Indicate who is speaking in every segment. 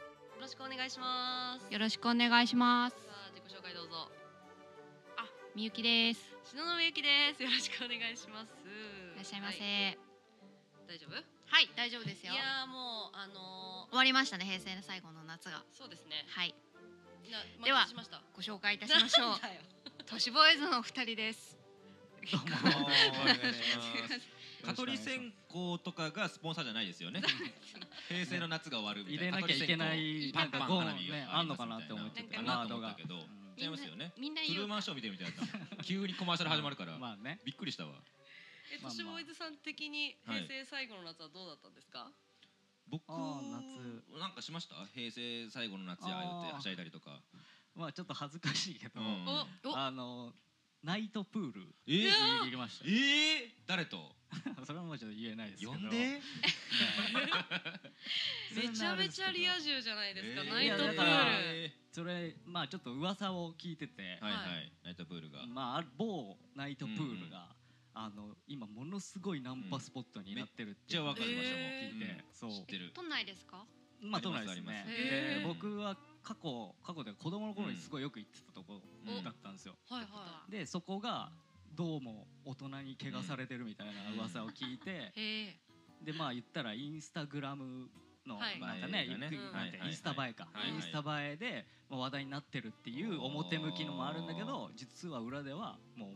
Speaker 1: 願いします
Speaker 2: よろしくお願いします
Speaker 1: さあ自己紹介どうぞ
Speaker 2: あ、みゆきです
Speaker 1: 篠上ゆきですよろしくお願いします
Speaker 2: いらっしゃいませ、
Speaker 1: は
Speaker 2: は
Speaker 1: 大
Speaker 2: い、
Speaker 1: 丈夫
Speaker 2: 大丈夫です
Speaker 1: い
Speaker 2: よ
Speaker 1: やーもうあの
Speaker 2: 終わりましたね平成の最後の夏が
Speaker 1: ーそうですね
Speaker 2: はい
Speaker 1: な
Speaker 2: で
Speaker 1: 満
Speaker 2: は
Speaker 1: 喫しました
Speaker 2: ご紹介いたしましょう
Speaker 1: なんだよ
Speaker 2: 都市ボーイズのお二人です
Speaker 3: どうもお願いします。
Speaker 4: 香取線香とかがスポンサーじゃないですよね。平成の夏が終わるみ
Speaker 3: 入
Speaker 4: たい
Speaker 3: れ
Speaker 4: な。
Speaker 3: なきゃいけない
Speaker 4: パ
Speaker 3: な
Speaker 4: ン
Speaker 3: ん
Speaker 4: パ
Speaker 3: か
Speaker 4: ン
Speaker 3: ゴ
Speaker 4: 花
Speaker 3: ー
Speaker 4: 火
Speaker 3: ン
Speaker 4: が
Speaker 3: ねあんのかなって思って
Speaker 1: な
Speaker 3: た
Speaker 1: ん
Speaker 4: か
Speaker 1: か
Speaker 4: な
Speaker 3: ワ
Speaker 4: と
Speaker 3: ー
Speaker 4: 思
Speaker 3: ド
Speaker 4: った
Speaker 3: が
Speaker 4: けど。
Speaker 3: うん
Speaker 4: ちゃいますよね。
Speaker 2: みんな
Speaker 4: トゥ
Speaker 2: 言
Speaker 4: ル
Speaker 2: う
Speaker 4: ーマンショー見てるみたいだった。急にコマーシャル始まるから。
Speaker 3: まあね
Speaker 4: びっくりしたわ。
Speaker 1: え
Speaker 3: まあまあ
Speaker 1: 年ボーイズさん的に
Speaker 4: は
Speaker 1: 平
Speaker 4: い
Speaker 1: 成最後の夏はどうだったんですか、
Speaker 4: 僕
Speaker 3: あー
Speaker 4: なんかしました？平成最後の夏やああやってはしゃいだりとか。
Speaker 3: まあちょっと恥ずかしいけど
Speaker 4: うん
Speaker 1: おお
Speaker 3: あのナイトプールに
Speaker 4: え
Speaker 1: う
Speaker 4: ー
Speaker 1: わ
Speaker 3: 行きまし
Speaker 4: えー誰と？
Speaker 3: た それはもうちょっと言えないですけど
Speaker 4: 呼んで？
Speaker 1: めちゃめちゃリア充じゃないですか、
Speaker 4: え
Speaker 1: ナイトプール、
Speaker 3: いやだから
Speaker 4: え
Speaker 3: それまあちょっと噂を聞いてて
Speaker 4: ーはいはい。ナイトプールが。
Speaker 3: まあある某ナイトプールがあの今ものすごいナンパスポットになってるっていう
Speaker 4: めっちゃわか
Speaker 1: りました
Speaker 3: 聞い
Speaker 4: え
Speaker 3: てそう
Speaker 4: 知ってる。
Speaker 2: 都内ですか
Speaker 3: まあ都内で
Speaker 4: あ
Speaker 3: す
Speaker 4: ります
Speaker 3: ね
Speaker 4: あり
Speaker 1: ますへ
Speaker 3: で
Speaker 1: ー
Speaker 3: 僕は過去過去で子供の頃にすごいよく行ってたとこ
Speaker 4: うん
Speaker 3: だったんですよ、
Speaker 1: はいはい
Speaker 3: でそこがどうも大人に怪我されてるみたいな噂を聞いて、
Speaker 1: へえ
Speaker 3: でまあ言ったらインスタグラムの
Speaker 1: はい
Speaker 3: なんか
Speaker 4: 映え
Speaker 3: ね、
Speaker 4: がね
Speaker 3: ゆっくりなんて
Speaker 4: はい
Speaker 3: インスタ映えか、
Speaker 4: はい
Speaker 1: はい
Speaker 3: インスタ映えでまあ話題になってるっていう表向きのもあるんだけど実は裏ではも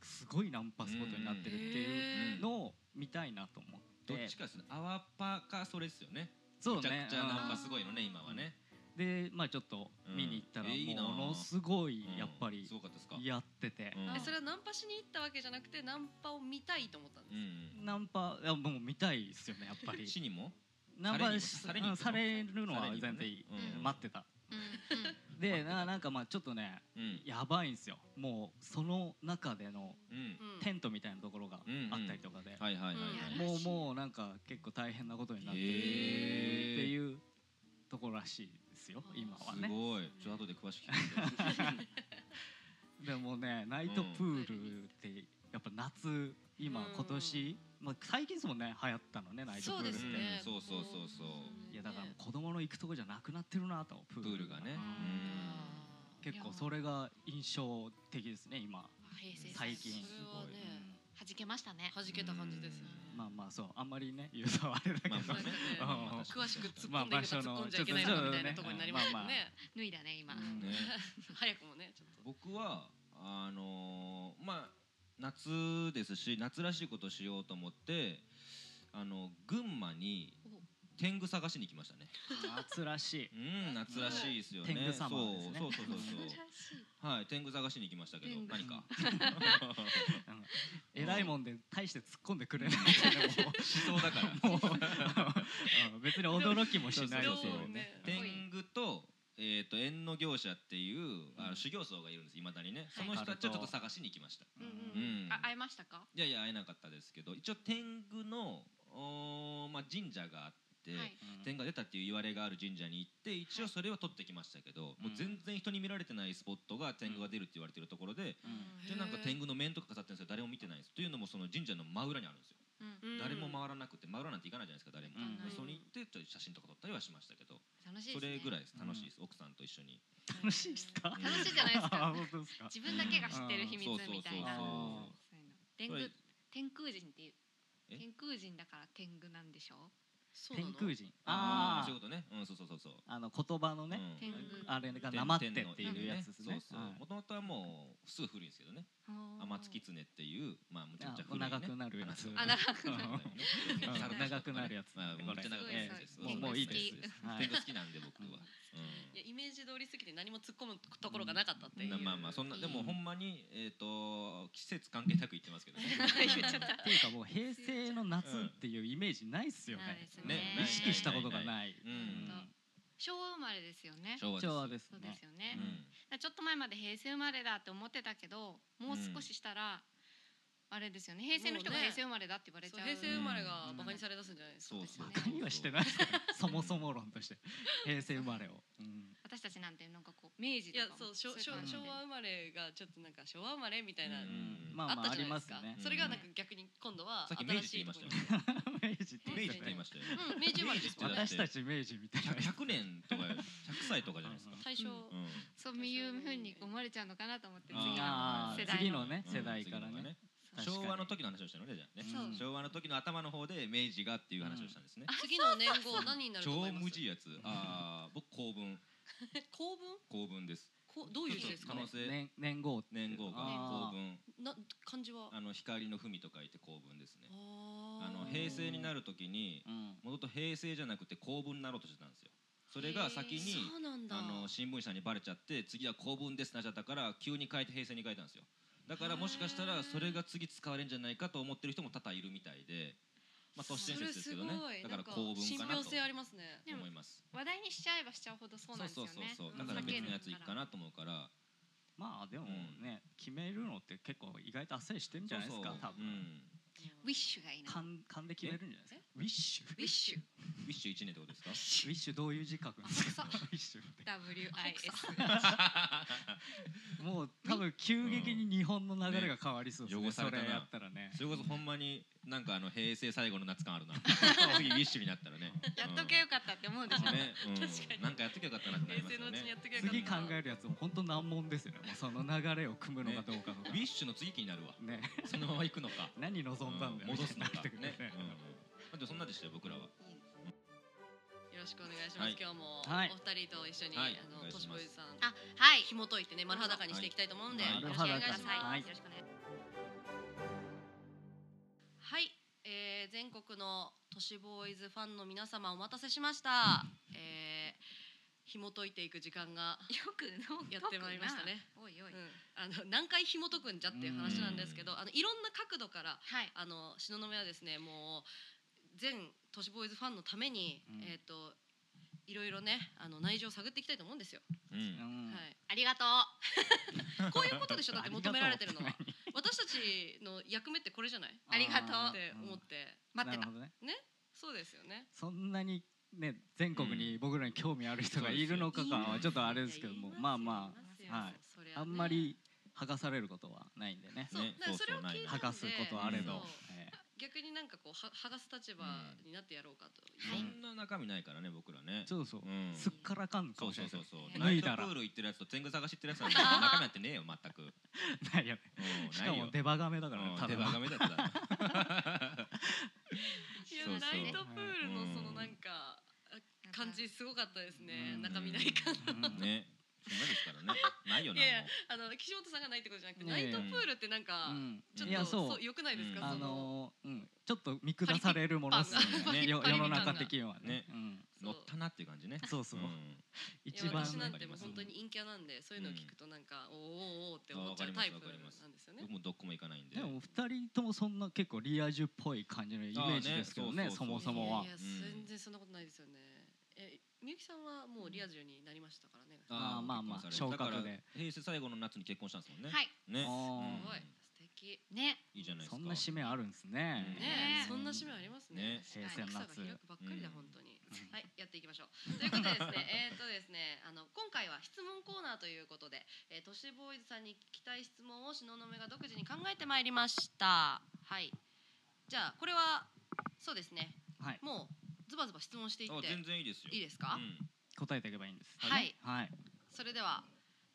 Speaker 3: うすごいナンパスポットになってるっていう
Speaker 1: へえ
Speaker 3: のを見たいなと思って、
Speaker 4: どっちかですね。アワパかそれですよね。
Speaker 3: そう
Speaker 4: めち
Speaker 3: ね
Speaker 4: ゃくちゃなんかすごいのね今はね。
Speaker 3: でまあちょっと見に行ったら
Speaker 4: うんえいいな
Speaker 3: ものすごいやっぱ
Speaker 4: うん
Speaker 3: り
Speaker 4: すごかったですか。
Speaker 3: やってて
Speaker 4: うん
Speaker 1: えそれはナンパしに行ったわけじゃなくてナンパを見たいと思ったんで
Speaker 4: う
Speaker 1: す、
Speaker 4: ん
Speaker 3: ナンパいやもう見たいですよねやっぱ り
Speaker 4: 死にも
Speaker 3: ナンパし
Speaker 4: されにも
Speaker 3: うんされるのは全然いい
Speaker 4: されにもねうん
Speaker 3: 待ってた
Speaker 2: うん
Speaker 3: でななんかまあちょっとね
Speaker 4: うん
Speaker 3: やばいんですよもうその中での
Speaker 4: うん
Speaker 1: うん
Speaker 3: テントみたいなところがあったりとかで、
Speaker 4: はいはいはい
Speaker 2: うん
Speaker 3: もうもうなんか結構大変なことになってるって
Speaker 4: へー
Speaker 3: いうところらしいですよ今は
Speaker 4: す
Speaker 3: ね
Speaker 4: ごいちょっと後で詳しく聞いて
Speaker 3: でもねナイトプールってやっぱ夏今
Speaker 1: うん
Speaker 3: 今年、まあ、最近ですもんね流行ったのねナイ
Speaker 1: そ
Speaker 3: トプー
Speaker 1: う
Speaker 3: ルっ
Speaker 1: で
Speaker 3: て
Speaker 1: すね、
Speaker 4: うんそうそうそうそう
Speaker 1: うん
Speaker 3: いやだからもう子供の行くとこじゃなくなってるなとプー
Speaker 4: プールがね
Speaker 1: あー
Speaker 3: 結構それが印象的ですね今
Speaker 2: 平成
Speaker 3: 最近
Speaker 1: それはね
Speaker 2: 弾けましたね
Speaker 1: 弾けた感じですよね
Speaker 3: まあまあそうあんまりね言うとあれだけど、
Speaker 4: まあまあね
Speaker 3: うん
Speaker 1: 詳しく突っ
Speaker 3: ま
Speaker 1: 込
Speaker 3: あ
Speaker 1: んでい
Speaker 3: 場
Speaker 1: けば突っ
Speaker 3: 所の
Speaker 1: 込んじゃいけないなみたいな
Speaker 3: ち
Speaker 1: と
Speaker 3: ょっと
Speaker 1: ころになりますよ
Speaker 3: まあま
Speaker 1: ね。
Speaker 2: 脱いだね今、
Speaker 3: うん
Speaker 4: ね
Speaker 1: 早くもね、ちょっと。
Speaker 4: 僕はあのーまあ夏ですし夏らしいことしようと思ってあの群馬に天狗探しに行きましたね
Speaker 3: 夏らしい
Speaker 4: うん夏らしいですよね
Speaker 3: 天狗様ですね
Speaker 4: そうそうそうそう
Speaker 2: 珍
Speaker 4: そ
Speaker 2: しいう
Speaker 4: はい天狗探しに行きましたけど
Speaker 2: 天狗
Speaker 4: 何か
Speaker 3: えらいもんで大して突っ込んでくれない けども
Speaker 4: しそうだから
Speaker 3: もううん別に驚きもしないで
Speaker 4: そ
Speaker 3: す
Speaker 4: う
Speaker 3: よ
Speaker 4: そうそう
Speaker 3: ね。
Speaker 4: 天狗と,、えー、と縁の業者っていうあの修行僧がいるんですいまだにね、その人たちをちょっと探しに行きました
Speaker 2: うん
Speaker 4: う
Speaker 2: うん
Speaker 4: ん
Speaker 2: あ会えましたか
Speaker 4: いやいや会えなかったですけど一応天狗の、おーまあ、神社があって、
Speaker 2: はい
Speaker 4: 天狗が出たっていう言われがある神社に行って一応それは取ってきましたけど、もう全然人に見られてないスポットが天狗が出るって言われてるところで、
Speaker 3: うん
Speaker 4: でなんか天狗の面とか飾ってるんですよ誰も見てないんですというのもその神社の真裏にあるんですよ、
Speaker 2: うん
Speaker 4: 誰も回らなくて真裏なんて行かないじゃないですか誰も、
Speaker 3: うん
Speaker 4: でそれに行ってちょっと写真とか撮ったりはしましたけど
Speaker 2: 楽しい
Speaker 4: そ
Speaker 2: ですね
Speaker 4: れぐらいです楽しいです、奥さんと一緒に
Speaker 3: 楽しいですか？
Speaker 4: 楽
Speaker 2: しいじゃないですか
Speaker 3: 本当ですか？
Speaker 2: 自分だけが知ってる秘密
Speaker 4: うん
Speaker 2: みたいな
Speaker 3: そ
Speaker 2: そ
Speaker 3: う
Speaker 2: ういうの天
Speaker 4: これ
Speaker 2: 狗天空人っていう
Speaker 4: え
Speaker 2: 天空人だから天狗なんでしょ
Speaker 1: そうなの
Speaker 3: 天空人。
Speaker 4: ああ
Speaker 3: あ
Speaker 4: そういうことねうんそうそうそうそう
Speaker 3: あ、あの言葉のね、
Speaker 4: うん
Speaker 2: 天狗
Speaker 3: あれがなまってっていうやつですね。
Speaker 4: そうそうもともとはもうすぐ古いんですけどね天月
Speaker 2: つ
Speaker 4: 常っていうまあむちゃくちゃ
Speaker 3: あ
Speaker 4: 古いね
Speaker 3: 長くなるやつ
Speaker 4: 話
Speaker 2: あ長く
Speaker 4: うん
Speaker 2: なる
Speaker 4: 猿の人とかね
Speaker 3: 長くなるやつ
Speaker 4: まあむっちゃ長くなるやつです
Speaker 3: これすごいもうもういいですは
Speaker 4: 天
Speaker 3: い
Speaker 4: 狗好きなんで僕は
Speaker 1: いや、イメージ通りすぎて何も突っ込むところがなかったって
Speaker 4: う
Speaker 1: い
Speaker 4: ん
Speaker 1: う。
Speaker 4: まあまあまあそんなで
Speaker 2: い
Speaker 4: も
Speaker 2: い
Speaker 4: ほんまにえっと季節関係なく言ってますけど ね
Speaker 1: 言っちゃった。
Speaker 3: っていうかもう平成の夏っていうイメージないっすよ
Speaker 2: ないで
Speaker 3: ね
Speaker 2: す。
Speaker 4: ね
Speaker 2: ね
Speaker 3: 意識したことがない。
Speaker 4: うん
Speaker 2: 昭和生まれですよね
Speaker 4: 昭和です
Speaker 3: 昭和です
Speaker 2: そうで
Speaker 3: ね
Speaker 2: す。よね
Speaker 4: う、ん
Speaker 2: だからちょっと前まで平成生まれだって思ってたけどもう少ししたら、あれですよね平成の人が
Speaker 1: もうね
Speaker 2: 平成生まれだって言われち
Speaker 1: そう
Speaker 2: ゃう
Speaker 1: 平成生まれが
Speaker 3: うん
Speaker 1: バカにされ出すんじゃないですか
Speaker 4: そう
Speaker 2: ですよ
Speaker 4: そう
Speaker 2: ね
Speaker 3: バカにはしてないですからそもそも論として平成生まれを、うん
Speaker 2: 私たちなんてなんかこう明治
Speaker 1: いや
Speaker 2: とか
Speaker 1: そう昭
Speaker 2: も
Speaker 1: 昭
Speaker 2: い感じで
Speaker 1: 昭和生まれがちょっとなんか昭和生まれみたいな、
Speaker 4: うん
Speaker 3: まあま
Speaker 1: あっ
Speaker 3: ああ
Speaker 1: たじ
Speaker 3: り
Speaker 1: ゃない
Speaker 3: ま
Speaker 1: です
Speaker 3: す
Speaker 1: か
Speaker 3: よね
Speaker 1: それがなんか逆に今度は
Speaker 4: さっき明治
Speaker 1: 新しい
Speaker 4: って言いま
Speaker 1: と
Speaker 4: し
Speaker 1: こ
Speaker 4: た
Speaker 1: ろに
Speaker 4: よね。
Speaker 3: 明治って
Speaker 4: 明治って言いましたよね。
Speaker 1: うん明治生まれですもんね
Speaker 3: 私たち明治みたいな
Speaker 4: 100年とか100歳とかじゃないですか。
Speaker 1: 大正、
Speaker 4: うん
Speaker 2: そういうふうに思われちゃうのかなと思って次の世
Speaker 3: あ
Speaker 4: ー
Speaker 3: あ
Speaker 2: 代
Speaker 3: 次
Speaker 2: の
Speaker 3: のね
Speaker 4: うん
Speaker 3: 世代からね,、
Speaker 4: 次の方が昭和の時の話をしたのねじゃあね。
Speaker 2: そう
Speaker 3: うん
Speaker 4: 昭和の時の頭の方で明治がっていう話をしたんですね。
Speaker 1: 次の年号何になると
Speaker 4: 超
Speaker 1: 思います
Speaker 4: 無事やつ。ああ僕公文
Speaker 1: 公文
Speaker 4: 公文です。
Speaker 1: こうどういう字ですか
Speaker 4: 可能性
Speaker 3: 年年号って
Speaker 4: 年号が公
Speaker 3: あ
Speaker 4: 文。
Speaker 1: な漢字は
Speaker 4: あの光の文と書いて公文ですね。あ
Speaker 1: あ
Speaker 4: の平成になる時に
Speaker 3: ーうん
Speaker 4: もともと平成じゃなくて公文になろうとしてたんですよ。それが先に
Speaker 1: そうなんだ
Speaker 4: あの新聞社にバレちゃって次は公文ですなっちゃったから急に変えて平成に変えたんですよだからもしかした
Speaker 1: へ
Speaker 4: ら
Speaker 1: ー
Speaker 4: それが次使われるんじゃないかと思ってる人も多々いるみたいでまあ都市伝説ですけどね
Speaker 1: それすごい
Speaker 4: だから
Speaker 1: なん
Speaker 4: 公文かな
Speaker 1: 信憑
Speaker 4: と
Speaker 1: 性ありますね
Speaker 2: でも
Speaker 4: 思います
Speaker 2: 話題にしちゃえばしちゃうほどそうなんです
Speaker 4: そ
Speaker 2: よ
Speaker 4: う
Speaker 2: ね
Speaker 4: そうそうそう
Speaker 1: うん
Speaker 4: だから
Speaker 2: 避け
Speaker 4: 別
Speaker 2: る
Speaker 4: のやついいか
Speaker 2: から
Speaker 4: なと思うから
Speaker 3: まあでもね、決めるのって結構意外とあっさりしてるんじゃないですか
Speaker 4: そうそう
Speaker 3: 多分、
Speaker 4: うん
Speaker 2: ウィッシュがいいな
Speaker 3: 勘勘で決めるんじゃないですかウィッシュ
Speaker 2: ウィッシュ
Speaker 4: ウィッシュ1年ってことですか
Speaker 3: ウィッシュどういう字書くんですか
Speaker 2: あ
Speaker 3: ウ
Speaker 2: そう
Speaker 3: ィッシュっ て
Speaker 2: WIS
Speaker 3: もう多分急激に日本の流れが変わりそうですね,、
Speaker 4: ね汚さ
Speaker 3: そ
Speaker 4: れたな
Speaker 3: れやったらね
Speaker 4: それこそほんまになんかあの平成最後の夏感 あるな次ウィッシュになったらね
Speaker 2: やっとけよかったって思うでしょ
Speaker 4: ね、うん
Speaker 1: 確かに
Speaker 4: なんかやっときゃよかったなってなり
Speaker 1: 平
Speaker 4: ま
Speaker 1: 成の
Speaker 4: すよ
Speaker 1: うちにや
Speaker 4: ね
Speaker 1: ってくれ
Speaker 3: 次考えるやつも本当難問ですよねもうその流れを組むのかどうかと
Speaker 4: ウ
Speaker 3: か
Speaker 4: ィッシュの次気になるわ
Speaker 3: ね
Speaker 4: そのまま行くのか
Speaker 3: 何望んだんだよ、
Speaker 4: 戻すのか
Speaker 3: みたいにな
Speaker 4: ね
Speaker 3: ってくる
Speaker 4: うんまあでもそんなでしたよ僕らは
Speaker 1: よろしくお願いします、
Speaker 4: はい
Speaker 1: 今日も
Speaker 3: はい
Speaker 1: お二人と一緒に、
Speaker 4: はい
Speaker 1: あ
Speaker 4: お
Speaker 1: の
Speaker 4: 願い
Speaker 1: と
Speaker 4: し
Speaker 1: し
Speaker 4: ま
Speaker 1: ぼ
Speaker 4: す
Speaker 1: りさん
Speaker 2: あはい
Speaker 1: 紐解いてね丸裸にしていきたいと思うんで、
Speaker 4: はい
Speaker 1: よろしくお願いします、
Speaker 3: はい
Speaker 2: よろしくお願いします
Speaker 1: はい、えー、全国の都市ボーイズファンの皆様お待たせしました。えー、紐解いていく時間が、
Speaker 2: よくの
Speaker 1: やってまいりましたね
Speaker 2: おいお
Speaker 1: う
Speaker 2: い、
Speaker 1: ん、あの何回紐解くんじゃっていう話なんですけど、あのいろんな角度から
Speaker 2: はい
Speaker 1: あの篠宮はですね、もう全都市ボーイズファンのために、
Speaker 3: うん
Speaker 1: えっ、といろいろね、あの内情を探っていきたいと思うんですよ。
Speaker 4: うん
Speaker 3: うん
Speaker 1: はい、ありがとう。こういう ことでしょだって求められてるのは
Speaker 3: ありがとう
Speaker 1: 私たちの役目ってこれじゃない？
Speaker 3: あー
Speaker 1: ありがとうって思って、
Speaker 2: 待って
Speaker 3: な
Speaker 2: た
Speaker 3: るほどね
Speaker 1: そうですよね。
Speaker 3: そんなにね全国に僕らに興味ある人がいるのかかはちょっとあれですけどもまあま
Speaker 1: い
Speaker 3: あはい
Speaker 1: そりゃね
Speaker 3: ああんまり剥がされることはないんでね
Speaker 1: そう、
Speaker 4: ね
Speaker 1: だから
Speaker 4: そ
Speaker 1: そ
Speaker 4: うそう
Speaker 1: れを
Speaker 4: な
Speaker 1: 聞
Speaker 4: い
Speaker 1: いて
Speaker 4: な
Speaker 3: 剥がすことあれ
Speaker 1: そ
Speaker 3: ど
Speaker 1: う
Speaker 3: え
Speaker 1: 逆になんかこうは剥がす立場になってやろうかと、
Speaker 4: そんな中身ないからね僕らね
Speaker 3: えそうそう
Speaker 4: うん
Speaker 3: すっからかんか
Speaker 4: そ
Speaker 3: も
Speaker 4: う
Speaker 3: し
Speaker 4: そうそ
Speaker 3: れない
Speaker 4: うそう
Speaker 3: 脱いだ
Speaker 4: ナ
Speaker 3: ら
Speaker 4: イトプール行ってるやつと天狗探し行ってるやつなんだから中身なんてねえよ全く
Speaker 3: ないよね
Speaker 4: うん
Speaker 3: し
Speaker 4: な
Speaker 3: か
Speaker 4: いよ
Speaker 3: も出歯がめだからね
Speaker 4: うん
Speaker 3: た
Speaker 4: 手
Speaker 3: だ
Speaker 4: 羽がめだったら
Speaker 1: いや
Speaker 4: そうそう
Speaker 1: ライトプールのそのなんか感じすごかったですね、中身ない感
Speaker 3: うん
Speaker 4: ねそんなですからねないよない
Speaker 1: やいう
Speaker 4: も
Speaker 1: あの岸本さんがないってことじゃなくて、
Speaker 3: いやいや
Speaker 1: ナイトプールってなんか、
Speaker 3: うん
Speaker 1: ちょっ
Speaker 3: いや
Speaker 1: とそう
Speaker 3: そ
Speaker 1: う良くないですか、そ
Speaker 3: あ
Speaker 1: の
Speaker 3: のーうんちょっと見下されるものですよねよ
Speaker 1: パリピ
Speaker 3: 世の
Speaker 1: 感が
Speaker 3: 中的にはねうん
Speaker 1: そう
Speaker 4: 乗ったなっていう感じね
Speaker 3: そうそう
Speaker 4: うん
Speaker 1: いや
Speaker 3: 一番
Speaker 1: 私なん
Speaker 4: か
Speaker 1: てもう本当に陰キャなんでそういうのを聞くとなんか、おーおーおーって思っちゃう
Speaker 4: わか
Speaker 1: タイ
Speaker 4: り
Speaker 1: プ
Speaker 4: ま
Speaker 1: な
Speaker 4: す
Speaker 1: んですよね
Speaker 4: 僕もどこも行かないんで
Speaker 3: でも二人ともそんな結構リア充っぽい感じのイメージですけど
Speaker 4: ああ
Speaker 3: ね
Speaker 4: ね
Speaker 3: そ
Speaker 4: そうそう
Speaker 3: も
Speaker 4: そう
Speaker 3: そもはい
Speaker 1: やいや全然そんなことないですよね、えみゆきさんはもうリア充になりましたからね、
Speaker 3: あーまあまあ
Speaker 4: 結婚されて
Speaker 3: 昇格で
Speaker 4: だから平成最後の夏に結婚したんですもんね
Speaker 2: はい
Speaker 4: ね
Speaker 3: あー
Speaker 1: すごい
Speaker 4: うん
Speaker 1: 素敵
Speaker 2: ね
Speaker 4: いいじゃないですか
Speaker 3: そんな締めあるんですね
Speaker 1: ねえ、
Speaker 3: う
Speaker 1: そんな趣味ありますね。
Speaker 4: ね
Speaker 3: 平成の夏
Speaker 1: 草が開くばっかりだ、
Speaker 4: うん
Speaker 1: 本当に。はい、やっていきましょう。ということでですね、え っとですね、あの今回は質問コーナーということで、えー、都市ボーイズさんに聞きたい質問を東雲が独自に考えてまいりました。はい。じゃあこれはそうですね、
Speaker 3: はい
Speaker 1: もうズバズバ質問していっ
Speaker 4: あ
Speaker 1: て
Speaker 4: 全然いいですよ
Speaker 1: いいですか？
Speaker 4: うん
Speaker 3: 答えていけばいいんです
Speaker 1: はい
Speaker 3: はい
Speaker 1: それでは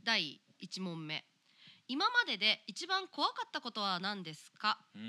Speaker 1: 第一問目。今までで一番怖かったことは何ですか？
Speaker 4: うー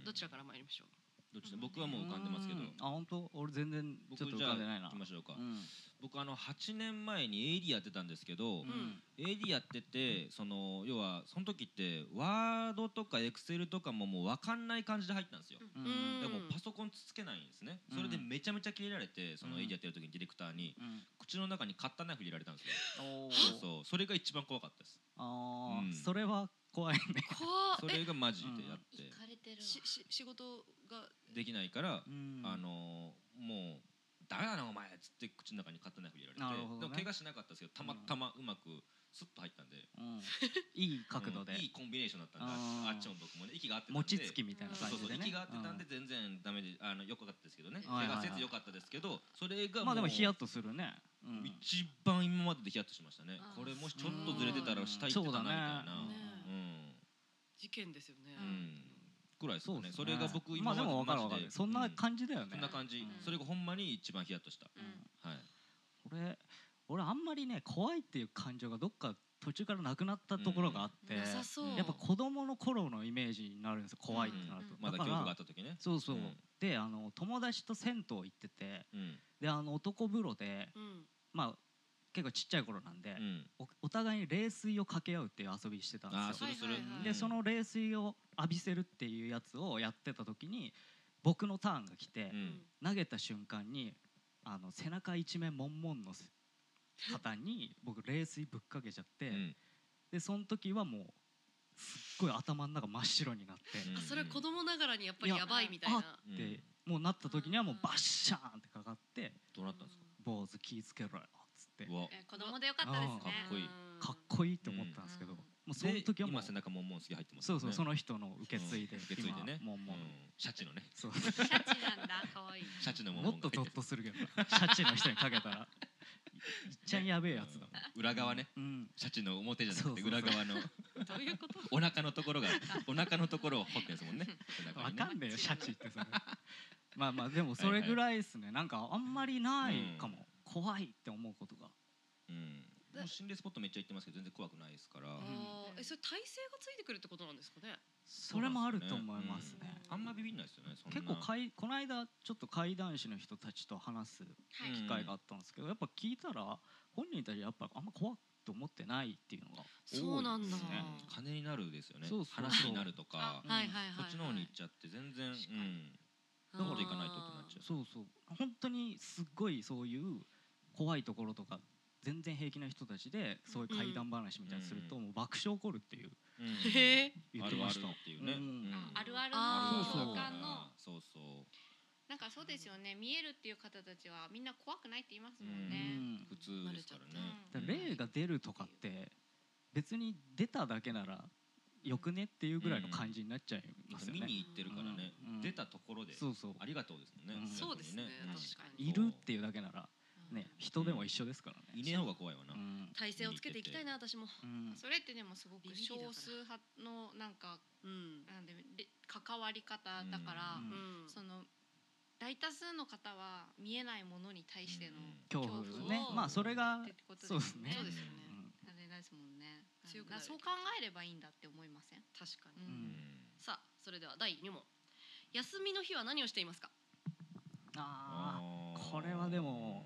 Speaker 4: ん
Speaker 1: どちらから参りましょう。
Speaker 4: どっちで僕はもう浮かんでますけど
Speaker 3: うんあ本当俺全然ちょ
Speaker 4: 僕
Speaker 3: っと
Speaker 4: じ
Speaker 3: 浮
Speaker 4: ゃ
Speaker 3: か
Speaker 4: あ
Speaker 3: んでないな
Speaker 4: 行きましょうか、
Speaker 3: うん
Speaker 4: 僕あの8年前に AD やってたんですけど、
Speaker 1: ん
Speaker 4: AD やっててその要はその時ってワードとかエクセルとかももう分かんない感じで入ったんですよ、
Speaker 3: うん
Speaker 1: うん
Speaker 4: でもパソコンつつけないんですね、
Speaker 3: うん
Speaker 4: それでめちゃめちゃキレられてその
Speaker 3: うん
Speaker 4: AD やってる時にディレクターに
Speaker 3: うん
Speaker 4: 口の中にカッターナイフ入れられたんですよ、
Speaker 3: おー
Speaker 4: そうそうそれが一番怖かったです
Speaker 3: あ
Speaker 4: うん
Speaker 3: ーそれは怖い ね
Speaker 1: 怖っ
Speaker 4: それがマジでやって、
Speaker 2: 行かれてる
Speaker 1: しし仕事が
Speaker 4: できないから、
Speaker 3: うん
Speaker 4: あのーもうダメだなお前っつって口の中にカッターナイフ入れられて、
Speaker 3: なるほどね
Speaker 4: でも怪我しなかったですけどたまたまうまくスッと入ったんで
Speaker 3: うんいい角度で
Speaker 4: うんいいコンビネーションだったんで
Speaker 3: あー
Speaker 4: あっちも僕もね息が合ってたんで
Speaker 3: 餅つきみたいな
Speaker 4: そう
Speaker 3: 感
Speaker 4: そうそ
Speaker 3: じ
Speaker 4: う
Speaker 3: でね
Speaker 4: 息が合ってたんで全然ダメであの良かったですけどね
Speaker 3: はい
Speaker 4: 怪
Speaker 3: はいはい
Speaker 4: 我せず良かったですけどそれ
Speaker 3: う
Speaker 4: が
Speaker 3: んまあでも
Speaker 4: う
Speaker 3: ヒヤッとするねうん
Speaker 4: 一番今まででヒヤッとしましたね
Speaker 1: あー
Speaker 4: これもしちょっとずれてたら下行ってたなみたいな
Speaker 3: そうだね
Speaker 4: う
Speaker 1: ね
Speaker 4: ん
Speaker 1: 事件ですよね。
Speaker 4: うんくらいですか
Speaker 3: そ
Speaker 4: ね
Speaker 3: うです
Speaker 4: それが僕
Speaker 3: ま
Speaker 4: 今
Speaker 3: あでも
Speaker 4: ま
Speaker 3: 分かる
Speaker 4: でマジ
Speaker 3: 分かる
Speaker 4: で
Speaker 3: そんな
Speaker 4: じ
Speaker 3: 感じだよね
Speaker 4: そんな感じ
Speaker 3: うん
Speaker 4: それがほんまに一番ヒヤッとしたはい
Speaker 3: 俺俺あんまりね怖いっていう感情がどっか途中からなくなったところがあって、
Speaker 1: なさそう。
Speaker 3: やっぱ子供の頃のイメージになるんですよ怖いってなると、
Speaker 4: まだ恐
Speaker 3: から
Speaker 4: 怖があった時ね
Speaker 3: そうそう、
Speaker 4: うん
Speaker 3: であの友達と銭湯行ってて
Speaker 4: うん
Speaker 3: であの男風呂で
Speaker 1: うん。
Speaker 3: まあ結構ちっちゃい頃なんで
Speaker 4: う、ん
Speaker 3: おお互いに冷水をかけ合うっていう遊びしてたん
Speaker 4: ああ
Speaker 3: ですすよ
Speaker 4: るする
Speaker 1: はいはいはい
Speaker 3: でその冷水を浴びせるっていうやつをやってた時に僕のターンが来て
Speaker 4: う、ん
Speaker 3: 投げた瞬間にあの背中一面もんもんのせ方に僕冷水ぶっかけちゃって、
Speaker 4: うん
Speaker 3: でその時はもうすっごい頭の中真っ白になって、
Speaker 1: あそれは子
Speaker 4: 供
Speaker 1: 供ながらにやっぱりやばいみたいな。
Speaker 3: あってもうなった時にはもうバッシャーンってかかって
Speaker 4: どうなったんですか
Speaker 3: 「坊主気ぃつけろよ」っつって
Speaker 4: うわ
Speaker 2: え子供でよかったですね。
Speaker 4: かっこいい
Speaker 1: うん
Speaker 3: かっこいいと思ったんですけど、
Speaker 1: うん
Speaker 3: もうその時
Speaker 4: で
Speaker 3: はもう
Speaker 4: 今背中もんもんすげえ入ってます
Speaker 3: そ
Speaker 4: もん
Speaker 3: う
Speaker 4: ね
Speaker 3: そうその人の受け継いで
Speaker 4: うん受け継いでね
Speaker 3: 今もうもう
Speaker 4: うんシャチのね
Speaker 3: そう
Speaker 2: シャチなんだ。可愛い。
Speaker 4: シャチのもん
Speaker 3: も
Speaker 4: も
Speaker 3: っ
Speaker 4: ん
Speaker 3: と
Speaker 4: が
Speaker 3: ゾ
Speaker 4: 入って
Speaker 3: ッとするけどなシャチの人に かけたらいいっちゃんやべえやつだも
Speaker 4: うん裏側ね
Speaker 3: ん、うん、
Speaker 4: シャチの表じゃな
Speaker 3: そ
Speaker 4: く
Speaker 3: う
Speaker 4: て
Speaker 3: そうそう
Speaker 4: 裏側の
Speaker 2: どういうこと？
Speaker 4: お腹のところがお腹のところを掘ってですも んね背中
Speaker 3: わ
Speaker 4: にね
Speaker 3: かんねえよシャチってそれまあまあでもそれぐらいですねなんかあんまりないかも、怖いって思うことが
Speaker 4: うんもう心霊スポットめっちゃ行ってますけど全然怖くないですから
Speaker 1: あ
Speaker 3: ん
Speaker 1: ーえそれ体勢がついてくるってことなんですかね。
Speaker 3: それもあると思いますね
Speaker 4: あんまビビんないですよねそんな
Speaker 3: 結構かいこの間ちょっと怪談師の人たちと話す
Speaker 2: はい。
Speaker 4: うん
Speaker 3: 機会があったんですけど、やっぱ聞いたら本人たちやっぱあんま怖って思ってないっていうのが多いですね
Speaker 1: そうなんだ
Speaker 4: 金になるですよね
Speaker 3: そうそう
Speaker 4: 話になると
Speaker 2: あ
Speaker 4: か
Speaker 3: うん
Speaker 2: はいはいはい。
Speaker 4: こっちの方に行っちゃって全然う
Speaker 2: 確かに
Speaker 4: ん
Speaker 1: だ
Speaker 4: どこで行かないとってなっちゃ
Speaker 3: そうそう本当にすっごいそういう怖いところとか全然平気な人たちでそういう怪談話みたいにすると、
Speaker 4: う
Speaker 3: もう爆笑起こるっていう
Speaker 4: ううん
Speaker 1: う。へえ。
Speaker 3: 言
Speaker 4: あ
Speaker 3: って
Speaker 4: る
Speaker 3: ま
Speaker 4: あ
Speaker 3: し
Speaker 4: る
Speaker 3: た
Speaker 4: っていうね
Speaker 3: うん
Speaker 4: うん
Speaker 2: あるある
Speaker 1: あ
Speaker 2: の
Speaker 1: ー
Speaker 2: 共感の
Speaker 4: そうそう
Speaker 2: なんかそうですよね見えるっていう方たちはみんな怖くないって言いますも
Speaker 3: うんん
Speaker 2: ね。
Speaker 4: 普通ですからね
Speaker 3: だから霊が出るとかって別に出ただけならよくねっていうぐらいの感じになっちゃいますよね、
Speaker 4: 見に行ってるからね
Speaker 3: うん
Speaker 4: 出たところで
Speaker 3: そうそう
Speaker 4: ありがとうですもんね
Speaker 3: うん
Speaker 4: 逆に
Speaker 1: そうですね
Speaker 4: うん
Speaker 1: 確か
Speaker 3: いるっていうだけなら
Speaker 2: うん
Speaker 3: ね人でも一緒ですからね、
Speaker 4: いねえ方が怖いわな
Speaker 3: うん
Speaker 1: 体勢をつけていきたいな私も。
Speaker 3: うん
Speaker 2: それってでもすご
Speaker 1: ビ
Speaker 2: く
Speaker 1: ビりだから
Speaker 2: 少数派のなんか
Speaker 1: うん。
Speaker 2: なんでれ関わり方だから、
Speaker 3: うん
Speaker 1: うん
Speaker 2: その大多数の方は見えないものに対しての
Speaker 4: うん
Speaker 3: 恐怖ね
Speaker 2: 恐怖を
Speaker 3: まあそれが
Speaker 2: ってこと
Speaker 3: そうですね
Speaker 1: そうですよね。
Speaker 3: うん
Speaker 2: あれですもんね。
Speaker 1: 強くな
Speaker 2: だ
Speaker 1: る
Speaker 2: そう考えればいいんだって思いません。
Speaker 1: 確か
Speaker 2: う
Speaker 1: に。
Speaker 3: うん
Speaker 2: ん
Speaker 1: さあそれでは第2問。休みの日は何をしていますか。
Speaker 3: ああこれはでも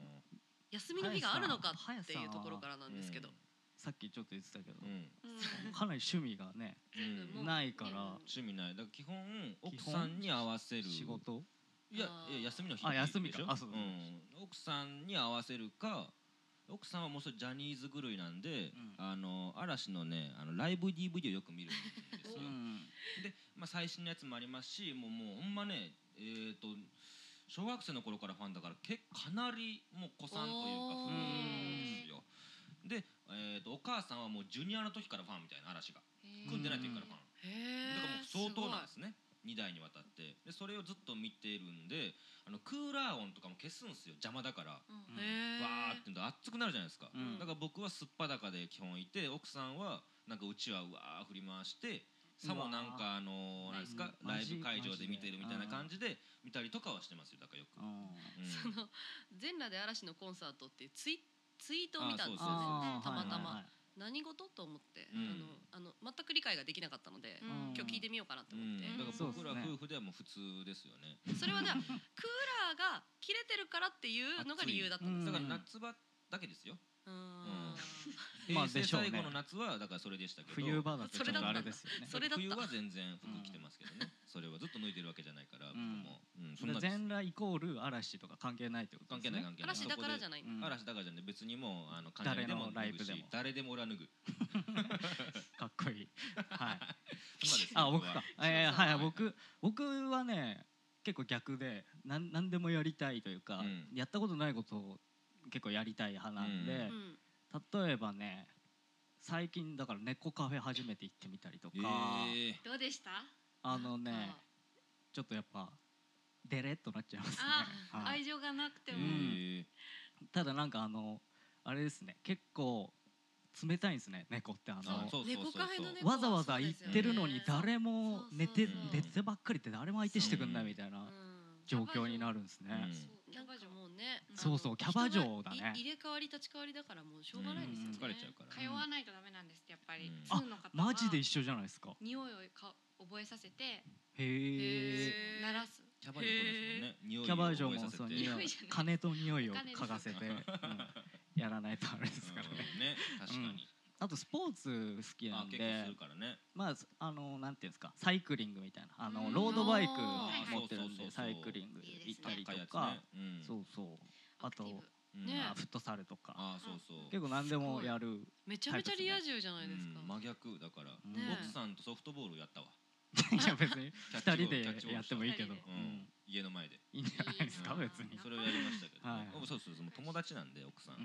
Speaker 1: 休みの日があるのかっていうところからなんですけど。
Speaker 3: さっきちょっと言ってたけど、
Speaker 4: うん
Speaker 3: かなり趣味がね
Speaker 2: 全部もう
Speaker 3: ないから
Speaker 2: う
Speaker 4: 趣味ないだから基本奥さんに合わせる
Speaker 3: 仕事
Speaker 4: いや
Speaker 1: あー
Speaker 4: いや休みの日
Speaker 3: あ休みか
Speaker 4: でしょ
Speaker 3: あそうそう
Speaker 4: うん、奥さんに合わせるか奥さんはもうそれジャニーズ狂いなんで、
Speaker 3: ん
Speaker 4: あの嵐のねあのライブ DVD をよく見るんです
Speaker 3: う
Speaker 4: よ、
Speaker 3: ん
Speaker 4: で、まあ、最新のやつもありますしもうもうほんまねえー、と小学生の頃からファンだからけかなりもう子さんというか
Speaker 1: おー
Speaker 4: 古いんですよで、えー、とお母さんはもうジュニアの時からファンみたいな嵐が組んでない時からファン
Speaker 1: へ
Speaker 4: だからもう相当なんですすね2代にわたってでそれをずっと見てるんであのクーラー音とかも消すんですよ邪魔だから、
Speaker 1: ごい。へえ。
Speaker 4: わーってんで熱くなるじゃないですか、
Speaker 3: うん
Speaker 4: だから僕はすっぱだかで基本いて奥さんはなんかうちはうわー振り回してさもなんかあのー、なんですか
Speaker 3: うん
Speaker 4: ラ
Speaker 3: マ
Speaker 4: イ
Speaker 3: ジ
Speaker 4: ブ会場で見てるみたいな
Speaker 3: マ
Speaker 4: 感じで見たりとかはしてますよだからよく、うん
Speaker 1: その全裸で嵐のコンサートっていうツイツイートを見たんですよね
Speaker 3: あー
Speaker 1: たまたま、
Speaker 3: はいはいはい
Speaker 1: 何事と思って、
Speaker 4: うん
Speaker 1: あのあの全く理解ができなかったので、
Speaker 2: うん
Speaker 1: 今日聞いてみようかなと思って、
Speaker 4: うんだから
Speaker 3: そうっす
Speaker 4: 僕
Speaker 3: ね
Speaker 4: ら夫婦ではもう普通ですよね
Speaker 1: それはねクーラーが切れてるからっていうのが理由だったんです
Speaker 3: う
Speaker 4: だ
Speaker 1: よ
Speaker 3: ん
Speaker 4: から夏場だけですよ、
Speaker 1: うん
Speaker 4: ん
Speaker 3: まあ
Speaker 4: 平成
Speaker 3: でしょうね
Speaker 4: 最後の夏はだからそれでしたけど
Speaker 3: 冬場だとちょっとあれですよね
Speaker 1: それだった
Speaker 4: 冬は全然服着てますけどね、それはずっと脱いでるわけじゃないから、
Speaker 3: ん
Speaker 4: 僕も、うん、そん
Speaker 3: だ
Speaker 4: な
Speaker 3: から全裸イコール嵐とか関係ないってこと
Speaker 4: 関
Speaker 3: です
Speaker 4: 係
Speaker 3: ね
Speaker 4: ない関係ない
Speaker 1: 嵐だからじゃ
Speaker 4: い
Speaker 1: ない、
Speaker 3: うん
Speaker 4: 嵐だからじゃない別にもうあの
Speaker 3: 誰の
Speaker 4: 関係ない
Speaker 3: ライブでも
Speaker 4: 誰でも俺は脱ぐ
Speaker 3: かっこ いいは
Speaker 4: そ
Speaker 3: い
Speaker 4: んなです
Speaker 3: あ僕かえー、は
Speaker 4: は
Speaker 3: い
Speaker 4: い
Speaker 3: 僕僕はね結構逆でなん何でもやりたいというか、
Speaker 4: うん
Speaker 3: やったことないことを結構やりたい派なんで、
Speaker 4: うん
Speaker 1: うん
Speaker 3: 例えばね最近だから猫カフェ初めて行ってみたりとか、
Speaker 4: え
Speaker 2: どうでした
Speaker 3: あのねちょっとやっぱデレっとなっちゃいますね
Speaker 2: あ、
Speaker 3: はい
Speaker 2: 愛情がなくて
Speaker 4: え
Speaker 2: も、
Speaker 3: うん
Speaker 4: え
Speaker 3: ただなんかあのあれですね結構冷たいんですね猫ってあの
Speaker 4: あそうそうそうそう
Speaker 1: 猫カフェの猫
Speaker 3: わざわざ行ってるのに誰も寝て
Speaker 1: そうそう
Speaker 4: そう
Speaker 3: 寝てばっかりって誰も相手してくんないみたいな状況にな
Speaker 1: る
Speaker 3: るんですね、
Speaker 4: うん
Speaker 1: なんかもうねあの
Speaker 3: そうそうキャバ嬢だね
Speaker 1: 人がい入れ替わり立ち替わりだからもうしょうがないですよね
Speaker 4: 疲れちゃうから
Speaker 2: 通わないとダメなんですってやっぱり、
Speaker 4: うん
Speaker 2: 通の方は
Speaker 3: マジで一緒じゃないですか
Speaker 2: 匂いをか覚えさせて
Speaker 3: へえ
Speaker 1: へー
Speaker 2: 鳴らす
Speaker 4: キャバ嬢ですもんね匂いを
Speaker 3: キャバ嬢
Speaker 4: 覚えさ
Speaker 3: も
Speaker 4: せ
Speaker 3: そう
Speaker 4: て
Speaker 3: 匂
Speaker 2: 匂
Speaker 3: い
Speaker 2: いじゃない
Speaker 3: 金と匂いを嗅がせて、うんやらないとあれですから
Speaker 4: うん
Speaker 3: ね
Speaker 4: ね確かに
Speaker 3: あとスポーツ好きな
Speaker 4: あ
Speaker 3: んで
Speaker 4: 結構するからね
Speaker 3: まああのなんていうんですかサイクリングみたいなあ
Speaker 1: う
Speaker 3: の
Speaker 1: ん
Speaker 3: ロードバイク
Speaker 1: あー
Speaker 3: 持ってるん
Speaker 4: そうそうそうそう
Speaker 3: でサイクリング
Speaker 1: いい
Speaker 3: 行
Speaker 1: で
Speaker 3: っ
Speaker 1: すね
Speaker 3: たり
Speaker 4: 高いやつね
Speaker 3: とか
Speaker 4: うん
Speaker 3: そうそう
Speaker 2: ア
Speaker 3: あと
Speaker 2: クティブ
Speaker 4: うん
Speaker 1: ね
Speaker 3: あフットサルとか
Speaker 4: あそうそう
Speaker 3: 結構何でもやる
Speaker 1: めちゃめちゃリア充じゃないですか
Speaker 4: うん真逆だから
Speaker 3: うん
Speaker 1: ね
Speaker 4: 奥さんとソフトボールをやったわ
Speaker 3: いや別に
Speaker 4: キャッチボ
Speaker 3: 2
Speaker 4: ール
Speaker 3: 人でやってもいいけど、
Speaker 2: キャッチ
Speaker 4: う
Speaker 3: うんん、
Speaker 4: 家の前で
Speaker 3: いいんじゃないですか
Speaker 2: いいな
Speaker 3: 別に
Speaker 2: うん
Speaker 4: それをやりましたけどね
Speaker 3: はい
Speaker 4: おそうそうそうもう友達なんで奥さんは
Speaker 2: う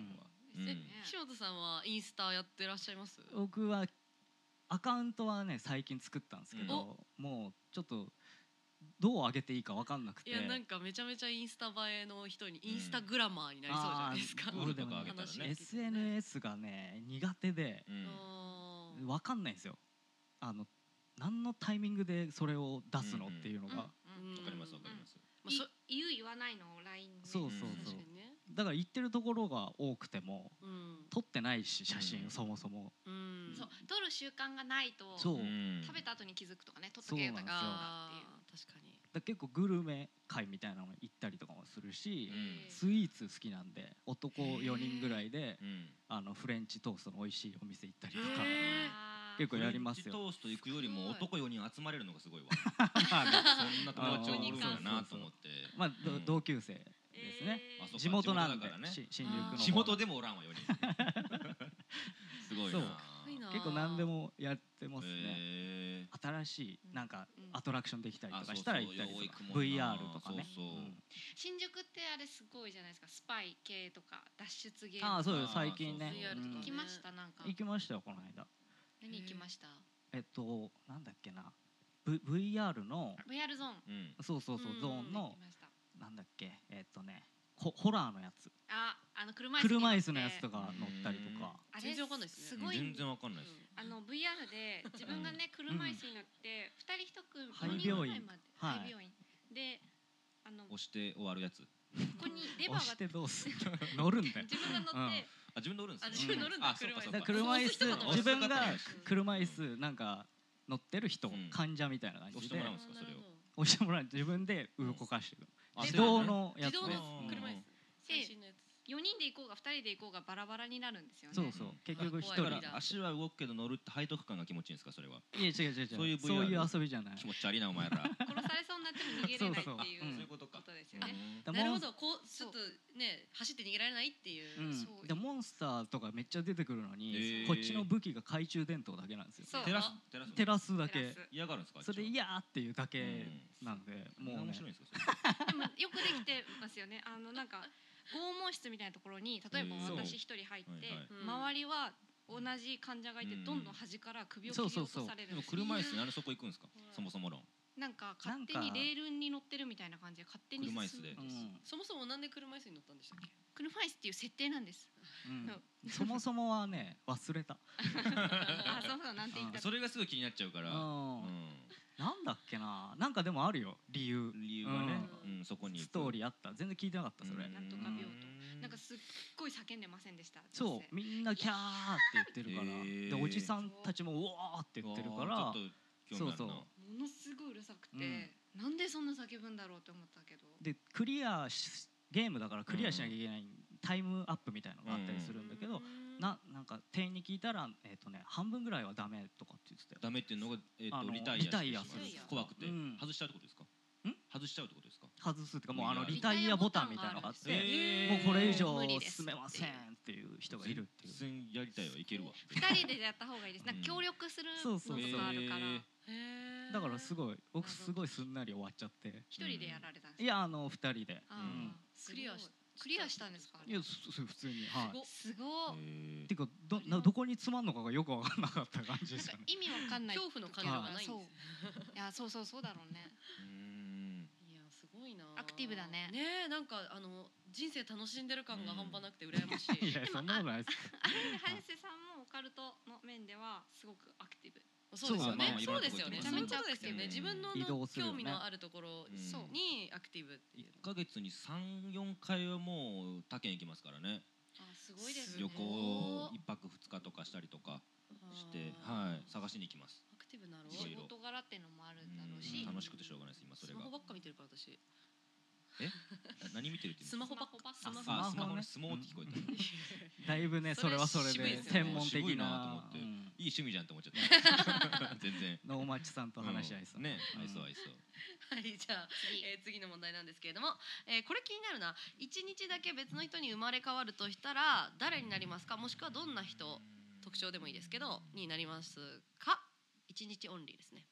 Speaker 2: ん
Speaker 4: うん
Speaker 2: え
Speaker 1: 岸本さんはインスタやってらっしゃいます
Speaker 3: 僕はアカウントはね最近作ったんですけど、もうちょっとどう上げていいか分かんなくて
Speaker 1: いやなんかめちゃめちゃインスタ映えの人にインスタグラマーになりそうじゃないですか
Speaker 3: あ
Speaker 4: ゴ
Speaker 3: ー
Speaker 4: ールとかあ
Speaker 3: 俺
Speaker 4: げ
Speaker 3: で
Speaker 4: た
Speaker 3: も
Speaker 4: ら
Speaker 1: 話
Speaker 3: ね
Speaker 4: ね
Speaker 3: SNS がね苦手で
Speaker 4: うん
Speaker 1: あー
Speaker 3: 分かんないんですよあの何のタイミングでそれを出すのっていうのが、
Speaker 2: うんうん
Speaker 4: わかりますわかります
Speaker 1: まあそ
Speaker 2: い言う言わないのを LINE ね
Speaker 3: そうそう
Speaker 4: うん
Speaker 3: そう
Speaker 1: 確か、にね
Speaker 3: だから行ってるところが多くても
Speaker 1: うん
Speaker 3: 撮ってないし写真、
Speaker 4: うん
Speaker 3: そもそも
Speaker 1: うん
Speaker 2: そう取る習慣がないと
Speaker 3: そ
Speaker 4: う
Speaker 3: う、だか
Speaker 4: ん
Speaker 2: 食べた後に気づくとかね取っとけよと
Speaker 3: そう
Speaker 2: かっ
Speaker 3: な
Speaker 2: ていう
Speaker 1: あー確かに
Speaker 3: ら結構グルメ会みたいなの行ったりとかもするし、
Speaker 4: うん
Speaker 3: スイーツ好きなんで男4人ぐらいで
Speaker 4: うん
Speaker 3: あのフレンチトーストの美味しいお店行ったりとか、
Speaker 1: へー
Speaker 2: あー
Speaker 3: 結構やります
Speaker 4: フレンチ
Speaker 3: よ。
Speaker 4: トースト行くよりも
Speaker 1: すご
Speaker 4: 男4人集まれるのがすごいわ
Speaker 3: あ
Speaker 4: そんな友達おるんだなと思って
Speaker 3: のまあ、ど
Speaker 4: うん
Speaker 3: 同級生ですね。
Speaker 2: えー
Speaker 4: あそうか
Speaker 3: 地元なん
Speaker 4: 地元
Speaker 3: で
Speaker 4: だからね
Speaker 3: し新宿の
Speaker 1: あ
Speaker 3: 方
Speaker 1: ー
Speaker 4: 地元でもおらんわ4人 すごい
Speaker 3: そう
Speaker 4: な
Speaker 1: すごいな
Speaker 3: 結構何でもやってますね。
Speaker 4: へー
Speaker 3: 新しいなんか
Speaker 2: うん
Speaker 3: アトラクションできたりと
Speaker 4: あそ
Speaker 3: か
Speaker 4: う
Speaker 3: したら行ったり
Speaker 4: そうよう行
Speaker 3: と
Speaker 4: く
Speaker 3: か
Speaker 4: もんな
Speaker 3: VR とかね。
Speaker 4: そうそう
Speaker 3: うん
Speaker 2: 新宿ってあれすごいじゃないですかスパイ系とか脱出系
Speaker 3: ああそう
Speaker 4: あ
Speaker 3: よ
Speaker 4: ー
Speaker 3: 最近ね
Speaker 4: そう
Speaker 1: そう
Speaker 3: うん
Speaker 2: 行きましたなんか
Speaker 3: 行きましたよこの間。
Speaker 2: 何行きました
Speaker 3: えっとなんだっけな、v、VR の
Speaker 2: VR ゾーン
Speaker 4: うん
Speaker 3: そうそうそう
Speaker 1: うん
Speaker 3: ゾー
Speaker 2: 行
Speaker 3: ンの
Speaker 2: きました
Speaker 3: なんだっけえっとねホホラーのやつ
Speaker 2: ああの車椅子に乗って
Speaker 3: 車椅子のやつとか乗ったりとか。
Speaker 2: あれ
Speaker 1: 全然わかんないですね
Speaker 2: すごい
Speaker 4: 全然わかんないです
Speaker 2: あの VR で自分がね車椅子に乗って二人一組
Speaker 3: 廃
Speaker 2: 5人ぐらい
Speaker 3: 病院
Speaker 2: まで
Speaker 3: はい
Speaker 2: 廃病院であの
Speaker 4: 押して終わるやつ
Speaker 2: ここにレバーが
Speaker 3: 押してどうすんの乗るんだよ
Speaker 2: 自分が乗って
Speaker 4: あ自分で乗るんです
Speaker 1: あ
Speaker 4: ね
Speaker 1: 自分乗るんだ
Speaker 4: あそうかそう
Speaker 3: だ
Speaker 4: か
Speaker 3: から車椅
Speaker 1: そうそうそう
Speaker 3: 子自分が
Speaker 4: 押す
Speaker 3: 車椅子なんか乗ってる人、
Speaker 4: うん
Speaker 3: 患者みたいな感
Speaker 4: 押し
Speaker 3: じ
Speaker 4: て
Speaker 3: で
Speaker 4: もらうんですかそれを
Speaker 3: 押してもらう自分で動かしていく
Speaker 4: あ
Speaker 3: 自動のや
Speaker 1: 自
Speaker 3: つね
Speaker 1: 動の車椅
Speaker 4: うん
Speaker 1: 子最新のやつ
Speaker 2: 四人で行こうが二人で行こうがバラバラになるんですよね
Speaker 3: そうそう結局一人
Speaker 4: だ
Speaker 1: うん怖
Speaker 4: か
Speaker 1: い
Speaker 4: ら足は動くけど乗るって背徳感が気持ちいいんですかそれはい
Speaker 3: や違う違う違う
Speaker 4: そういう VR
Speaker 3: そういう遊びじゃない
Speaker 4: 気持ち悪いなお前ら
Speaker 2: 殺されそうになっても逃げれないってい
Speaker 3: そうそううん
Speaker 2: う
Speaker 4: そういうことか
Speaker 2: ことですよね
Speaker 3: だ
Speaker 1: なる
Speaker 3: モ
Speaker 1: ほ
Speaker 3: ン
Speaker 1: どこうちょっとね走って逃げられないっていう、
Speaker 3: うん
Speaker 2: そう
Speaker 3: でモンスターとかめっちゃ出てくるのに、
Speaker 4: へー
Speaker 3: こっちの武器が懐中電灯だけなんですよ
Speaker 2: そう
Speaker 4: テラステラス
Speaker 3: 照らすだ
Speaker 2: テラ
Speaker 3: け
Speaker 2: ス
Speaker 4: 嫌がるんですか
Speaker 3: それ
Speaker 4: 嫌
Speaker 3: 嫌っていうだけなんで、も
Speaker 4: も
Speaker 3: う
Speaker 4: う面
Speaker 3: ね
Speaker 4: 白いんですかそれ
Speaker 2: でもよくできてますよね。あのなんか拷問室みたいなところに例えば
Speaker 4: うん
Speaker 2: 私一人入って、
Speaker 4: はい
Speaker 1: はい
Speaker 2: 周りは同じ患者がいて、
Speaker 4: うん
Speaker 2: どんどん端から首を切
Speaker 3: そ
Speaker 2: り
Speaker 3: う
Speaker 2: 落
Speaker 3: そ
Speaker 2: と
Speaker 3: うそう
Speaker 2: される
Speaker 4: で
Speaker 2: ん
Speaker 4: も
Speaker 2: ですよ
Speaker 4: 車椅子なんでそこ行くんですかそもそも論
Speaker 2: なんか勝手
Speaker 3: なん
Speaker 2: に
Speaker 3: か
Speaker 2: レールに乗ってるみたいな感じで勝手に
Speaker 4: 車椅
Speaker 2: 進む
Speaker 4: 子で
Speaker 3: うん
Speaker 1: そもそもなんで車椅子に乗ったんでしたっけ
Speaker 2: 車椅子っていう設定なんです。
Speaker 3: うん、そもそもはね忘れた、
Speaker 2: あ、そうそうなんて言ったっけ。
Speaker 4: それがすぐ気になっちゃうか
Speaker 3: う
Speaker 4: ら
Speaker 3: ん
Speaker 4: う
Speaker 3: なんだっけななんかでもあるよ理由
Speaker 4: ん理由はね
Speaker 1: う
Speaker 4: うんそこに
Speaker 3: ストー
Speaker 4: ー
Speaker 3: リーあった全然聞いてなかったそれ、
Speaker 2: なんとか病棟なんか
Speaker 4: す
Speaker 2: すっごい叫んでませんでした。
Speaker 3: そうみんなキャーって言ってるから、
Speaker 4: へー
Speaker 3: でおじさんたちもうおーって言ってるか
Speaker 4: ちょっ
Speaker 3: ら
Speaker 4: と興味ある
Speaker 3: そう
Speaker 4: な
Speaker 3: そう
Speaker 2: ものすごいうるさくて、
Speaker 3: う
Speaker 2: なんでそんな叫ぶんだろうって思ったけど。
Speaker 3: でクリアしゲームだからクリアしなきゃいけない、タイムアップみたいなのがあったりするんだけど、ななんか店員に聞いたら、えっとね、半分ぐらいはダメとかって言ってたよ
Speaker 4: ダメっていうのがえっ
Speaker 3: あ
Speaker 4: と
Speaker 3: の
Speaker 4: リタイアしてしまう
Speaker 3: リタイアす
Speaker 1: る
Speaker 4: 怖くて
Speaker 3: うん
Speaker 4: 外しちゃうってことですか
Speaker 3: ん
Speaker 4: 外しちゃうってことですか
Speaker 3: 外すっていうかもうあの
Speaker 4: リ
Speaker 3: リ
Speaker 2: タ
Speaker 3: タ
Speaker 2: イ
Speaker 3: イ
Speaker 2: ア
Speaker 3: ア
Speaker 2: ボ
Speaker 3: ボ
Speaker 2: タ
Speaker 3: タ
Speaker 2: ン
Speaker 3: ンみたいなのがあっ
Speaker 1: え
Speaker 3: て、
Speaker 1: ー
Speaker 3: もうこれ以上
Speaker 2: 無理です
Speaker 3: 進めませんっていう人がいるっていう
Speaker 4: 全然やりたいは行けるわ
Speaker 2: 二人でやった方がいいです。なんか協力する
Speaker 3: そ
Speaker 2: の
Speaker 3: うそうそう
Speaker 2: とかあるから。
Speaker 1: へー
Speaker 3: だからすごい僕
Speaker 2: なるほど
Speaker 3: すごいすんなり終わっちゃって
Speaker 2: 一人でやられたんです
Speaker 3: いやあの二人で
Speaker 2: あー
Speaker 3: うん
Speaker 1: クリアし
Speaker 2: クリアしたんですか
Speaker 3: いやそそ普通に
Speaker 1: す
Speaker 3: はい
Speaker 1: ご
Speaker 2: すごっ
Speaker 4: へー
Speaker 3: ていうかどなどこに詰まんのかがよく分かんなかった感じ
Speaker 2: な
Speaker 3: で
Speaker 2: ん
Speaker 3: す
Speaker 2: か
Speaker 3: かね
Speaker 2: 意味わかんない
Speaker 1: 恐怖の感情がないんです
Speaker 2: そう
Speaker 1: ね
Speaker 2: いやそうそうそうだろうね
Speaker 4: うーん
Speaker 1: いやすごいな
Speaker 2: アクティブだね
Speaker 1: ねえなんかあの人生楽しんでる感が半端なくて羨まし
Speaker 3: い
Speaker 1: い
Speaker 3: やそんなことないです
Speaker 2: あれで林さんもオカルトの面ではすごくアクティブ
Speaker 1: そうですよね
Speaker 4: そう
Speaker 1: そうですよね
Speaker 2: ま
Speaker 1: そ
Speaker 2: あ
Speaker 1: う
Speaker 2: まあ
Speaker 1: い
Speaker 2: い
Speaker 1: う
Speaker 2: ろん
Speaker 1: こ
Speaker 2: な
Speaker 1: と
Speaker 2: こ
Speaker 1: と
Speaker 2: と
Speaker 1: ですよね
Speaker 4: うん
Speaker 1: 自分の
Speaker 3: 移動するよ
Speaker 1: 興味
Speaker 3: ね
Speaker 1: のあるところ
Speaker 4: うん
Speaker 2: そう
Speaker 1: にアクティブってい
Speaker 4: 一
Speaker 1: う
Speaker 4: ヶ月に三四回はもう他県行きますからね。
Speaker 2: あすごいですね
Speaker 4: 旅
Speaker 1: すごい
Speaker 4: 行一泊二日とかしたりとかして、
Speaker 1: あー
Speaker 4: はい、探しに行きます。
Speaker 1: アクティブなの
Speaker 4: すごい
Speaker 2: 仕事柄っていうのもあるだろう
Speaker 4: う
Speaker 2: し
Speaker 4: ん楽しくてしょうがないです今
Speaker 1: ス
Speaker 4: それが
Speaker 1: マ。ホばっか見てるから私
Speaker 4: な何見てるって言
Speaker 1: ス
Speaker 4: うんで
Speaker 1: マホばっか
Speaker 2: スマホ
Speaker 4: すか。あ、
Speaker 3: ス
Speaker 4: スマ
Speaker 3: マホ
Speaker 4: ホ
Speaker 3: ね
Speaker 4: ね、相撲って聞こえた。
Speaker 3: だいぶねそれはそれ
Speaker 1: それ渋い
Speaker 3: で
Speaker 1: ですよね
Speaker 3: 専門
Speaker 4: 渋
Speaker 3: 的
Speaker 4: いな
Speaker 3: な
Speaker 4: と思って
Speaker 3: うん
Speaker 4: いい趣味じゃんと思っちゃった。全然。
Speaker 3: 能町さんと話し合いそう
Speaker 4: うんね、
Speaker 3: ん
Speaker 4: 愛想愛想。
Speaker 1: はいじゃあ、
Speaker 2: 次
Speaker 1: えー次の問題なんですけれども、えーこれ気になるな一日だけ別の人に生まれ変わるとしたら誰になりますかもしくはどんな人特徴でもいいですけどになりますか一日オンリーですね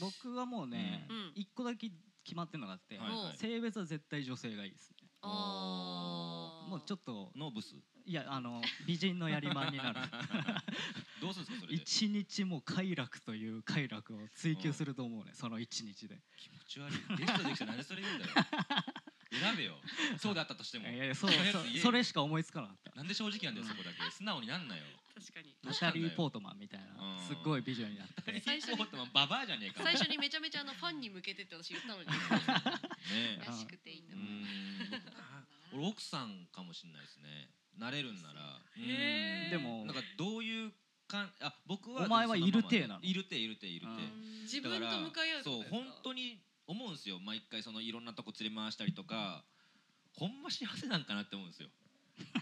Speaker 3: 僕はもうね
Speaker 1: うん
Speaker 3: 一個だけ決まってるのがあって
Speaker 4: はいはい。
Speaker 3: 性別は絶対女性がいいですね
Speaker 1: あー
Speaker 3: もうちょっと
Speaker 4: ノーブ ス。
Speaker 3: いやあの美人のやりまんになる
Speaker 4: どうするん ですかそれで。
Speaker 3: 一日も快楽という快楽を追求すると思うねその一日で
Speaker 4: 気持ち悪い。ゲストできたら何それ言うんだろう。選べよ。そうだったとしても。
Speaker 3: いやいやそう
Speaker 4: とりあえず
Speaker 3: そう
Speaker 4: 言えよ
Speaker 3: それしか思いつかなかった
Speaker 4: なんで正直なんだよそこだけ。素直になんなよ。
Speaker 1: 確かに
Speaker 4: どう
Speaker 3: ナ
Speaker 4: した
Speaker 3: タ
Speaker 4: んだよ
Speaker 3: リー・ポートマンみたいな
Speaker 4: うん
Speaker 3: すっごい美女になって
Speaker 4: 二人ともババアじゃねえか。
Speaker 1: 最初にめちゃめちゃあのファンに向けてって私言ったのに
Speaker 4: ね
Speaker 2: らしくていいと
Speaker 4: うー
Speaker 2: 思いま す
Speaker 4: ん僕あ俺奥さんかもしれないですねなれるんなら
Speaker 1: へー
Speaker 4: うん
Speaker 3: でも
Speaker 4: なんかどういうかんあ僕は
Speaker 3: お前はいる体なの
Speaker 4: いるているている
Speaker 3: う
Speaker 4: て
Speaker 1: 自
Speaker 4: だ
Speaker 1: 分
Speaker 4: か
Speaker 1: と
Speaker 4: ら
Speaker 1: 向かい合うって
Speaker 4: そ
Speaker 1: こと
Speaker 4: う
Speaker 1: ですか
Speaker 4: 本当に思うんですよ毎回そのいろんなとこ連れ回したりとかほんま幸せなんかなって思うんですよ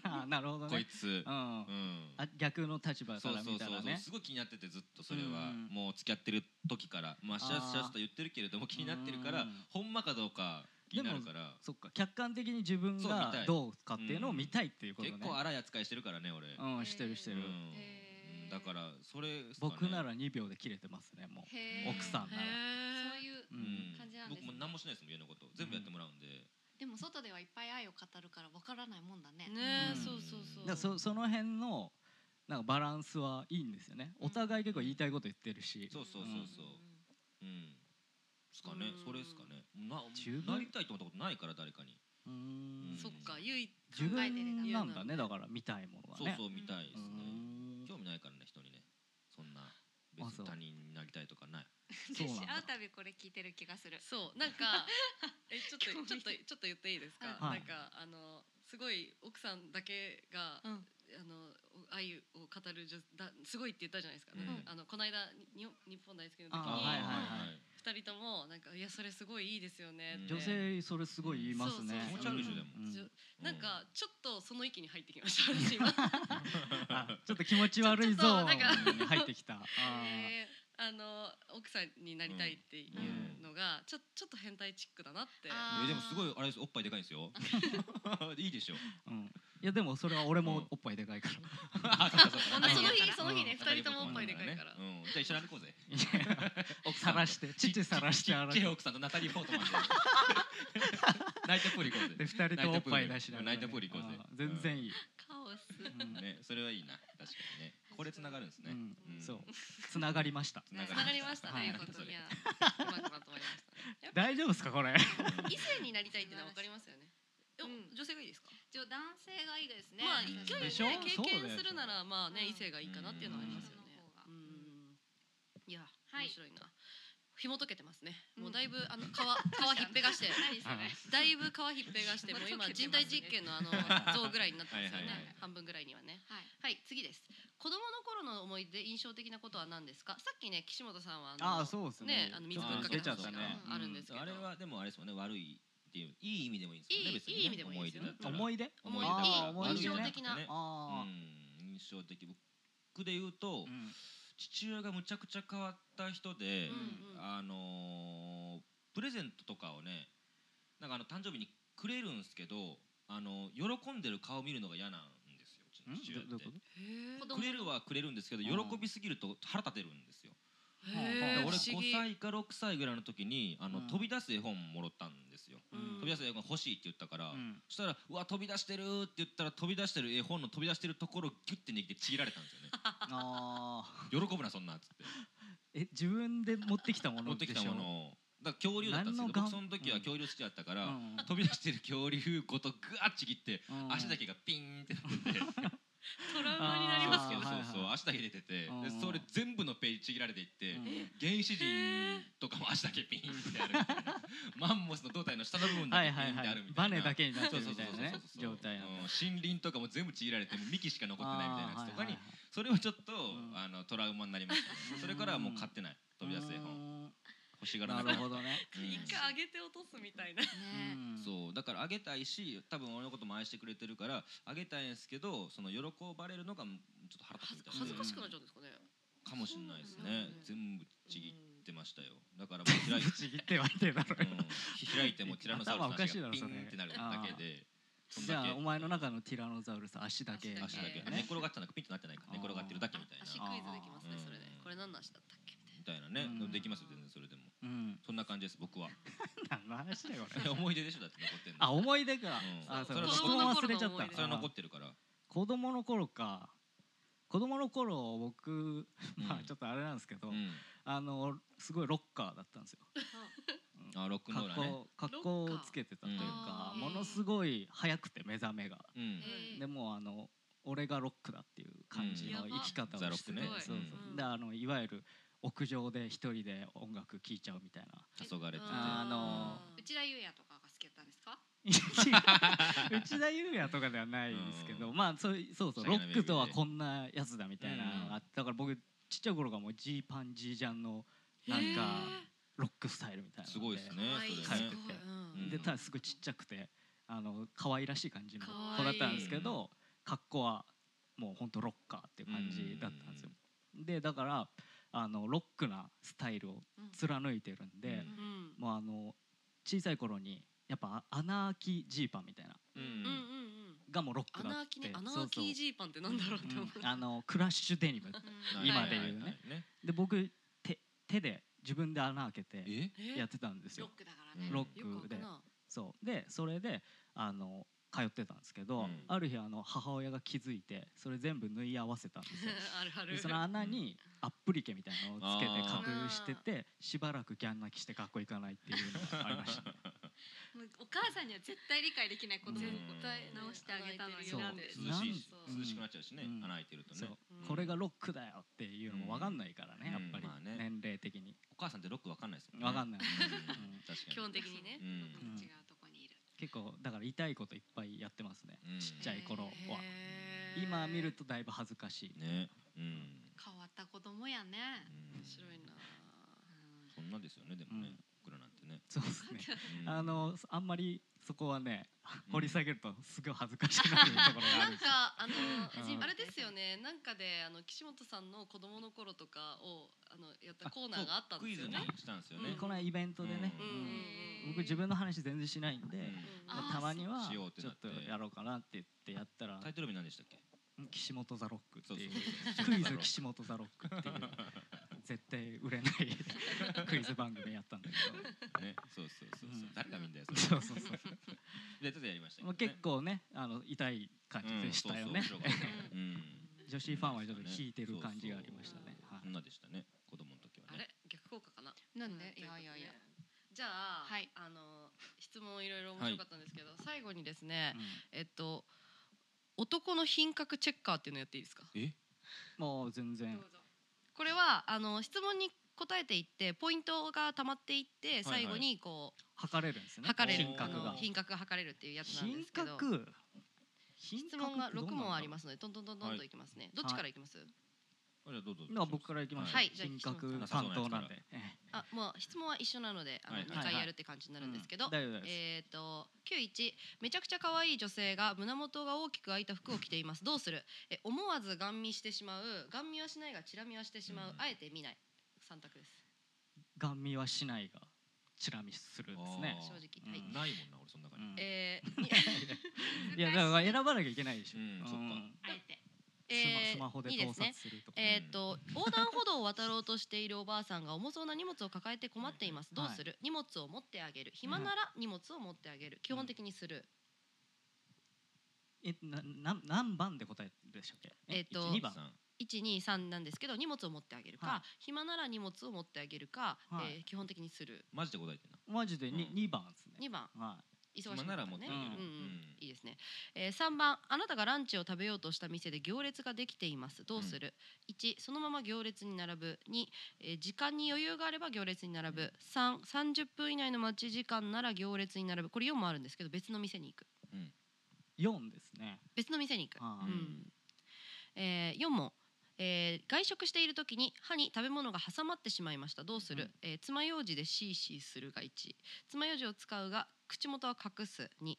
Speaker 3: あ なるほど
Speaker 4: こい
Speaker 3: ね
Speaker 4: つ
Speaker 3: うんあ
Speaker 4: うん
Speaker 3: 逆の立場か
Speaker 4: そう
Speaker 3: ら
Speaker 4: そう
Speaker 3: 見
Speaker 4: そ
Speaker 3: た
Speaker 4: う
Speaker 3: ら
Speaker 4: そう
Speaker 3: ね
Speaker 4: すごい気になっててずっとそれは
Speaker 3: うん
Speaker 4: もう付き合ってる時からまあシャ
Speaker 3: あー
Speaker 4: スシャスと言ってるけれども気になってるから
Speaker 3: うん
Speaker 4: ほんまかどうか気になるから
Speaker 3: そっか客観的に自分
Speaker 4: そう見
Speaker 3: が
Speaker 4: たい
Speaker 3: どうかっていうのを見たいっていうことね
Speaker 4: 結構荒い扱いしてるからね俺
Speaker 3: うんしてるして
Speaker 4: う
Speaker 3: る
Speaker 4: ん
Speaker 2: へー
Speaker 4: だからそれっすかね
Speaker 3: 僕なら2秒で切れてますねも
Speaker 2: へー
Speaker 3: 奥さんなら
Speaker 2: そう
Speaker 1: へー
Speaker 2: いう
Speaker 3: うう
Speaker 4: うん
Speaker 3: ん
Speaker 2: 感じなんです
Speaker 4: 僕
Speaker 2: ね
Speaker 4: も何もしないですもん家のこと全部やってもらうんで
Speaker 2: でも外ではいっぱい愛を語るからわからないもんだね
Speaker 1: ねえ
Speaker 4: うん
Speaker 1: そうそうそう
Speaker 3: だからそその辺のなんかバランスはいいんですよねお互い結構言いたいこと言ってるし
Speaker 4: そうそうそうそううんですかね
Speaker 1: うん
Speaker 4: それですかねな
Speaker 3: 十分
Speaker 4: なりたいと思ったことないから誰かに
Speaker 3: うーん
Speaker 1: そっか唯一
Speaker 3: 自
Speaker 2: 考えてるだ
Speaker 3: 分
Speaker 2: け
Speaker 3: なんだねだから見たいものは
Speaker 4: そう
Speaker 3: ね
Speaker 4: そううみたいです
Speaker 3: ー
Speaker 4: ね
Speaker 3: ん
Speaker 4: 興味ないからね人にねそんな別
Speaker 3: あそう
Speaker 4: に他人になりたいとかない
Speaker 3: そうなん
Speaker 2: 私
Speaker 3: だ
Speaker 2: 会うたびこれ聞いてる気がする
Speaker 1: そうなん かえちょっ
Speaker 2: 興
Speaker 1: と
Speaker 2: 味
Speaker 1: ちょっとちょっと言っていいですか、
Speaker 3: はい
Speaker 1: なんかあのすごい奥さんだけが、
Speaker 2: うん
Speaker 1: あの愛を語る女だすごいって言ったじゃないですか、
Speaker 4: うん
Speaker 1: あのこの間に日本大好きの時
Speaker 3: あー
Speaker 1: に、
Speaker 3: はいはい
Speaker 1: 二人ともなんかいやそれすごいいいですよねって、
Speaker 4: うん
Speaker 3: 女性それすごい言います
Speaker 4: そ
Speaker 3: ね
Speaker 4: うそうそう気持ち悪いでしょでも
Speaker 3: うん
Speaker 1: じょ
Speaker 4: うん
Speaker 1: なんかちょっとその域に入ってきました私今
Speaker 3: あちょっと気持ち悪いゾー
Speaker 1: ちょちょっとなん
Speaker 3: ンに
Speaker 1: か
Speaker 3: 入ってきたあー
Speaker 1: えーあの奥さんになりたいっていうのが、ちょちょっと変態チックだなって
Speaker 2: あ
Speaker 4: えでもすごいあれですおっぱいでかいんですよ いいで しょ
Speaker 3: うんいやでもそれは俺
Speaker 4: う
Speaker 3: も
Speaker 4: ん
Speaker 3: おっぱいでかいから
Speaker 4: あそっかそっか
Speaker 1: あのその
Speaker 2: い
Speaker 1: 日
Speaker 2: や
Speaker 1: その日ね
Speaker 4: うん
Speaker 1: 二人ともおっぱいでかいから、
Speaker 4: うんじゃあ一緒に歩こうぜ 奥
Speaker 3: さらして父さらして
Speaker 4: あ
Speaker 3: 洗
Speaker 4: ら
Speaker 3: っ
Speaker 4: して奥さんとナタリー・ポートマンで ナイトプール行こう
Speaker 3: で
Speaker 4: ぜ
Speaker 3: 二人とおっぱい出しながらね
Speaker 4: ナイトプール行こうぜ
Speaker 3: あー全然いい
Speaker 1: カオス
Speaker 3: うん
Speaker 4: ねそれはいいな確かにねこれ繋がるんですね
Speaker 3: うん
Speaker 4: うん
Speaker 3: そうつながりました
Speaker 4: つ
Speaker 1: つながりました
Speaker 3: はい
Speaker 1: ね。
Speaker 4: なん だ
Speaker 1: こと
Speaker 4: それ
Speaker 1: いや、うまくまとまりましたね。やっぱ
Speaker 3: 大丈夫ですかこれ
Speaker 1: 異性になりたいってのはわかりますよね。でも
Speaker 2: うん
Speaker 1: 女性がいいですか。
Speaker 2: じゃあ男性がいいですね
Speaker 1: まあ
Speaker 4: うん
Speaker 1: 一
Speaker 2: 私
Speaker 1: 回
Speaker 3: で
Speaker 1: ね
Speaker 3: しょ
Speaker 1: 経験するならまあ
Speaker 2: う
Speaker 1: ね
Speaker 2: ん
Speaker 1: 異性がいいかなっていうのはありますよね。う
Speaker 2: うん
Speaker 1: ん。いや
Speaker 2: はい
Speaker 1: 面白いな。紐解けてますね。
Speaker 2: うん
Speaker 1: もうだいぶあの皮皮ひっぺがして。
Speaker 2: 何それ
Speaker 1: だいぶ皮ひっぺがしてもう今人体実験のあの像ぐらいになってますよ
Speaker 4: はいはい
Speaker 2: はい
Speaker 1: ね半分ぐらいにはね
Speaker 2: はい
Speaker 1: はい次です子供の頃の思い出印象的なことは何ですかさっきね岸本さんは
Speaker 3: あ
Speaker 1: の
Speaker 3: ーそうですね
Speaker 1: ねあの水ぶんかけ
Speaker 3: 出ちゃ
Speaker 1: た
Speaker 3: っ
Speaker 1: 話
Speaker 3: た
Speaker 1: が
Speaker 3: ね
Speaker 1: あるんですけど
Speaker 4: あれはでもあれですもんね悪いっていういい意味でもいいんですよね
Speaker 1: いい
Speaker 4: 別にね
Speaker 1: いい意味でもいいですよ
Speaker 4: 思い出だったら
Speaker 3: 思い出
Speaker 1: 思い
Speaker 3: あー
Speaker 1: 出
Speaker 3: 思
Speaker 1: い
Speaker 3: い
Speaker 1: い
Speaker 3: 出
Speaker 1: 印
Speaker 3: ね
Speaker 1: 象的な、
Speaker 4: ね
Speaker 3: あ
Speaker 4: うん印象的僕で言うと
Speaker 3: ーうん
Speaker 4: 父親がむちゃくちゃ変わった人で
Speaker 1: うんうん
Speaker 4: あのープレゼントとかをねなんかあの誕生日にくれるんですけどあの喜んでる顔見るのが嫌なんですようちの
Speaker 3: ん
Speaker 4: 父親
Speaker 3: どどういう
Speaker 4: っ
Speaker 3: こ
Speaker 4: て
Speaker 3: と
Speaker 1: へー
Speaker 2: 子供
Speaker 4: くれるはくれるんですけど
Speaker 3: うん
Speaker 4: 喜びすぎると腹立てるんですよ
Speaker 1: へえ
Speaker 4: だから俺
Speaker 1: 不思
Speaker 4: 5
Speaker 1: 議
Speaker 4: 歳か6歳ぐらいの時にあの、
Speaker 3: うん
Speaker 4: 飛び出す絵本もらったんですよ、
Speaker 1: うん
Speaker 4: 飛び出す絵本欲しいって言ったから、
Speaker 3: うん
Speaker 4: そしたら「うわ飛び出してる」って言ったら飛び出してる絵本の飛び出してるところをギュッて握ってちぎられたんです よね
Speaker 3: あー
Speaker 4: 喜ぶなそんなっつって
Speaker 3: え自分で持ってきたも
Speaker 4: 持
Speaker 3: の
Speaker 4: って
Speaker 3: で
Speaker 4: き
Speaker 3: した
Speaker 4: ものをだから恐竜だったんですけど
Speaker 3: 何
Speaker 4: 僕
Speaker 3: のがん
Speaker 4: その時は恐竜好きだったか
Speaker 3: ょ
Speaker 4: ら、
Speaker 3: うん
Speaker 4: 飛び出してる恐竜ごとぐわっちぎって、
Speaker 3: うん
Speaker 4: 足だけがピーンってなって て
Speaker 2: トラウマになりますけど
Speaker 3: あー
Speaker 4: そう
Speaker 3: はいはい
Speaker 4: そう、足だけ出てて、で
Speaker 3: うん
Speaker 4: それ全部のページちぎられていって、
Speaker 3: うん
Speaker 4: 原始人とかも足だけピンってあるみたいな マンモスの胴体の下の部分だ
Speaker 3: は
Speaker 4: け
Speaker 3: い
Speaker 4: ピ
Speaker 3: はい
Speaker 4: ンっ
Speaker 3: は
Speaker 4: てあ
Speaker 3: い
Speaker 4: るみた
Speaker 3: バ
Speaker 4: いな、
Speaker 3: ネだけになって
Speaker 4: そう
Speaker 3: る
Speaker 4: そう
Speaker 3: み
Speaker 4: そう
Speaker 3: たい
Speaker 4: そう
Speaker 3: なね
Speaker 4: そう
Speaker 3: 状態なんだ
Speaker 4: うん森林とかも全部ちぎられてもう幹しか残ってないみたいなやつとかに
Speaker 3: あーはいはいはい
Speaker 4: それはちょっと、
Speaker 3: ん
Speaker 4: あのトラウマになりましたね、
Speaker 3: うん
Speaker 4: それからはもう買ってない飛び出す絵本欲しがら
Speaker 3: な
Speaker 4: なく
Speaker 3: る
Speaker 4: なっ
Speaker 3: ほどね
Speaker 4: たうん
Speaker 1: 一回上げて落とすみたいな。
Speaker 2: ね
Speaker 3: うん
Speaker 4: そうだからあげたいし多分俺のことも愛してくれてるからあげたいんですけどその喜ばれるのがちょっと腹立つみたいな
Speaker 1: 恥ずかしくなっちゃうんですかね。
Speaker 4: かもしれないです
Speaker 1: そうなん
Speaker 4: ね
Speaker 1: だね
Speaker 4: 全部ちぎ
Speaker 1: うん
Speaker 4: ってましたよだからもう開いて、
Speaker 3: ちぎってはいてだろ
Speaker 4: うん、開いてもティラノサウルスの
Speaker 3: 頭おかし
Speaker 4: 足
Speaker 3: いだ
Speaker 4: が
Speaker 3: ろ
Speaker 4: ピン
Speaker 3: それ
Speaker 4: ってなるだけでそん
Speaker 3: じ
Speaker 4: だけ
Speaker 3: ゃあお前の中のティラノザウルス足だけ
Speaker 4: 足だけ
Speaker 1: ね
Speaker 4: あ寝転がってたのかピンってなってないから寝転がってるだけみたいな
Speaker 1: 足
Speaker 3: あ
Speaker 1: クイズできますね
Speaker 4: あー
Speaker 1: それで。これ何の足だったっけみたい
Speaker 4: みたいなね
Speaker 3: うん
Speaker 4: できますよ全然それでも
Speaker 3: うん
Speaker 4: そんな感じです僕は
Speaker 3: 何の話だよこれ
Speaker 4: い や思い出でしょだって残ってんの
Speaker 3: あ思い出か、
Speaker 4: うん
Speaker 3: あそう
Speaker 4: それは
Speaker 3: 質問忘れちゃっ
Speaker 1: 子供の頃の思い
Speaker 3: た
Speaker 1: 出
Speaker 4: それは残ってるから
Speaker 3: 子供の頃か子供の頃僕ま
Speaker 4: う
Speaker 3: あ
Speaker 4: ん
Speaker 3: ちょっとあれなんですけど、
Speaker 4: うん
Speaker 3: あのすごいロッカーだったんですよ
Speaker 4: あロックンローラーね
Speaker 3: 格好格好をつけてたというか、
Speaker 1: うん
Speaker 3: ものすごい早くて目覚めが、
Speaker 4: うん
Speaker 1: うん
Speaker 3: でもうあの俺がロックだっていう感じの
Speaker 1: うん
Speaker 3: 生き方をしてて、
Speaker 4: ザ
Speaker 1: ロックね
Speaker 3: そうそう、
Speaker 1: うん
Speaker 3: であのいわゆる屋上で一人で音楽聴いちゃうみたいな
Speaker 4: 黄昏れてて
Speaker 3: あ
Speaker 1: のー
Speaker 2: 内田裕也とかが好きだったんですか
Speaker 3: 違う内田裕也とかではないですけど、
Speaker 4: うん
Speaker 3: まあそういそうそう
Speaker 4: シャ
Speaker 3: ロ
Speaker 4: イな
Speaker 3: ックとはこんなやつだみたいなの
Speaker 4: うん
Speaker 3: があってだから僕ちっちゃい頃からもうジーパンジージャンのなんかロックスタイルみたいなのです
Speaker 4: ごいですね
Speaker 1: な。可愛い
Speaker 4: それね
Speaker 1: すごいうん
Speaker 3: でただすごいちっちゃくてあの可愛らしい感じの
Speaker 1: 可
Speaker 3: 子だ
Speaker 1: 愛い
Speaker 3: ったんですけど格好はもうほんとロッカーっていう感じだったんですよ。でだからあのロックなスタイルを貫いてるんで、
Speaker 1: うん
Speaker 3: もうあの小さい頃にやっぱアナーキージーパンみたいな
Speaker 4: うん
Speaker 1: うんうんうん。
Speaker 3: がもうロックだ
Speaker 1: 穴
Speaker 3: っ
Speaker 1: あきね
Speaker 3: て、
Speaker 1: 穴あきジーパンってなんだろうって思う
Speaker 3: そう。そううんあのクラッシュデニム
Speaker 4: うん
Speaker 3: 今で言うね
Speaker 4: はいはいはい
Speaker 3: で僕手手で自分で穴開けて
Speaker 4: え
Speaker 1: え
Speaker 3: やってたんです
Speaker 2: ロ
Speaker 3: よ
Speaker 2: ックだからね
Speaker 4: うん
Speaker 3: ロ
Speaker 1: よく
Speaker 3: ックで
Speaker 1: わかんな
Speaker 3: そうでそれであの通ってたんですけ
Speaker 4: う
Speaker 3: ど、
Speaker 4: ん
Speaker 3: ある日あの母親が気づいてそれ全部縫い合わせたんですよ
Speaker 1: い あるあ
Speaker 3: で
Speaker 1: る。
Speaker 3: その穴にアップリケみたいなのをつけて
Speaker 1: あー
Speaker 3: 隠しててしばらくギャン泣きして学校行かないっていうのがあり ましたね
Speaker 2: もうお母さんには絶対理解できないことを
Speaker 3: うん
Speaker 2: 絶対直してあげたのに
Speaker 1: そう
Speaker 2: なんで
Speaker 4: 涼しいし
Speaker 2: なん
Speaker 4: 涼しくなっちゃうしね
Speaker 3: うん
Speaker 4: 穴開いてると
Speaker 3: そう
Speaker 4: ね
Speaker 1: うん
Speaker 3: これがロックだよっていうのも分かんないからね、
Speaker 4: うん
Speaker 3: やっぱり、
Speaker 4: まあね
Speaker 3: 年齢的に
Speaker 4: お母さんってロックわかんないですもんね
Speaker 3: 分かんない、
Speaker 4: うん
Speaker 3: うん
Speaker 4: 確かに
Speaker 1: 基本的にね
Speaker 4: う。
Speaker 2: ロック
Speaker 4: ん
Speaker 2: の違うとこにいる
Speaker 3: 結構だから痛いこといっぱいやってますね、
Speaker 4: うん
Speaker 3: ちっちゃい頃は
Speaker 1: へー
Speaker 3: 今見るとだいぶ恥ず かしい、
Speaker 4: ねうん
Speaker 2: 変わった子供やね
Speaker 4: うん
Speaker 1: 面白いな。
Speaker 2: うん
Speaker 4: そんなですよねでも
Speaker 3: う
Speaker 4: ね
Speaker 3: ん
Speaker 4: 僕らなんてね
Speaker 3: そうですね
Speaker 4: うん
Speaker 3: あのあんまりそこはね
Speaker 4: うん
Speaker 3: 掘り下げるとすごい恥ずかしくなるところがあ
Speaker 1: な
Speaker 3: る
Speaker 1: ん
Speaker 3: んで
Speaker 1: か
Speaker 3: す
Speaker 1: あ
Speaker 3: よ
Speaker 1: の
Speaker 3: うん
Speaker 1: あれですよねなんかであの岸本さんの子供の頃とかをあのやったコーナーがあったんですよ
Speaker 4: あ
Speaker 1: ね
Speaker 4: そうクイズにしたんですよね
Speaker 1: うん
Speaker 3: この間イベントでね、
Speaker 4: うん
Speaker 3: うん僕自分の話全然しないんで、
Speaker 4: うん
Speaker 1: あ
Speaker 3: ま
Speaker 2: ー
Speaker 3: あたまには
Speaker 4: し
Speaker 3: ち
Speaker 4: よう
Speaker 3: ょ
Speaker 4: ってなっ
Speaker 3: ってとやろうかなって言ってやったら
Speaker 4: タイトル名何でしたっけ
Speaker 3: 「岸本ザ・ロック」って
Speaker 4: そうそう
Speaker 3: いう
Speaker 4: そう
Speaker 3: クイズ岸本ザ・ロックっていう絶対売 れないクイズ番組やったんだけ
Speaker 4: ねそうそうそうそう
Speaker 3: うん
Speaker 4: 誰が見んだよ
Speaker 3: ど
Speaker 4: そ
Speaker 3: そ
Speaker 4: れ
Speaker 3: うそうそう
Speaker 4: でちょっとやりましたけ
Speaker 3: ま
Speaker 4: ど
Speaker 3: あ
Speaker 4: ね
Speaker 3: 結構ねあの痛い感じでしたよね
Speaker 4: うんそうそう面白かったうん
Speaker 3: 女子ファンはちょっと引いてる感じがありましたね
Speaker 4: そうそう
Speaker 3: はい
Speaker 4: そんなでしたね子供の時は
Speaker 1: あ
Speaker 4: ね
Speaker 1: れ逆効果かな
Speaker 2: なんで
Speaker 1: う
Speaker 2: いやいやいや
Speaker 1: じゃあ、
Speaker 2: はい
Speaker 1: あの質問いろいろ面白かったんですけど、最後にですね、えっと男の品格チェッカーっていうのやっていいですか
Speaker 4: え
Speaker 3: うんもう全
Speaker 2: ど
Speaker 3: 然
Speaker 2: うぞ
Speaker 1: これはあの質問に答えていってポイントがたまっていって
Speaker 4: はいはい
Speaker 1: 最後にこう、
Speaker 3: 測れるんですね
Speaker 1: 測れる
Speaker 3: 品格
Speaker 1: あ
Speaker 3: が
Speaker 1: の品格が測れるっていうやつなん
Speaker 3: 品
Speaker 1: ですけど
Speaker 3: 格品
Speaker 1: 質問が六問ありますすのでトントントントンといきますね、どっちからいきます、
Speaker 4: じゃあどうぞ
Speaker 3: まあ僕からいきましょう、
Speaker 1: はいじゃあ
Speaker 3: 品格担当なんでええ
Speaker 1: あもう質問は一緒なのであの、
Speaker 4: はい
Speaker 1: 二回やるって感じになるんですけど、
Speaker 3: うん大丈夫です、
Speaker 1: えー、と91めちゃくちゃ可愛い女性が胸元が大きく開いた服を着ていますどうするえ思わずガン見してしまうガン見はしないがチラ見はしてしまう、
Speaker 4: うん
Speaker 1: あえて見ない3択です
Speaker 3: ガン見はしないがチラ見するんですね
Speaker 4: あー
Speaker 1: 正直
Speaker 3: うん
Speaker 1: はい、
Speaker 4: ないもんな俺そんな
Speaker 3: う
Speaker 4: 感
Speaker 3: ん
Speaker 1: えー
Speaker 3: いやだから選ばなきゃいけないでしょ、
Speaker 4: うんそっか
Speaker 2: あえて
Speaker 1: えー
Speaker 3: スマスマホで
Speaker 1: いいで
Speaker 3: 盗
Speaker 1: すね
Speaker 3: 撮するとか、
Speaker 1: えー、と横断歩道を渡ろうとしているおばあさんが重そうな荷物を抱えて困っていますどうする、荷物を持ってあげる暇なら荷物を持ってあげる基本的にする、
Speaker 3: えなな何番で答えるでしたっけ
Speaker 1: えっと
Speaker 3: 1 2番
Speaker 1: 123なんですけど荷物を持ってあげるか、
Speaker 3: はい
Speaker 1: 暇なら荷物を持ってあげるか、
Speaker 3: はい
Speaker 1: えー基本的にする
Speaker 4: マジで答えてんな
Speaker 3: マジで 2,、
Speaker 4: うん
Speaker 3: 二番ですね
Speaker 1: 2番
Speaker 3: は
Speaker 1: 忙しい
Speaker 4: 暇なら持って
Speaker 1: ね
Speaker 4: あ
Speaker 1: う
Speaker 4: げ
Speaker 1: ん
Speaker 4: る
Speaker 1: うん
Speaker 3: うん
Speaker 1: いいですね、えー、3番あなたがランチを食べようとした店で行列ができていますどうする、1そのまま行列に並ぶ2、えー時間に余裕があれば行列に並ぶ330分以内の待ち時間なら行列に並ぶこれ4もあるんですけど別の店に行く
Speaker 3: い4ですね
Speaker 1: 別の店に行く、
Speaker 3: は
Speaker 1: う
Speaker 3: い、
Speaker 1: んえー、4問えー外食している時に歯に食べ物が挟まってしまいましたどうする、えー爪楊枝でシーシーするが1爪楊枝を使うが口元は隠す2、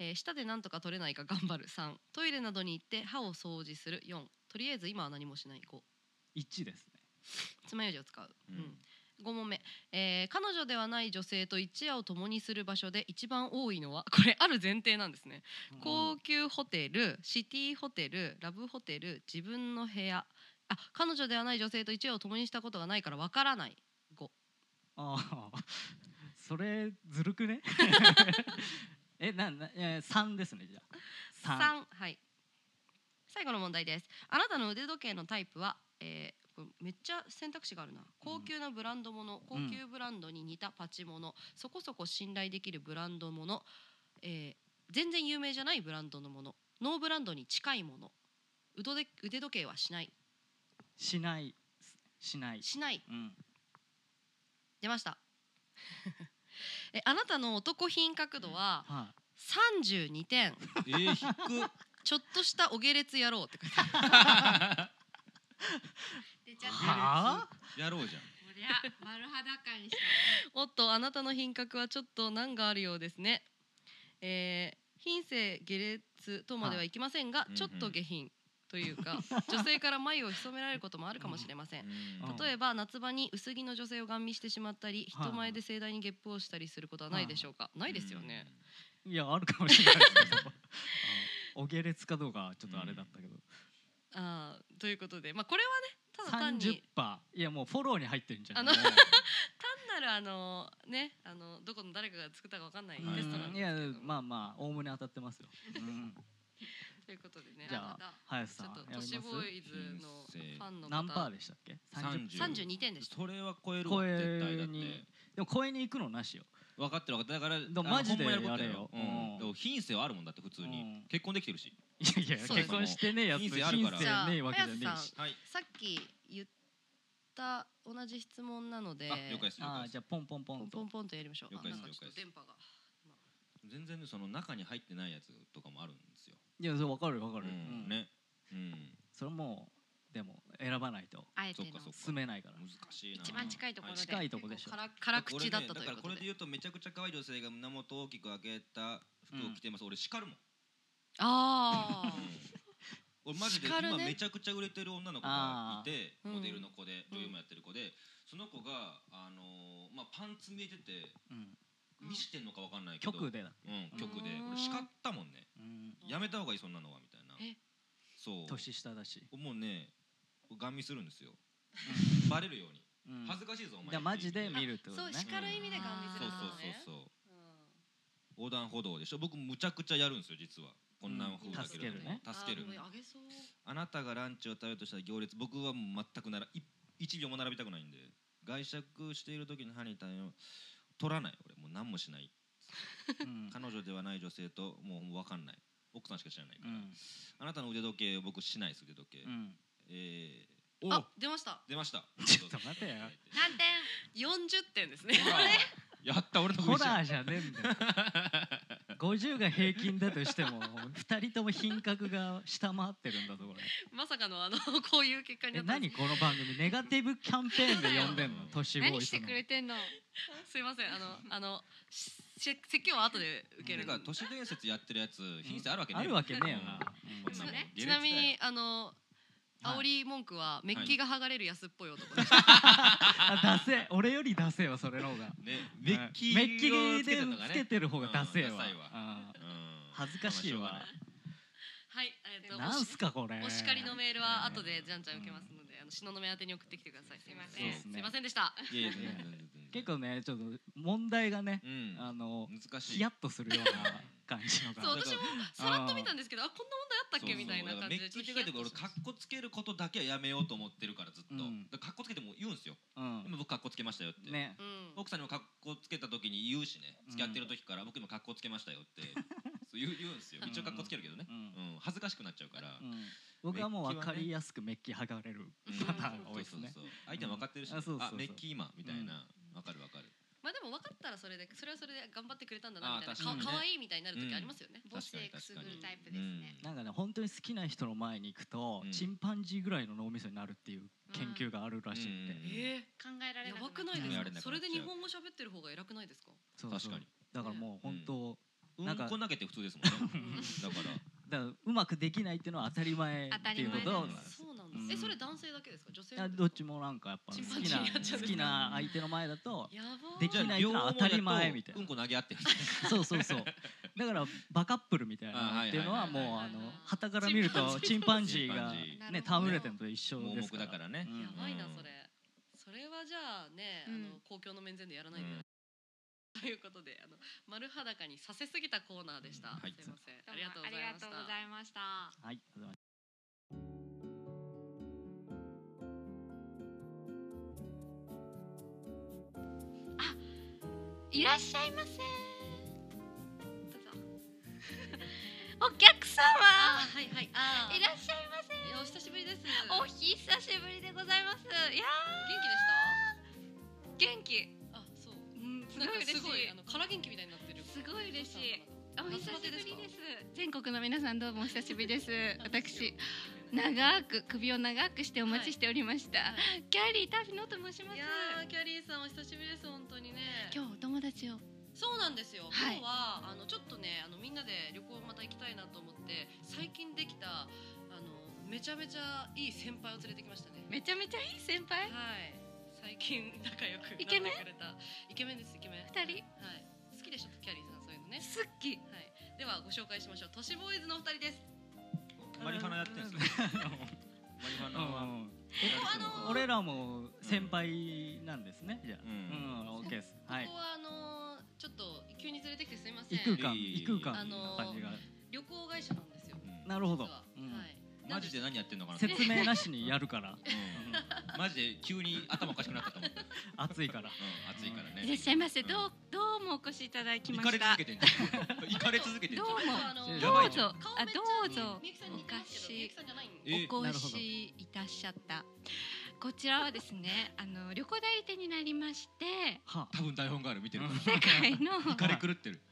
Speaker 1: えー舌でなんとか取れないか頑張る3トイレなどに行って歯を掃除する4とりあえず今は何もしない5
Speaker 3: 1ですね
Speaker 1: 爪楊枝を使う、
Speaker 4: うん
Speaker 1: うん、5問目、えー彼女ではない女性と一夜を共にする場所で一番多いのはこれある前提なんですね高級ホテルシティホテルラブホテル自分の部屋あ彼女ではない女性と一夜を共にしたことがないからわからない
Speaker 3: ああ それずるくね えなな、えー、3ですねじゃあ
Speaker 1: 3
Speaker 3: 三
Speaker 1: はい最後の問題ですあなたの腕時計のタイプは、えーこれめっちゃ選択肢があるな高級なブランドもの高級ブランドに似たパチもの、そこそこ信頼できるブランドもの、えー全然有名じゃないブランドのものノーブランドに近いもの腕時腕時計はしない
Speaker 3: しないしない、
Speaker 1: しない
Speaker 3: うん、
Speaker 1: 出ました えあなたの男品格度は
Speaker 3: は
Speaker 1: 32点
Speaker 4: えー、低っ
Speaker 1: ちょっとしたお下劣野郎って書いてある
Speaker 2: 出ちゃっ
Speaker 3: い
Speaker 2: た
Speaker 3: はあ
Speaker 4: やろうじゃん
Speaker 2: こりゃ丸裸にした
Speaker 1: おっとあなたの品格はちょっと難があるようですねえー品性下劣とまではいきませんが、
Speaker 4: い
Speaker 1: ちょっと下品というか女性から眉を潜められることもあるかもしれません、
Speaker 4: うん
Speaker 1: 例えば夏場に薄着の女性をガン見してしまったり
Speaker 3: はい
Speaker 1: 人前で盛大にゲップをしたりすることはないでしょうか、ないですよね、
Speaker 3: いやあるかもしれないですけどあのお下劣かどうかはちょっとあれだったけど、
Speaker 1: あーということでまあこれはねただ単
Speaker 3: 30
Speaker 1: に
Speaker 3: パーいやもうフォローに入ってるんじゃ
Speaker 1: あ
Speaker 3: な
Speaker 1: の
Speaker 3: い
Speaker 1: 単なるあのねあのどこの誰かが作ったかわかんない
Speaker 3: うん
Speaker 1: テストなん
Speaker 3: い
Speaker 1: です
Speaker 3: や
Speaker 1: けど
Speaker 3: まあまあおおむね当たってますよ、 うん、
Speaker 1: ということでね
Speaker 3: じゃ
Speaker 1: また
Speaker 3: あ林
Speaker 1: ち
Speaker 3: さ
Speaker 1: ょ
Speaker 3: ん
Speaker 1: っと
Speaker 3: や
Speaker 1: 都市
Speaker 3: り
Speaker 1: ボ
Speaker 3: ま
Speaker 1: ーイズのファン
Speaker 3: す
Speaker 1: の
Speaker 3: 何パー
Speaker 1: 方
Speaker 3: でしたっけ
Speaker 4: 三十
Speaker 1: 三十二点でした
Speaker 4: それは超えるわ
Speaker 3: 超
Speaker 4: 絶対だ
Speaker 3: え
Speaker 4: って
Speaker 3: にでも公園に行くのなしよ
Speaker 4: 分かってる分かってるだから
Speaker 3: でも
Speaker 4: あの
Speaker 3: マジで
Speaker 4: ほんまること
Speaker 3: やれよ
Speaker 4: うん
Speaker 3: うん
Speaker 4: でも品性はあるもんだって普通に、
Speaker 3: うん
Speaker 4: 結婚できてるし
Speaker 3: いやいや
Speaker 1: そうです
Speaker 3: 結婚してねえやつ
Speaker 4: 人生
Speaker 3: 人生
Speaker 4: あるから
Speaker 3: ねえわけじゃね
Speaker 1: じゃあ
Speaker 3: えし
Speaker 4: はい
Speaker 1: さっき言った同じ質問なので
Speaker 4: あ了解です了
Speaker 3: あ
Speaker 4: 解
Speaker 3: あ
Speaker 4: です
Speaker 3: じゃあポンポンポ
Speaker 1: ポ
Speaker 3: ン
Speaker 1: ンポ
Speaker 3: と
Speaker 1: ンポンとやりましょう
Speaker 4: 了
Speaker 1: あ
Speaker 4: 解
Speaker 1: な
Speaker 4: で
Speaker 1: ん
Speaker 4: す
Speaker 1: かちょっと電波が
Speaker 4: 全然ねその中に入ってないやつとかもあるんですよ、
Speaker 3: いやそれ分かる分か
Speaker 4: う
Speaker 3: る、
Speaker 4: ん
Speaker 3: うん
Speaker 4: ね、うん、
Speaker 3: それもうでも選ばないと
Speaker 2: あえて
Speaker 4: そっ
Speaker 2: の
Speaker 4: かそっか
Speaker 3: 住めないから
Speaker 4: 難しいな
Speaker 2: 一番近いところで
Speaker 4: は
Speaker 3: 近いとこでしょ
Speaker 1: 辛辛口だったと
Speaker 4: これね
Speaker 1: いう
Speaker 4: だから
Speaker 1: こ
Speaker 4: ことれ
Speaker 1: で
Speaker 4: で言うとめちゃくちゃ可愛い女性が胸元を大きく開けた服を着てます、俺叱 るもん、
Speaker 1: あ
Speaker 4: 俺マジで
Speaker 1: 叱るね
Speaker 4: 今めちゃくちゃ売れてる女の子がいて
Speaker 1: あー
Speaker 4: モデルの子で
Speaker 1: うん
Speaker 4: 女優もやってる子でその子があのーまあパンツ見えてて
Speaker 3: うん
Speaker 4: 見してんのかわかんないけど
Speaker 3: 局でだ、
Speaker 4: うん局で
Speaker 1: うん
Speaker 4: 俺叱ったもんね
Speaker 3: うん、
Speaker 1: うん
Speaker 4: やめた方がいいそんなのはみたいな
Speaker 1: え
Speaker 4: そう
Speaker 3: 年下だし、
Speaker 4: もうねガン見するんですよバレるように
Speaker 3: うん、
Speaker 4: 恥ずかしいぞお
Speaker 3: じ
Speaker 4: 前
Speaker 3: ゃあマジで見るっ
Speaker 2: あ
Speaker 3: てこ
Speaker 2: そ
Speaker 3: と
Speaker 2: う
Speaker 3: ね
Speaker 2: 叱る意味で顔見
Speaker 1: あ
Speaker 2: せ
Speaker 4: そ
Speaker 2: る
Speaker 4: うそう
Speaker 2: のね
Speaker 1: ー
Speaker 4: そうそう横断歩道でしょ僕むちゃくちゃやるんですよ実はこんな風だけれども、
Speaker 3: うん助けるね
Speaker 1: うん
Speaker 4: 助ける
Speaker 1: あでもあげそう
Speaker 4: あなたがランチを食べるとしたら行列僕はもう全くならい一秒も並びたくないんで外食している時に歯に食べを取らない俺もう何もしない
Speaker 3: うん
Speaker 4: 彼女ではない女性ともう分かんない奥さんしか知らないから、
Speaker 3: うん
Speaker 4: あなたの腕時計僕しないです腕時計、
Speaker 3: うん
Speaker 4: えー、お
Speaker 1: あ出ました
Speaker 4: 出ました
Speaker 3: ちょっと待てよ
Speaker 2: 何点
Speaker 1: 40点ですね
Speaker 4: ほらやった俺の
Speaker 3: ホ
Speaker 4: 子一緒
Speaker 3: ラーじゃねえんだよ50が平均だとしても2人とも品格が下回ってるんだぞこれ
Speaker 1: まさかのあ のこういう結果に
Speaker 3: え
Speaker 1: なったんで
Speaker 3: 何この番組ネガティブキャンペーンで呼んでんの都市ボーイズの
Speaker 2: 何してくれてんの
Speaker 1: すすいませんあのあのし説教は後で受け
Speaker 4: て
Speaker 1: るん
Speaker 4: か
Speaker 1: で
Speaker 4: 都市伝説やってるやつ品性あるわけね
Speaker 3: あるわけねえよな、
Speaker 4: こんなもん
Speaker 2: ね
Speaker 1: ちなみ
Speaker 4: 下
Speaker 1: にあの
Speaker 3: はい
Speaker 1: 煽り文句はメッキが剥がれる安っぽい男でした、
Speaker 3: あダセ俺よりダセえわそれの方が
Speaker 4: 劣だよねメッキ
Speaker 3: メッキ
Speaker 4: を
Speaker 3: で
Speaker 4: つけてるのが
Speaker 3: つけ
Speaker 4: ね
Speaker 3: てる方がダセえわ,、
Speaker 4: うんダサいわ
Speaker 3: あー
Speaker 4: うん
Speaker 3: 恥ずかしいわ
Speaker 4: まあょうがない
Speaker 1: はい、えっと、
Speaker 3: なんすかこれ
Speaker 1: お叱りのメールは後でじゃんじゃん受けますので、あの東雲宛てに送ってきてください。すみません、
Speaker 3: そうですね
Speaker 1: すみませんでした。
Speaker 4: いやいや全然全然全然
Speaker 3: 結構ねちょっと問題がね
Speaker 4: う
Speaker 3: あ
Speaker 4: ん
Speaker 3: の
Speaker 4: 難しい
Speaker 3: ヒヤッとするような感じのが
Speaker 1: そう、
Speaker 4: だか
Speaker 1: 私
Speaker 4: ら
Speaker 1: もさらっと見たんですけど、あ、こんな問題あったっけみたいな感じ
Speaker 4: で
Speaker 1: で。
Speaker 4: 聞いて書いてるから俺カッコつけることだけはやめようと思ってるからずっと、
Speaker 3: うん
Speaker 4: だからカッコつけても言うんですよ
Speaker 3: うん
Speaker 4: 今僕カッコつけましたよって、
Speaker 3: ね
Speaker 1: うん。
Speaker 4: 奥さんにもカッコつけた時に言うしね
Speaker 3: うん
Speaker 4: 付き合ってる時から僕今カッコつけましたよって そう言う言うんですよ一応カッコつけるけどね
Speaker 3: う、ん
Speaker 4: うん恥ずかしくなっちゃうから、
Speaker 3: うん僕はもう分かりやすくメッキ剥がれる
Speaker 4: うん
Speaker 3: パターンが多いですね
Speaker 4: そうそうそう相手も分かってるし、
Speaker 3: うんあそうそうそう
Speaker 4: メッキ今みたいな、分かる分かる
Speaker 1: まあ、でも、分かったら、それで、それはそれで頑張ってくれたんだなみたい
Speaker 4: あ
Speaker 1: な。か
Speaker 4: ー確かにね
Speaker 1: 可愛いみたいになる時ありますよね。
Speaker 2: 母性くすぐるタイプですね。
Speaker 3: なんかね本当に好きな人の前に行くと、
Speaker 4: うん
Speaker 3: チンパンジーぐらいの脳みそになるっていう研究があるらしいんで、
Speaker 4: うん
Speaker 1: え
Speaker 2: 考えら
Speaker 1: え
Speaker 2: れ
Speaker 1: や
Speaker 2: な
Speaker 1: ばく
Speaker 2: く
Speaker 1: な
Speaker 2: ないい
Speaker 1: で
Speaker 4: やばく
Speaker 1: す
Speaker 4: な
Speaker 1: か。
Speaker 4: い
Speaker 1: それで日本語喋ってる方が偉くないですか。
Speaker 3: そうそ
Speaker 4: 確
Speaker 3: う
Speaker 4: かに
Speaker 3: だからもう本当、
Speaker 4: うん
Speaker 3: なんか
Speaker 4: こ投げて普通ですもんね
Speaker 1: うん
Speaker 4: だから
Speaker 3: だからうまくできないっていうのは当たり前っていうこと
Speaker 2: そ
Speaker 3: を
Speaker 2: う当たり前なんで
Speaker 1: そうなん
Speaker 3: うん
Speaker 1: です。え、それ男性だけですか。女性
Speaker 3: い
Speaker 1: も
Speaker 3: や
Speaker 1: ですか
Speaker 3: どっちもなんかやっぱ
Speaker 1: チ
Speaker 3: 好
Speaker 1: ンパン
Speaker 3: き
Speaker 1: ジー
Speaker 3: な
Speaker 1: やっちゃう
Speaker 3: 好きな相手の前だと
Speaker 1: やばー。
Speaker 3: できないってのは当たり前みたいな
Speaker 4: うんこ投げ合ってる
Speaker 3: そうそうそうだからバカップルみたいなのっていうのは
Speaker 4: あはい
Speaker 3: も
Speaker 4: は
Speaker 3: う
Speaker 4: いは
Speaker 1: はい
Speaker 4: い
Speaker 3: あの旗から見るとチンパンジーが
Speaker 4: チン
Speaker 2: パンジー
Speaker 3: ね戯れてるのと一緒
Speaker 4: 盲
Speaker 3: で
Speaker 4: 目
Speaker 3: すから
Speaker 4: だからね
Speaker 3: うん
Speaker 1: やばいな
Speaker 4: うん
Speaker 1: それ。それはじゃあね、
Speaker 2: うん
Speaker 1: あの公共の面前でやらないんだな。ということで、あの丸裸にさせすぎたコーナーでした。
Speaker 4: はい
Speaker 1: すいません。
Speaker 2: ど
Speaker 1: ありがとうございました。
Speaker 2: うもありがとうございました。
Speaker 3: はいありがとうございます
Speaker 2: いらっしゃいませ。お客様。
Speaker 1: あー、はいはい。あー
Speaker 2: いらっしゃいませ。
Speaker 1: いやお久しぶりです。
Speaker 2: お
Speaker 1: 元気でし
Speaker 2: 久しぶりでございます。いやー、元気。
Speaker 1: た？あ、そう。
Speaker 2: うん、す
Speaker 1: な
Speaker 2: ご
Speaker 1: んか
Speaker 2: い嬉し
Speaker 1: すごい
Speaker 2: い
Speaker 1: あ。の空元気みたいになってる。
Speaker 2: すごい嬉しいお
Speaker 1: どう
Speaker 2: 久
Speaker 1: し
Speaker 2: し
Speaker 1: のかな。夏バテ
Speaker 2: た
Speaker 1: で
Speaker 2: ぶ
Speaker 1: す
Speaker 2: り
Speaker 1: か
Speaker 2: です。全国の皆さんどうもお久しぶりです。
Speaker 1: はい
Speaker 2: 私、長く首を長くしてお待ちしておりました。
Speaker 1: い
Speaker 2: キャリータフィノと申します。
Speaker 1: やーキャリーさんお久しぶりです本当にね。
Speaker 2: 今日お友達を。
Speaker 1: そうなんですよ、
Speaker 2: はい
Speaker 1: 今日はあのちょっとねあのみんなで旅行また行きたいなと思って最近できたあのめちゃめちゃいい先輩を連れてきましたね
Speaker 2: めちゃめちゃいい先輩。
Speaker 1: はい最近仲良くなって
Speaker 2: イケメン
Speaker 1: くれたイケメンですイケメン
Speaker 2: 二人
Speaker 1: はい好きでしょキャリーさんそういうのね
Speaker 2: すっき。
Speaker 1: はいではご紹介しましょう都市ボーイズのお二人です
Speaker 4: マリファナやってるんですよマリファナは
Speaker 3: うん
Speaker 1: あの
Speaker 3: 俺らも先輩なんですねじゃあ
Speaker 4: う
Speaker 3: うんオッケーですはい
Speaker 1: ここはあのーちょっと急に連れてきてすみませ
Speaker 3: 異
Speaker 1: ん
Speaker 3: 空間
Speaker 4: いえいえい
Speaker 3: 異
Speaker 4: え
Speaker 3: 空間の感じが
Speaker 1: 旅行会社なんですよ
Speaker 4: うん
Speaker 3: なるほど
Speaker 1: 実は、
Speaker 3: うん
Speaker 1: はい
Speaker 4: マジで何やってんのかな
Speaker 3: 説明なしにやる から
Speaker 4: うんマジで急に頭おかしくなったと思ううん
Speaker 3: 暑いから
Speaker 4: 暑いからね
Speaker 2: いらっしゃいませ。ど
Speaker 4: う
Speaker 2: うどうもお越しいただき
Speaker 4: 行
Speaker 2: ま
Speaker 4: かれ
Speaker 2: し
Speaker 4: 続
Speaker 2: た
Speaker 4: け。てん じゃん行かれ続けてんじゃ
Speaker 2: ど
Speaker 4: ん
Speaker 2: うも
Speaker 1: あの
Speaker 3: やば
Speaker 2: ど
Speaker 3: いうじゃ
Speaker 2: ぞ
Speaker 3: ん
Speaker 2: あどうぞ
Speaker 1: みゆきさんに似てますけどみゆきさんじゃないん
Speaker 4: え
Speaker 2: お越しいたしちゃった。こちらはですねあの旅行代理店になりまして
Speaker 3: はあ
Speaker 4: 多分台本がある見てる
Speaker 3: うん
Speaker 2: 世界の
Speaker 4: 行かれ狂ってる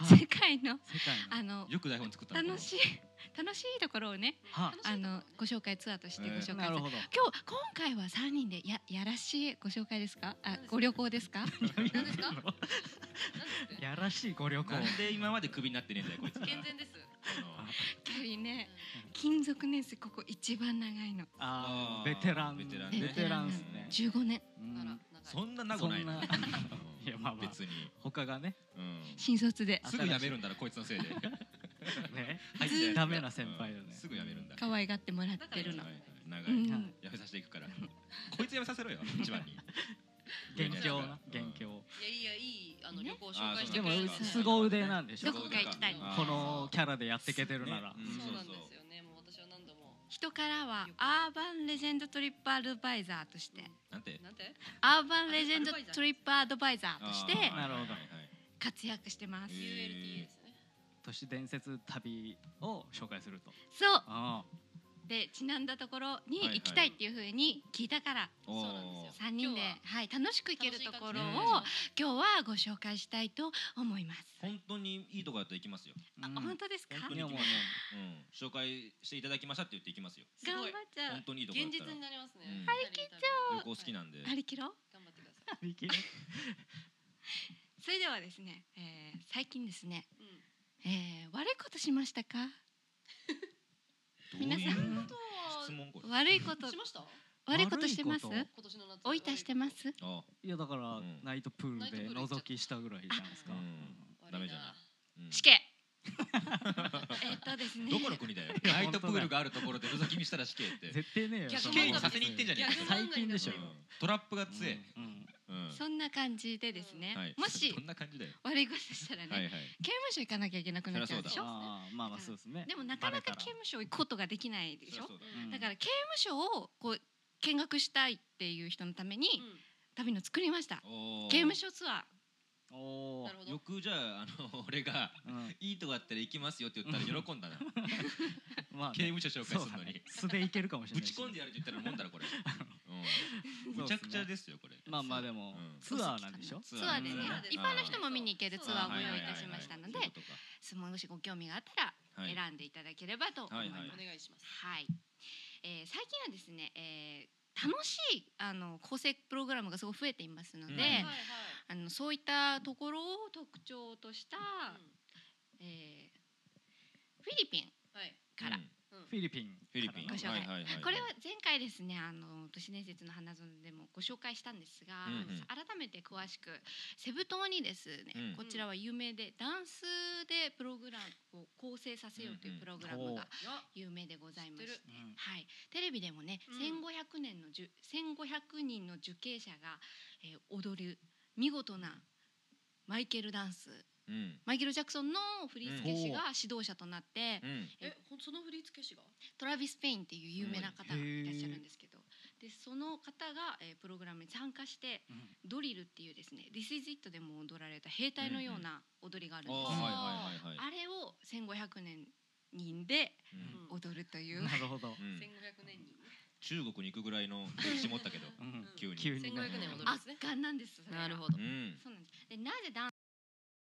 Speaker 3: は
Speaker 2: 世界の
Speaker 3: あ世界の
Speaker 2: あの
Speaker 4: よく台本作ったの
Speaker 2: 楽しい楽しいところをね
Speaker 3: は
Speaker 2: あのご紹介ツアーとしてご
Speaker 4: え
Speaker 2: 紹介
Speaker 3: あな
Speaker 2: す
Speaker 3: る
Speaker 2: る。
Speaker 3: ほど
Speaker 2: 今日今回は三人でややらしいご紹介ですか？あご旅行ですか？
Speaker 1: 何ですか何です
Speaker 3: やらしいご旅行
Speaker 4: なんで今までクビになってねえんだよこいつ
Speaker 1: 健全です
Speaker 4: あ
Speaker 2: キャリーね金属年数ここ一番長いの
Speaker 3: あ
Speaker 4: あー
Speaker 3: ーベテラン
Speaker 4: ベテラン
Speaker 2: ね
Speaker 3: ベテランですね
Speaker 2: 十五年
Speaker 3: うん
Speaker 1: あら
Speaker 4: そ
Speaker 1: 長い
Speaker 4: んな名護ないな。
Speaker 3: そんな
Speaker 4: うん
Speaker 3: いやまあまあ
Speaker 4: 別に。
Speaker 3: 他が ね
Speaker 4: うん
Speaker 2: 新卒で。
Speaker 4: すぐやめるんだなこいつのせいで。
Speaker 3: ね
Speaker 4: 入ったやつ
Speaker 3: ダメな先輩だね
Speaker 4: うんすぐやめるんだ。
Speaker 2: 可愛がってもらってるの
Speaker 4: は。い長
Speaker 2: う
Speaker 4: い。
Speaker 2: ん、
Speaker 4: やめさせていくから。こいつやめさせろよ一番に。
Speaker 3: 元凶
Speaker 4: うん
Speaker 3: な元凶
Speaker 1: いやいやいいあの
Speaker 2: ね
Speaker 1: 旅行を紹介して
Speaker 3: で
Speaker 1: く
Speaker 3: も
Speaker 1: れる
Speaker 4: あ
Speaker 1: から
Speaker 4: そう
Speaker 3: すご腕なんでしょ
Speaker 2: どこか行きたい
Speaker 3: このキャラでやってけてるなら
Speaker 4: ねうん
Speaker 1: そうなん
Speaker 4: そ
Speaker 1: で
Speaker 4: うそう
Speaker 1: すよねもう私は何度も
Speaker 2: 人からはアーバンレジェンドトリップアドバイザーとして
Speaker 4: なんて。
Speaker 1: なんて
Speaker 2: アーバンレジェンドトリップアドバイザーとして
Speaker 4: あー
Speaker 3: なるほど
Speaker 4: はいはいはい
Speaker 2: 活躍してます
Speaker 4: へ。ー
Speaker 1: ULTA ですね
Speaker 3: 都市伝説旅を紹介すると
Speaker 2: そう
Speaker 3: あ
Speaker 2: でちなんだところに
Speaker 4: はいはい
Speaker 2: 行きたいっていうふうに聞いたから
Speaker 4: おー
Speaker 1: そうなんですよ
Speaker 2: 3人
Speaker 1: 今
Speaker 2: で
Speaker 1: 日は
Speaker 2: はい楽しく行けるところを
Speaker 1: 楽しい
Speaker 2: 今日はご紹介したいと思います。
Speaker 4: 本当にいいとこだと行きますよ。
Speaker 3: ー
Speaker 2: あ
Speaker 3: うん
Speaker 2: 本当ですか？頑
Speaker 4: 本当
Speaker 2: 張っ
Speaker 4: に行き
Speaker 3: いやもう
Speaker 4: ますよ。うん紹介していただきましたって言って行きますよ。
Speaker 1: すごい
Speaker 2: ちゃ
Speaker 4: 本
Speaker 2: う。
Speaker 4: 当にいいとこだ
Speaker 1: 現実
Speaker 4: ったら
Speaker 1: に。なりますね
Speaker 4: うん
Speaker 1: 張り切っちゃ
Speaker 4: 旅行好きなんで。
Speaker 2: 張り切ろう。
Speaker 1: 頑張ってください
Speaker 2: それではですね、えー最近ですね、
Speaker 1: うん
Speaker 2: えー悪いことしましたか？
Speaker 4: どういう
Speaker 2: 皆さん
Speaker 1: あとは
Speaker 4: 質問これ。
Speaker 2: 悪いこと
Speaker 1: しました
Speaker 2: 悪いことしてます
Speaker 3: 悪いこ？
Speaker 1: 今年の夏
Speaker 2: 追い足してます？
Speaker 4: あ
Speaker 3: いやだから
Speaker 4: うん
Speaker 3: ナイトプール
Speaker 1: ナイトプー
Speaker 3: で
Speaker 1: ル行っちゃった
Speaker 3: 覗きしたぐらいじゃないですか
Speaker 4: うん
Speaker 1: 悪
Speaker 4: ダメじゃない。うん
Speaker 2: 死刑。えっとですね
Speaker 4: どこの国だよ
Speaker 3: いや
Speaker 4: ナイトプール
Speaker 3: 本当だ
Speaker 4: があるところで覗き見したら死刑って
Speaker 3: 絶対ねえよ
Speaker 4: 死
Speaker 1: 逆
Speaker 4: 刑に
Speaker 1: 漫
Speaker 4: さ
Speaker 1: 画
Speaker 4: せに行ってんじゃねえか
Speaker 3: 最近でしょ
Speaker 1: 逆漫画になってる
Speaker 4: トラップが強い、
Speaker 3: うん
Speaker 4: うん
Speaker 2: そんな感じでですね、
Speaker 4: はい
Speaker 2: もし
Speaker 4: そんな感じだよ
Speaker 2: 悪いことしたらね、
Speaker 4: はいはい
Speaker 2: 刑務所行かなきゃいけなくなっちゃうでし
Speaker 4: そ
Speaker 2: ょ
Speaker 3: あーまあまあそうですね
Speaker 2: でもなかなか
Speaker 3: バレ
Speaker 2: 刑
Speaker 3: たら
Speaker 2: 務所行くことができないでしょ
Speaker 4: そりゃそうだ
Speaker 3: うん
Speaker 2: だから刑務所をこう見学したいっていう人のために
Speaker 1: う
Speaker 2: 旅の作りました
Speaker 4: おー
Speaker 2: 刑務所ツア
Speaker 3: お
Speaker 1: ん
Speaker 3: お
Speaker 1: なるほど
Speaker 4: よくじゃああの俺が
Speaker 3: うん
Speaker 4: いいとこあったら行きますよって言ったら喜ん だな
Speaker 3: まあ
Speaker 4: 刑
Speaker 3: ね
Speaker 4: 務所紹介
Speaker 3: そ
Speaker 4: する
Speaker 3: うだ
Speaker 4: のに
Speaker 3: ね素でいけるかもしれ
Speaker 4: ぶ
Speaker 3: ない
Speaker 4: ち
Speaker 3: し
Speaker 4: 込んでやるって言ったらもんだろこれ、うん、
Speaker 3: そう
Speaker 4: む
Speaker 3: っ
Speaker 4: ち
Speaker 3: すね
Speaker 4: ゃくちゃですよこれ
Speaker 3: まあまあでも
Speaker 4: うん
Speaker 3: ツアーなんでしょ
Speaker 2: ーツアーですね
Speaker 1: ツアーです
Speaker 2: 一般の人も見に行けるツアーをご
Speaker 4: はい
Speaker 2: 用
Speaker 4: は
Speaker 2: 意
Speaker 4: い
Speaker 2: い
Speaker 4: はい
Speaker 2: た
Speaker 4: はい
Speaker 2: しましたので
Speaker 4: そういうことか
Speaker 2: もしご興味があったら
Speaker 4: はい
Speaker 2: 選んでいただければと思います。はい
Speaker 4: は
Speaker 2: い
Speaker 4: はい
Speaker 1: お願いします。
Speaker 2: えー最近はですね、えー楽しいあの構成プログラムがすごい増えていますので、
Speaker 4: うん
Speaker 1: はい
Speaker 4: ね
Speaker 1: はい。
Speaker 2: あのそういったところを特徴とした、
Speaker 1: うん
Speaker 2: えーフィリピン
Speaker 1: はい。
Speaker 2: から、
Speaker 4: うん
Speaker 3: フィリピン
Speaker 4: フィリピン
Speaker 2: ご紹介
Speaker 4: はいはいはい
Speaker 2: これは前回ですねあの都市伝説の花園でもご紹介したんですが、
Speaker 4: うんうん
Speaker 2: 改めて詳しくセブ島にですね、
Speaker 4: うん
Speaker 2: こちらは有名でダンスでプログラムを構成させようというプログラム
Speaker 3: うんうんお
Speaker 2: が
Speaker 3: ー
Speaker 1: いや
Speaker 2: 有名でございま
Speaker 1: 知
Speaker 2: し、
Speaker 1: っててる
Speaker 3: うん
Speaker 2: はい、テレビでもね、
Speaker 1: うん
Speaker 2: 1500年のじゅ1500人の受刑者が、えー踊る見事なマイケルダンス
Speaker 4: うん
Speaker 2: マイケル・ジャクソンの振り付け師が指導者となって、
Speaker 4: うん
Speaker 1: え、ほんその振り付け師が。
Speaker 2: トラビス・ペインっていう有名な方がいらっしゃるんですけど、でその方が、えープログラムに参加して
Speaker 3: うん
Speaker 2: ドリルっていうですね「This is it」でも踊られた兵隊のような踊りがあるん
Speaker 4: あ
Speaker 2: で
Speaker 4: ー
Speaker 2: すよ、
Speaker 4: はいはいはいはい
Speaker 2: あれを1500年人で
Speaker 4: うん
Speaker 1: うん
Speaker 2: 踊るという、
Speaker 3: なるほど
Speaker 4: うん
Speaker 1: 千五百年に。
Speaker 4: 中国に行くぐらいの歴史持ったけど
Speaker 3: う
Speaker 1: うん
Speaker 3: ん
Speaker 4: 急に
Speaker 3: 急に
Speaker 1: 千五百年踊るんで
Speaker 2: 圧
Speaker 1: すね。
Speaker 2: 巻なんですそれが
Speaker 1: ほど
Speaker 4: う。ん
Speaker 2: そうなんですでなぜダン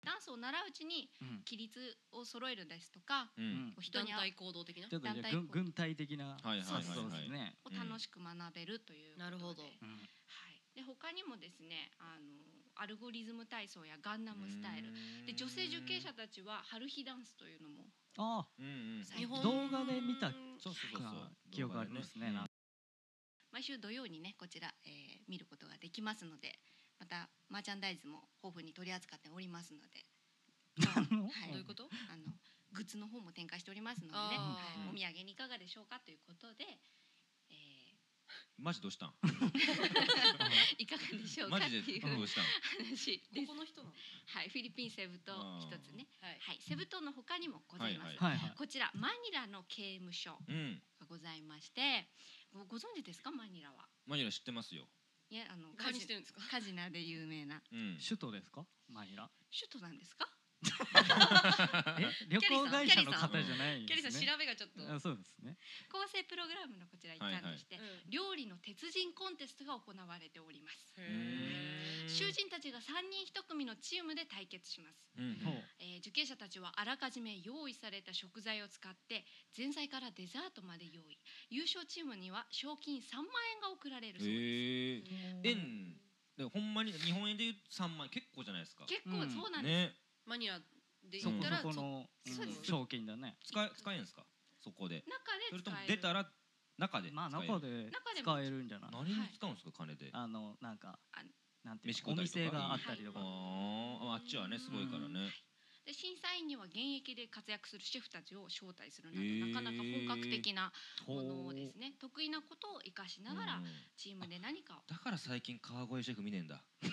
Speaker 2: ダンスを習ううちに
Speaker 3: うん
Speaker 2: 規律を揃えるですとか
Speaker 4: う
Speaker 3: うんん
Speaker 2: こう人
Speaker 1: 団
Speaker 2: に合う
Speaker 1: 体行動的な
Speaker 3: ち。ょっとじ
Speaker 2: 団
Speaker 3: ゃあ
Speaker 2: 体
Speaker 3: 軍軍隊的な
Speaker 4: はいはいはいはい
Speaker 3: 活動ですね
Speaker 2: を楽しく学べるということで
Speaker 1: なるほど
Speaker 3: うん
Speaker 2: はい、で他にもですねあのアルゴリズム体操やガンダムスタイルで女性受刑者たちは春日ダンスというのも
Speaker 3: あ
Speaker 4: うんうん
Speaker 2: 最
Speaker 1: 日
Speaker 2: 近
Speaker 1: 本
Speaker 3: 動画で見た
Speaker 4: そうそうそうそう
Speaker 3: あ記憶ありますね
Speaker 4: うん
Speaker 3: なんか
Speaker 2: 毎週土曜にねこちら、えー見ることができますのでまたマーチャンダイズも豊富に取り扱っておりますのではい
Speaker 1: どういうこと。
Speaker 2: あのグッズの方も展開しておりますのでね、
Speaker 1: あ
Speaker 2: はい
Speaker 4: ー
Speaker 2: お土産にいかがでしょうかということで、え
Speaker 4: マジどうしたん
Speaker 2: ーいかがでしょうか
Speaker 4: マ
Speaker 2: って
Speaker 4: ジで
Speaker 2: いう
Speaker 4: どうしたん
Speaker 2: 話で
Speaker 1: こ
Speaker 2: す
Speaker 1: こ。の人なの。
Speaker 2: はい、フィリピンセブ島
Speaker 4: あー
Speaker 2: 一つね、
Speaker 1: はい。
Speaker 2: はい、セブ島の他にもございます。
Speaker 4: はい
Speaker 3: はいはい
Speaker 2: こちらマニラの刑務所
Speaker 4: うん
Speaker 2: がございまして、ごご存知ですかマニラは？
Speaker 4: マニラ知ってますよ
Speaker 2: いやあの
Speaker 1: 何してるんですか。
Speaker 2: カジナで有名な
Speaker 4: うん
Speaker 3: 首都ですかマ ニラ
Speaker 2: 首都なんですか？
Speaker 3: え旅行会社の方じゃないん
Speaker 1: キャリー
Speaker 3: で
Speaker 1: さん
Speaker 3: す
Speaker 1: 調
Speaker 3: ね
Speaker 1: べがちょっと。
Speaker 3: あそうですね
Speaker 2: 構成プログラムのこちら一
Speaker 4: はいはい
Speaker 2: 環として、
Speaker 1: うん
Speaker 2: 料理の鉄人コンテストが行われております。
Speaker 1: へー
Speaker 2: 囚人たちが3人1組のチームで対決します、
Speaker 4: うんうん
Speaker 3: ほう
Speaker 2: えー受刑者たちはあらかじめ用意された食材を使って前菜からデザートまで用意優勝チームには賞金3万円が贈られるそうです、
Speaker 4: えー
Speaker 1: うん
Speaker 4: 円でほんまに日本円で言う3万円結構じゃないですか
Speaker 2: 結構そうなんです、
Speaker 4: ね
Speaker 1: マニラで
Speaker 3: そ
Speaker 1: 行っ
Speaker 3: こ
Speaker 1: たら。
Speaker 3: そこの
Speaker 1: そううんです
Speaker 3: 賞金だね
Speaker 4: 使え使えんですかそこでそ
Speaker 2: 中
Speaker 4: れ
Speaker 2: で
Speaker 4: と
Speaker 2: 使
Speaker 4: も
Speaker 2: える
Speaker 4: 出たら中で
Speaker 3: まあ
Speaker 4: 使える
Speaker 3: 中で使えるんじゃない
Speaker 4: 何に使うんですか金であ
Speaker 3: あのなんか
Speaker 2: あ
Speaker 3: なんていう
Speaker 4: 飯
Speaker 3: か
Speaker 4: 食
Speaker 3: お
Speaker 4: うたりとか
Speaker 3: 店があったりとか
Speaker 4: ーああっちはねすごいからね
Speaker 2: で審査員には現役で活躍するシェフたちを招待するなど、
Speaker 4: へー
Speaker 2: なかなか本格的なもの
Speaker 3: ほ
Speaker 2: を
Speaker 3: う
Speaker 2: ですね得意なことを生かしながら
Speaker 4: うん
Speaker 2: チームで何かを
Speaker 4: だから最近川越シェフ見ねえんだ
Speaker 2: い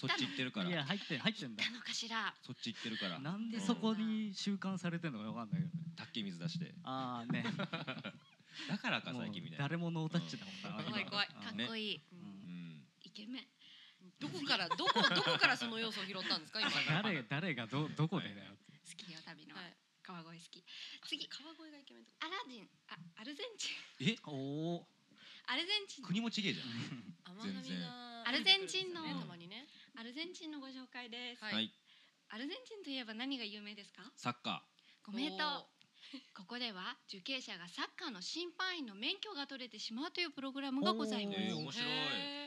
Speaker 4: そ
Speaker 2: た
Speaker 4: っ
Speaker 2: の
Speaker 4: ち行ってるから
Speaker 3: いや入って入ってんだ
Speaker 2: いたのかしら
Speaker 4: そっち行ってるから
Speaker 3: なんでそこに習慣されてるのかわかんないけどね
Speaker 4: 竹水出して
Speaker 3: ああね
Speaker 4: だからか
Speaker 3: もう
Speaker 4: 最近みたいな
Speaker 3: 誰もノータッチだもんな
Speaker 1: 怖い怖い
Speaker 2: か
Speaker 3: あ
Speaker 2: っこいい、
Speaker 3: うん
Speaker 4: うん
Speaker 2: イケメン
Speaker 1: どこから、どこ、どこからその要素を拾ったんですか、今。
Speaker 3: 誰が誰がどどこでだよ
Speaker 2: 好きよ旅の、
Speaker 1: はい
Speaker 2: 川越好き次
Speaker 1: 川越がイケメンとか。
Speaker 2: アラジンあアルゼンチン
Speaker 4: え
Speaker 3: おお
Speaker 2: アルゼンチン
Speaker 4: 国もちげえじゃん
Speaker 1: 甘み
Speaker 4: 全然
Speaker 1: が。
Speaker 2: アルゼンチンの
Speaker 1: 出てくるんですよねたまにね。
Speaker 2: アルゼンチンのご紹介です、
Speaker 1: はい
Speaker 4: はい
Speaker 2: アルゼンチンといえば何が有名ですか
Speaker 4: サッカ
Speaker 2: ご名
Speaker 1: お
Speaker 2: 答
Speaker 1: ー
Speaker 2: ここでは受刑者がサッカーの審判員の免許が取れてしまうというプログラムがござい
Speaker 4: ー
Speaker 2: ます
Speaker 4: えー面白い
Speaker 1: へ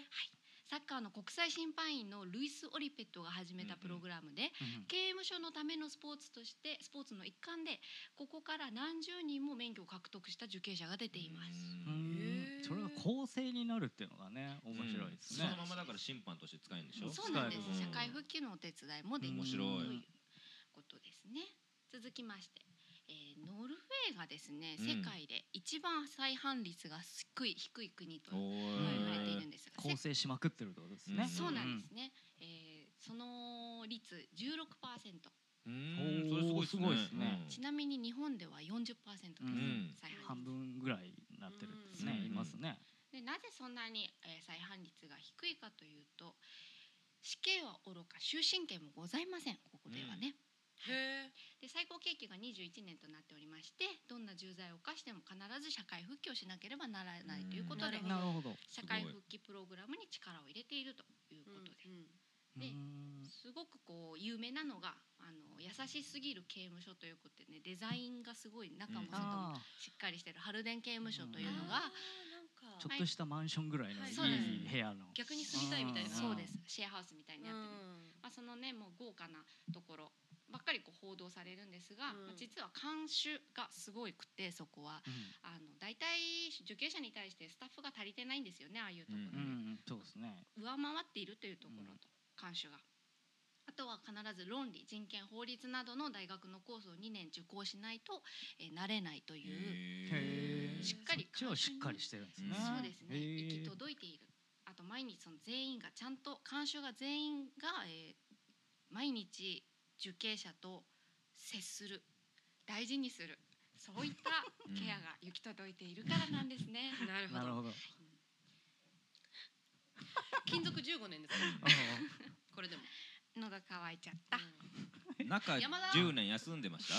Speaker 2: サッカーの国際審判員のルイス・オリペットが始めたプログラムで、刑務所のためのスポーツとしてスポーツの一環でここから何十人も免許を獲得した受刑者が出ています。
Speaker 3: う
Speaker 4: ー
Speaker 3: んそれが構成になるっていうのがね面白いです
Speaker 4: その
Speaker 3: ね
Speaker 4: ままだから審判として使えるんでしょ
Speaker 2: そうなんです
Speaker 3: う。ん
Speaker 2: 社会復帰のお手伝いもでき
Speaker 3: 面
Speaker 2: ると
Speaker 3: 白
Speaker 4: い
Speaker 2: いうことですね。続きまして、えーノルウェーがですね、
Speaker 4: うん
Speaker 2: 世界で一番再犯率が低い低い国と
Speaker 4: お
Speaker 2: 言
Speaker 4: ー
Speaker 3: はい
Speaker 2: わ
Speaker 3: は
Speaker 2: れてい
Speaker 3: い
Speaker 2: るんですが、
Speaker 3: 構成しまくってるってことですね、
Speaker 4: うん
Speaker 2: そうなんですね、えーその率16%
Speaker 4: う
Speaker 3: お
Speaker 4: ん
Speaker 3: ー
Speaker 4: それすごいっすね
Speaker 2: ち
Speaker 4: うん
Speaker 3: すごいっすね
Speaker 2: なみに日本では40%です、
Speaker 3: うん
Speaker 2: 再犯率
Speaker 3: 半分ぐらいになってるんですね、
Speaker 4: うん
Speaker 3: いますね、
Speaker 2: でなぜそんなに、えー再犯率が低いかというと死刑はおろか終身刑もございませんここではね、
Speaker 1: へえ。
Speaker 2: で最高刑期が21年となっておりましてどんな重罪を犯しても必ず社会復帰をしなければならないということで
Speaker 1: うん
Speaker 3: なるほど
Speaker 2: 社会復帰プログラムに力を入れているという
Speaker 1: うん
Speaker 2: ことで、
Speaker 3: う
Speaker 2: で
Speaker 3: ーん
Speaker 2: すごくこう有名なのがあの優しすぎる刑務所ということでねデザインがすごい中も外も
Speaker 3: あー
Speaker 2: しっかりしてるハルデン刑務所といううんの
Speaker 1: あ
Speaker 2: が
Speaker 1: ーなんか
Speaker 3: ちょっとしたマンションぐらいの
Speaker 1: はい
Speaker 3: い
Speaker 2: そうです
Speaker 3: い部屋の、
Speaker 1: 逆に住みたいみたいな。
Speaker 3: あー
Speaker 2: そうですシェアハウスみたいになってる、
Speaker 1: うん
Speaker 2: まあ、そのねもう豪華なところばっかりこう報道されるんですが、
Speaker 1: うん
Speaker 2: まあ実は監修がすごくてそこは
Speaker 3: う
Speaker 2: あの大体受刑者に対してスタッフが足りてないんですよねああいうところ、
Speaker 3: んうんうん、そうですね
Speaker 2: 上回っているというところ
Speaker 3: うん
Speaker 2: と、監修が。あとは必ず論理人権法律などの大学のコースを2年受講しないと、えーなれないという、
Speaker 4: へ
Speaker 3: へー
Speaker 2: しっかり
Speaker 3: そっちはしっかりしてるんですね、
Speaker 4: うん
Speaker 2: そうですね
Speaker 3: へ
Speaker 2: 行
Speaker 3: ー
Speaker 2: き届いているあと毎日その全員がちゃんと監修が全員が、えー毎日受刑者と接する大事にするそういったケアが行き届いているからなんですね。
Speaker 1: なるほ
Speaker 3: なる
Speaker 1: ど。
Speaker 3: ほ ど
Speaker 1: 勤続15年ですね。これでも。
Speaker 2: 喉乾いちゃった。
Speaker 4: 中
Speaker 1: 山田
Speaker 4: 10年休んでました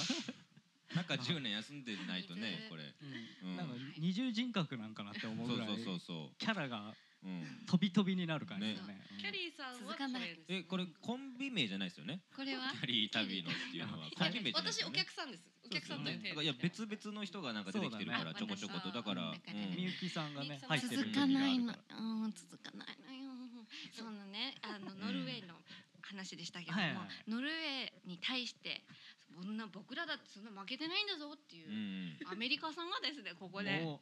Speaker 4: 中10年休んでないとね
Speaker 1: 水
Speaker 4: これ
Speaker 3: うん
Speaker 4: うん
Speaker 3: なんか二重人格なんかなって思う
Speaker 4: そう
Speaker 3: ぐらい
Speaker 4: そうそうそ
Speaker 3: キャラが
Speaker 4: ううん
Speaker 3: 飛び飛びになる感じだね
Speaker 2: ね
Speaker 1: キャリーさんは
Speaker 2: 続かない
Speaker 1: これです
Speaker 4: えこれコンビ名じゃないですよね
Speaker 2: これは
Speaker 4: キャリー旅のっていうのはコンビ名じゃないです
Speaker 1: 私
Speaker 4: よ
Speaker 1: お
Speaker 4: ね
Speaker 1: 客さんです。お客さんという
Speaker 4: だ
Speaker 1: 手
Speaker 4: からいや別々の人がなんか出てきてるか
Speaker 2: そうだね
Speaker 4: らちょこちょことだか
Speaker 2: あ
Speaker 4: ら
Speaker 3: うんみゆきさんがね入ってる
Speaker 2: 続かないの
Speaker 3: 時があるか、
Speaker 2: うん、続かないのよ。そのね、あのノルウェーの話でしたけども、
Speaker 3: はいはいはい
Speaker 2: ノルウェーに対して。そんな僕らだって、そんな負けてないんだぞっていう
Speaker 4: う、ん
Speaker 2: アメリカさんがですね、ここ
Speaker 3: ら
Speaker 2: で。
Speaker 3: も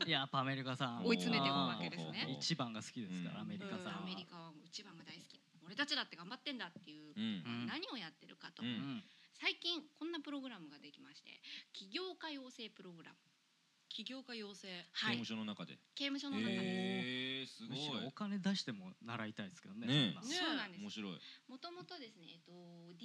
Speaker 3: ういややっぱアメリカさん
Speaker 2: 追い詰めていくわけ
Speaker 4: で
Speaker 2: ですね
Speaker 4: す
Speaker 3: 一番が好きですから、
Speaker 4: うん
Speaker 3: アメリカさんは
Speaker 2: アメリカは一番が大好き。俺たちだって頑張ってんだっていう。
Speaker 4: うん
Speaker 3: うん
Speaker 2: 何をやってるかと、
Speaker 4: う
Speaker 3: うんん
Speaker 2: 最近こんなプログラムができまして起業家養成プログラム、
Speaker 1: 起業家養成。
Speaker 4: 刑
Speaker 2: はい
Speaker 4: 務、所の中で
Speaker 2: 刑務所の中で
Speaker 4: へえすご
Speaker 3: む
Speaker 4: い
Speaker 3: しろお金出しても習いたいですけどね
Speaker 4: ね
Speaker 3: そんな
Speaker 2: す、そうなんです
Speaker 4: 面白い
Speaker 2: もともとですね、えっと、デ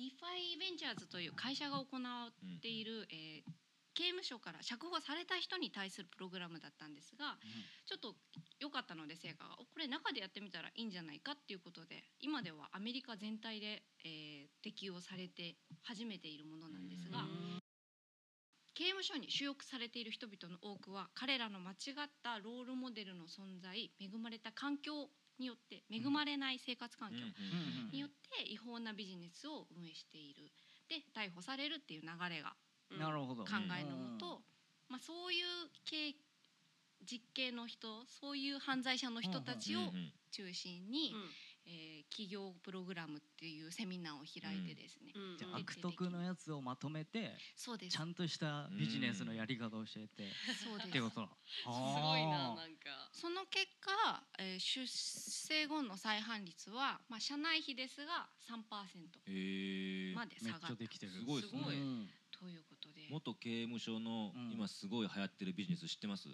Speaker 2: ィファイベンチャーズという会社が行っ
Speaker 4: うん
Speaker 2: ている、えー刑務所から釈放された人に対するプログラムだったんですがちょっと良かったので成果がおこれ中でやってみたらいいんじゃないかっていうことで今ではアメリカ全体で、えー適用されて初めているものなんです
Speaker 4: う
Speaker 2: が刑務所に収容されている人々の多くは彼らの間違ったロールモデルの存在恵まれた環境によって恵まれない生活環境、
Speaker 3: うん
Speaker 2: によって違法なビジネスを運営しているで逮捕されるっていう流れが
Speaker 1: うん
Speaker 3: なるほど
Speaker 2: 考えのもと、まあ、そういう系実刑の人そういう犯罪者の人たちを
Speaker 4: うん
Speaker 2: 中心に、
Speaker 1: うん
Speaker 2: えー企業プログラムっていうセミナーを開いてですね、
Speaker 1: うん
Speaker 3: じゃ
Speaker 1: うん
Speaker 3: あ悪徳のやつをまとめて
Speaker 2: そうです
Speaker 3: ちゃんとしたビジネスのやり方を教えて、
Speaker 2: そう
Speaker 3: っ
Speaker 2: で
Speaker 3: て
Speaker 2: す
Speaker 3: ことなす
Speaker 1: すごいななんか。
Speaker 2: その結果、えー出生後の再犯率は、まあ、社内比ですが3%
Speaker 4: へえ
Speaker 2: まで
Speaker 3: め
Speaker 2: 下が
Speaker 3: っ
Speaker 2: った
Speaker 3: ちゃできてる
Speaker 4: すごいですね
Speaker 1: すごい
Speaker 3: うん
Speaker 2: ということで
Speaker 4: 元刑務所の
Speaker 3: うん
Speaker 4: 今すごい流行ってるビジネス知ってます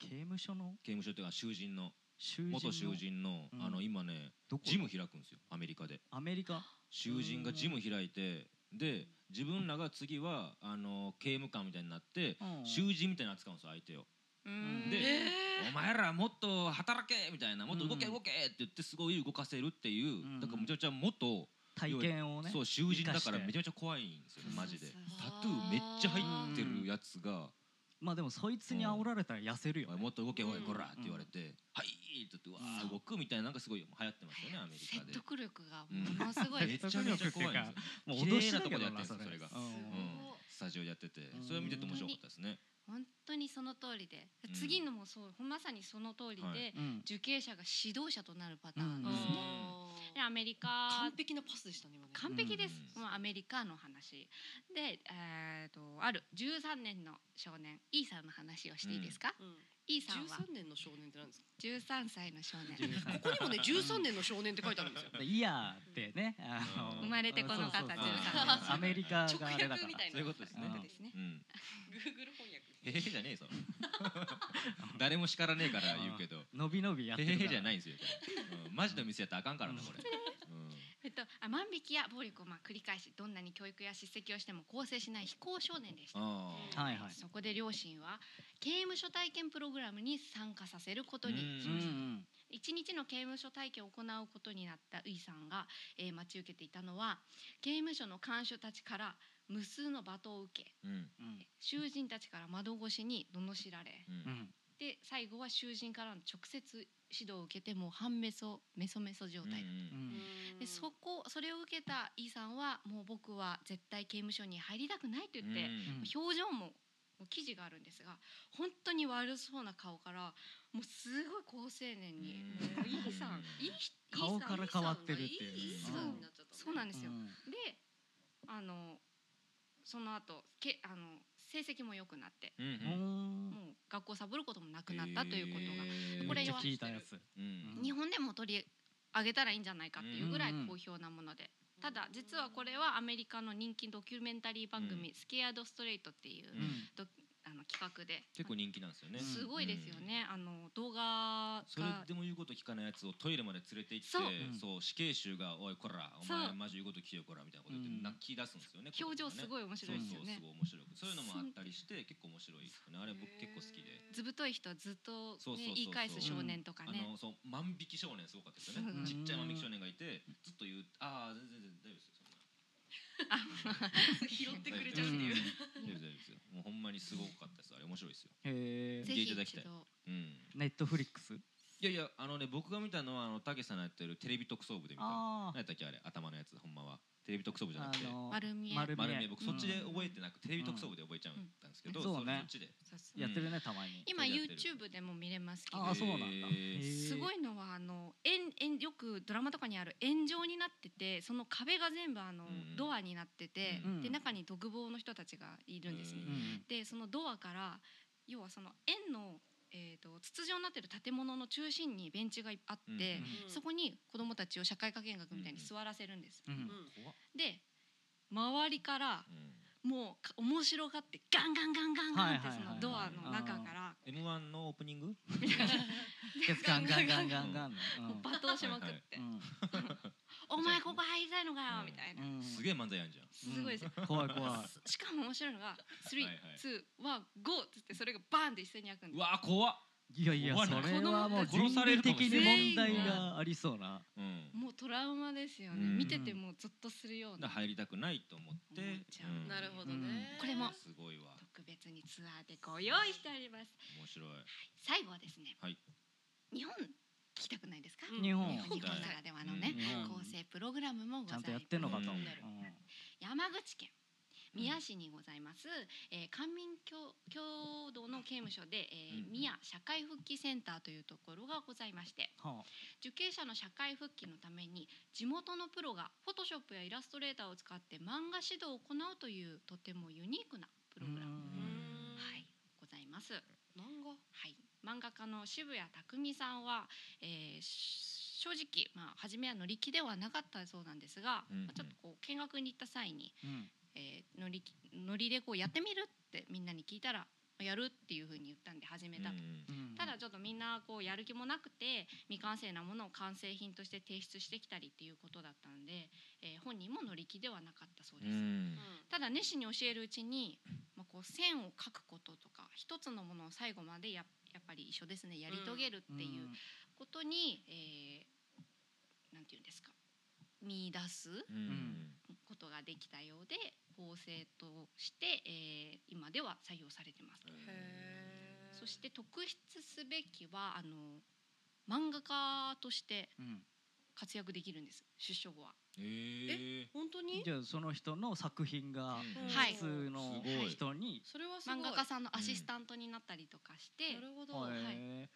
Speaker 3: 刑務所の
Speaker 4: 刑務所っていうか囚人の
Speaker 3: 囚人の
Speaker 4: 元囚人の
Speaker 3: うん
Speaker 4: あの今ね
Speaker 3: どこ
Speaker 4: ジム開くんですよアメリカで
Speaker 3: アメリカ
Speaker 4: 囚人がジム開いてで自分らが次はあの刑務官みたいになって
Speaker 3: うん
Speaker 4: 囚人みたいに扱うんですよ相手を
Speaker 2: うーん
Speaker 4: で
Speaker 1: え
Speaker 4: お前らもっと働けみたいなもっと動け
Speaker 3: うん
Speaker 4: 動けって言ってすごい動かせるっていう
Speaker 3: うん
Speaker 4: だからむちゃくちゃ元
Speaker 3: 体験をね
Speaker 4: そう囚人だから
Speaker 3: 生かして
Speaker 4: めちゃめちゃ怖いんですよねマジで
Speaker 2: そう
Speaker 4: タトゥーめっちゃ入ってるやつが
Speaker 3: まあでもそいつに煽られたら痩せるよ
Speaker 4: おい
Speaker 3: ね
Speaker 4: もっと動けおい
Speaker 1: うん
Speaker 4: こらって言われてはいって言ってうわー動くみたいななんかすごい流行ってますよねアメリカで
Speaker 2: 説得力がものすごい、
Speaker 4: めちゃめちゃ怖いんですよ
Speaker 3: もう脅しだけ
Speaker 4: 綺麗なとこでやって
Speaker 3: ど
Speaker 4: るんで
Speaker 3: な
Speaker 4: すよ
Speaker 3: それ
Speaker 4: それが
Speaker 3: うん
Speaker 4: うんスタジオでやっててそれを見てて面白かったですね
Speaker 2: 本当にその通りで
Speaker 4: うん
Speaker 2: 次のもそうまさにその通りで、
Speaker 4: はい
Speaker 3: うん
Speaker 2: 受刑者が指導者となるパターン
Speaker 1: ー
Speaker 2: ですね、でア
Speaker 1: あー
Speaker 2: メリカ
Speaker 1: 完璧なパスでしたね今ね。
Speaker 2: 完璧です、
Speaker 4: うん
Speaker 2: もうアメリカの話で、えー、とある13年の少年イーサンの話をしていいですか、
Speaker 1: うん
Speaker 2: E さんは
Speaker 1: 13年の少年ってなんですか
Speaker 2: 13歳の少年
Speaker 3: 13
Speaker 1: ここに もね13年の少年って書いてあるんですよ
Speaker 3: イヤーってね、あの
Speaker 2: 生まれてこの方
Speaker 3: そうそう
Speaker 2: 13
Speaker 3: そうアメリカがあれだか
Speaker 1: 直訳みたいな
Speaker 4: そ
Speaker 3: ら。
Speaker 4: ういうことですね
Speaker 3: うん
Speaker 2: ですね
Speaker 4: うん
Speaker 1: Google 翻訳
Speaker 4: へへじゃね えぞ誰も叱らねえから言うけど
Speaker 3: 伸び伸びやっ
Speaker 4: へ
Speaker 3: て
Speaker 4: へへ
Speaker 3: るから。
Speaker 4: じゃないんですよこれうんマジの店やったらあかんからなこれうん
Speaker 2: えっと、あ万引きや暴力をまあ繰り返しどんなに教育や叱責をしても更生しない非行少年でした、
Speaker 4: ああ
Speaker 3: はいはい。
Speaker 2: そこで両親は刑務所体験プログラムに参加させることに
Speaker 4: うん
Speaker 2: し
Speaker 3: うん
Speaker 2: ました
Speaker 3: うん。
Speaker 2: 一日の刑務所体験を行うことになったウイさんが、えー待ち受けていたのは刑務所の看守たちから無数の罵倒を受け
Speaker 4: うん
Speaker 3: うん
Speaker 2: 囚人たちから窓越しに罵られ
Speaker 4: うん
Speaker 3: うん。
Speaker 2: で最後は囚人からの直接指導を受けてもう半メソメソメソ状態、
Speaker 3: う
Speaker 4: うん
Speaker 3: ん
Speaker 2: でそこそれを受けたイさんはもう僕は絶対刑務所に入りたくないって言って、
Speaker 4: うん
Speaker 2: 表情ももう記事があるんですが本当に悪そうな顔からもうすごい好青年に
Speaker 4: うん
Speaker 2: もうイさんイイさん
Speaker 3: 顔から変わってるっていう
Speaker 1: いい
Speaker 2: そう
Speaker 1: さんになっちゃったね
Speaker 2: そうなんですよ、
Speaker 3: うん
Speaker 2: であのその後けあの成績も良くなって
Speaker 4: うんうん
Speaker 3: うん
Speaker 2: もう学校サボることもなくなったということが、
Speaker 4: へー
Speaker 2: これ
Speaker 3: めっちゃ
Speaker 2: は
Speaker 3: 聞いたやつ。
Speaker 4: うん
Speaker 2: 日本でも取り上げたらいいんじゃないかっていうぐらい
Speaker 3: うんうん
Speaker 2: 好評なもので、ただ実はこれはアメリカの人気ドキュメンタリー番組「スケアド・ストレイト」っていう、
Speaker 4: うん
Speaker 2: ドあの企画で
Speaker 4: 結構人気なんですよね
Speaker 3: うん
Speaker 2: すごいですよね、あの動画
Speaker 4: それ
Speaker 2: が
Speaker 4: でも言うこと聞かないやつをトイレまで連れて行って
Speaker 2: そう
Speaker 3: うん
Speaker 4: そう死刑囚が「おいこらお
Speaker 2: そ
Speaker 4: 前
Speaker 2: う
Speaker 4: マジ言うこと聞けよこら」みたいなこと言
Speaker 3: う
Speaker 4: っ
Speaker 3: ん
Speaker 4: て泣き出すんですよね
Speaker 2: 表情す
Speaker 4: い
Speaker 2: ごい面白いですよね
Speaker 4: そうそうすごい面白くそういうのもあったりして結構面白いですよねあれ僕結構好きで。
Speaker 2: ずぶとい人はずっと、ね、
Speaker 4: そうそうそうそう
Speaker 2: 言い返す少年とか
Speaker 4: あ
Speaker 2: ね、
Speaker 4: のそう万引き少年すごかったですよね、
Speaker 2: うん
Speaker 4: ちっちゃい万引き少年がいてずっと言う「ああ全然全然大丈夫ですよ」
Speaker 1: 拾ってくれち
Speaker 4: う
Speaker 1: ゃ
Speaker 4: ん
Speaker 1: うっていう
Speaker 4: そんな大丈夫です大丈夫ですよもうほんまにすごかったですあれ面白いですよ、
Speaker 3: へえ
Speaker 4: ぜ。
Speaker 2: ぜ
Speaker 4: 見て
Speaker 2: ひ
Speaker 4: いただき
Speaker 2: 一
Speaker 4: たい
Speaker 2: 度
Speaker 4: うん、
Speaker 3: ネットフリックス。
Speaker 4: いやいやあのね僕が見たのはあのたけしさんのやってるテレビ特捜部で見た何
Speaker 3: あ
Speaker 4: やったっけあれ頭のやつほんまはテレビ特捜部じゃ
Speaker 3: あ
Speaker 4: なくて
Speaker 3: の
Speaker 2: 丸見え
Speaker 3: 丸
Speaker 4: 丸見
Speaker 3: 見
Speaker 4: え
Speaker 3: え。
Speaker 4: 僕そっちで覚えてなくテレビ特捜部で覚えちゃったんですけど、
Speaker 3: うん
Speaker 4: そ
Speaker 3: そうね
Speaker 4: そっちで
Speaker 2: そうそう
Speaker 3: うんやってるねたまに。
Speaker 2: 今
Speaker 4: やってる
Speaker 2: YouTube でも見れますけど
Speaker 3: ああそうなんだ。
Speaker 4: へー
Speaker 2: すご
Speaker 3: い。
Speaker 2: いのはあの円円よくドラマとかにある円状になっててその壁が全部あの、
Speaker 4: うん
Speaker 2: ドアになってて、
Speaker 4: うん
Speaker 2: で中に独房の人たちがいるんですね。
Speaker 4: う
Speaker 3: うん
Speaker 2: でそのドアから要はその円の、えー、と筒状になってる建物の中心にベンチがあって、
Speaker 4: うんうん
Speaker 2: そこに子どもたちを社会科見学みたいに座らせるんです。
Speaker 3: うん
Speaker 1: うん
Speaker 4: 怖っ、
Speaker 2: で周りから
Speaker 4: うん、
Speaker 2: もう面白がってガンガンガンガンガンって
Speaker 3: はいはい
Speaker 2: そ
Speaker 3: はい
Speaker 2: のドアの中から。
Speaker 4: M1 のオープニング
Speaker 3: ガンガンガンガンガン。
Speaker 2: もう罵倒しまくって
Speaker 3: う、ん
Speaker 2: お前ここ入りたいのかよみたいな、
Speaker 3: うん
Speaker 4: すげえ漫才やんじゃん
Speaker 2: すごいですよ。
Speaker 3: 怖い怖い。
Speaker 2: しかも面白いのが「321
Speaker 4: はいはい
Speaker 2: ゴー」っつってそれがバーンって一斉に開くんで
Speaker 4: う
Speaker 2: す
Speaker 4: わー怖っ、
Speaker 3: いやいや
Speaker 4: 怖い
Speaker 3: そ
Speaker 4: な
Speaker 3: れはもう人
Speaker 4: 殺される
Speaker 3: 類
Speaker 4: かも
Speaker 3: 的
Speaker 4: しれ
Speaker 3: に
Speaker 2: ない
Speaker 3: 問題がありそうな。
Speaker 4: うん、
Speaker 2: もうトラウマですよ
Speaker 4: う
Speaker 2: ね
Speaker 4: ん
Speaker 2: 見ててもゾッとするような
Speaker 4: だ入りたくないと思って、
Speaker 2: 思っちゃう
Speaker 4: うん
Speaker 1: なるほどね、
Speaker 2: うんこれも
Speaker 4: すごいわ
Speaker 2: 特別にツアーでご用意してあります
Speaker 4: 面白い
Speaker 2: 最後はですね、
Speaker 4: はい
Speaker 2: 日本聞きたくないですか、
Speaker 1: うん
Speaker 3: 日本
Speaker 2: 日本
Speaker 4: 聞
Speaker 2: に
Speaker 4: きた
Speaker 2: こ
Speaker 4: い
Speaker 2: れからではあのね、
Speaker 3: 日
Speaker 1: うん
Speaker 3: 本
Speaker 2: 構成プログラムもご
Speaker 3: ち
Speaker 2: ざい
Speaker 3: ゃん
Speaker 2: ます
Speaker 3: とやってんのかと。うん
Speaker 2: 山口県宮市にございます、えー、官民共共同の刑務所で、えー
Speaker 4: うん
Speaker 2: 宮社会復帰センターというところがございまして
Speaker 3: はあ
Speaker 2: 受刑者の社会復帰のために地元のプロがフォトショップやイラストレーターを使って漫画指導を行うというとてもユニークなプログラム、
Speaker 3: うん
Speaker 1: うん
Speaker 2: はい、ございます。
Speaker 1: 漫画
Speaker 2: はい、漫画家の渋谷匠さんは、えーし正直、まあ、初めは乗り気ではなかったそうなんですが、
Speaker 4: うんうん
Speaker 2: まあちょっとこう見学に行った際に、
Speaker 3: うん
Speaker 2: えー乗り気乗りでこうやってみるってみんなに聞いたらやるっていうふうに言ったんで始めたと。
Speaker 4: うん
Speaker 3: うん
Speaker 2: ただちょっとみんなこうやる気もなくて未完成なものを完成品として提出してきたりっていうことだったんで、えー本人も乗り気ではなかったそう
Speaker 4: う
Speaker 2: です。
Speaker 4: ん
Speaker 2: ただ熱心に教えるうちに、まあ、こう線を描くこととか一つのものを最後までややっぱり一緒ですねやり遂げるっていうことに、えーなんて言うんですか見出す
Speaker 4: うんうん
Speaker 2: ことができたようで法制として、えー今では採用されてます。
Speaker 1: へー
Speaker 2: そして特筆すべきはあの漫画家として
Speaker 3: うん
Speaker 2: 活躍できるんです出所後は。
Speaker 4: え
Speaker 1: 本当
Speaker 3: うん
Speaker 1: に
Speaker 3: じゃあその人の作品が
Speaker 4: うん
Speaker 2: はい
Speaker 3: 普通の
Speaker 4: すごい
Speaker 3: 人に。
Speaker 1: それはすごい
Speaker 2: 漫画家さんのアシスタントになったりとかして、
Speaker 1: なるほど、
Speaker 2: い
Speaker 3: へ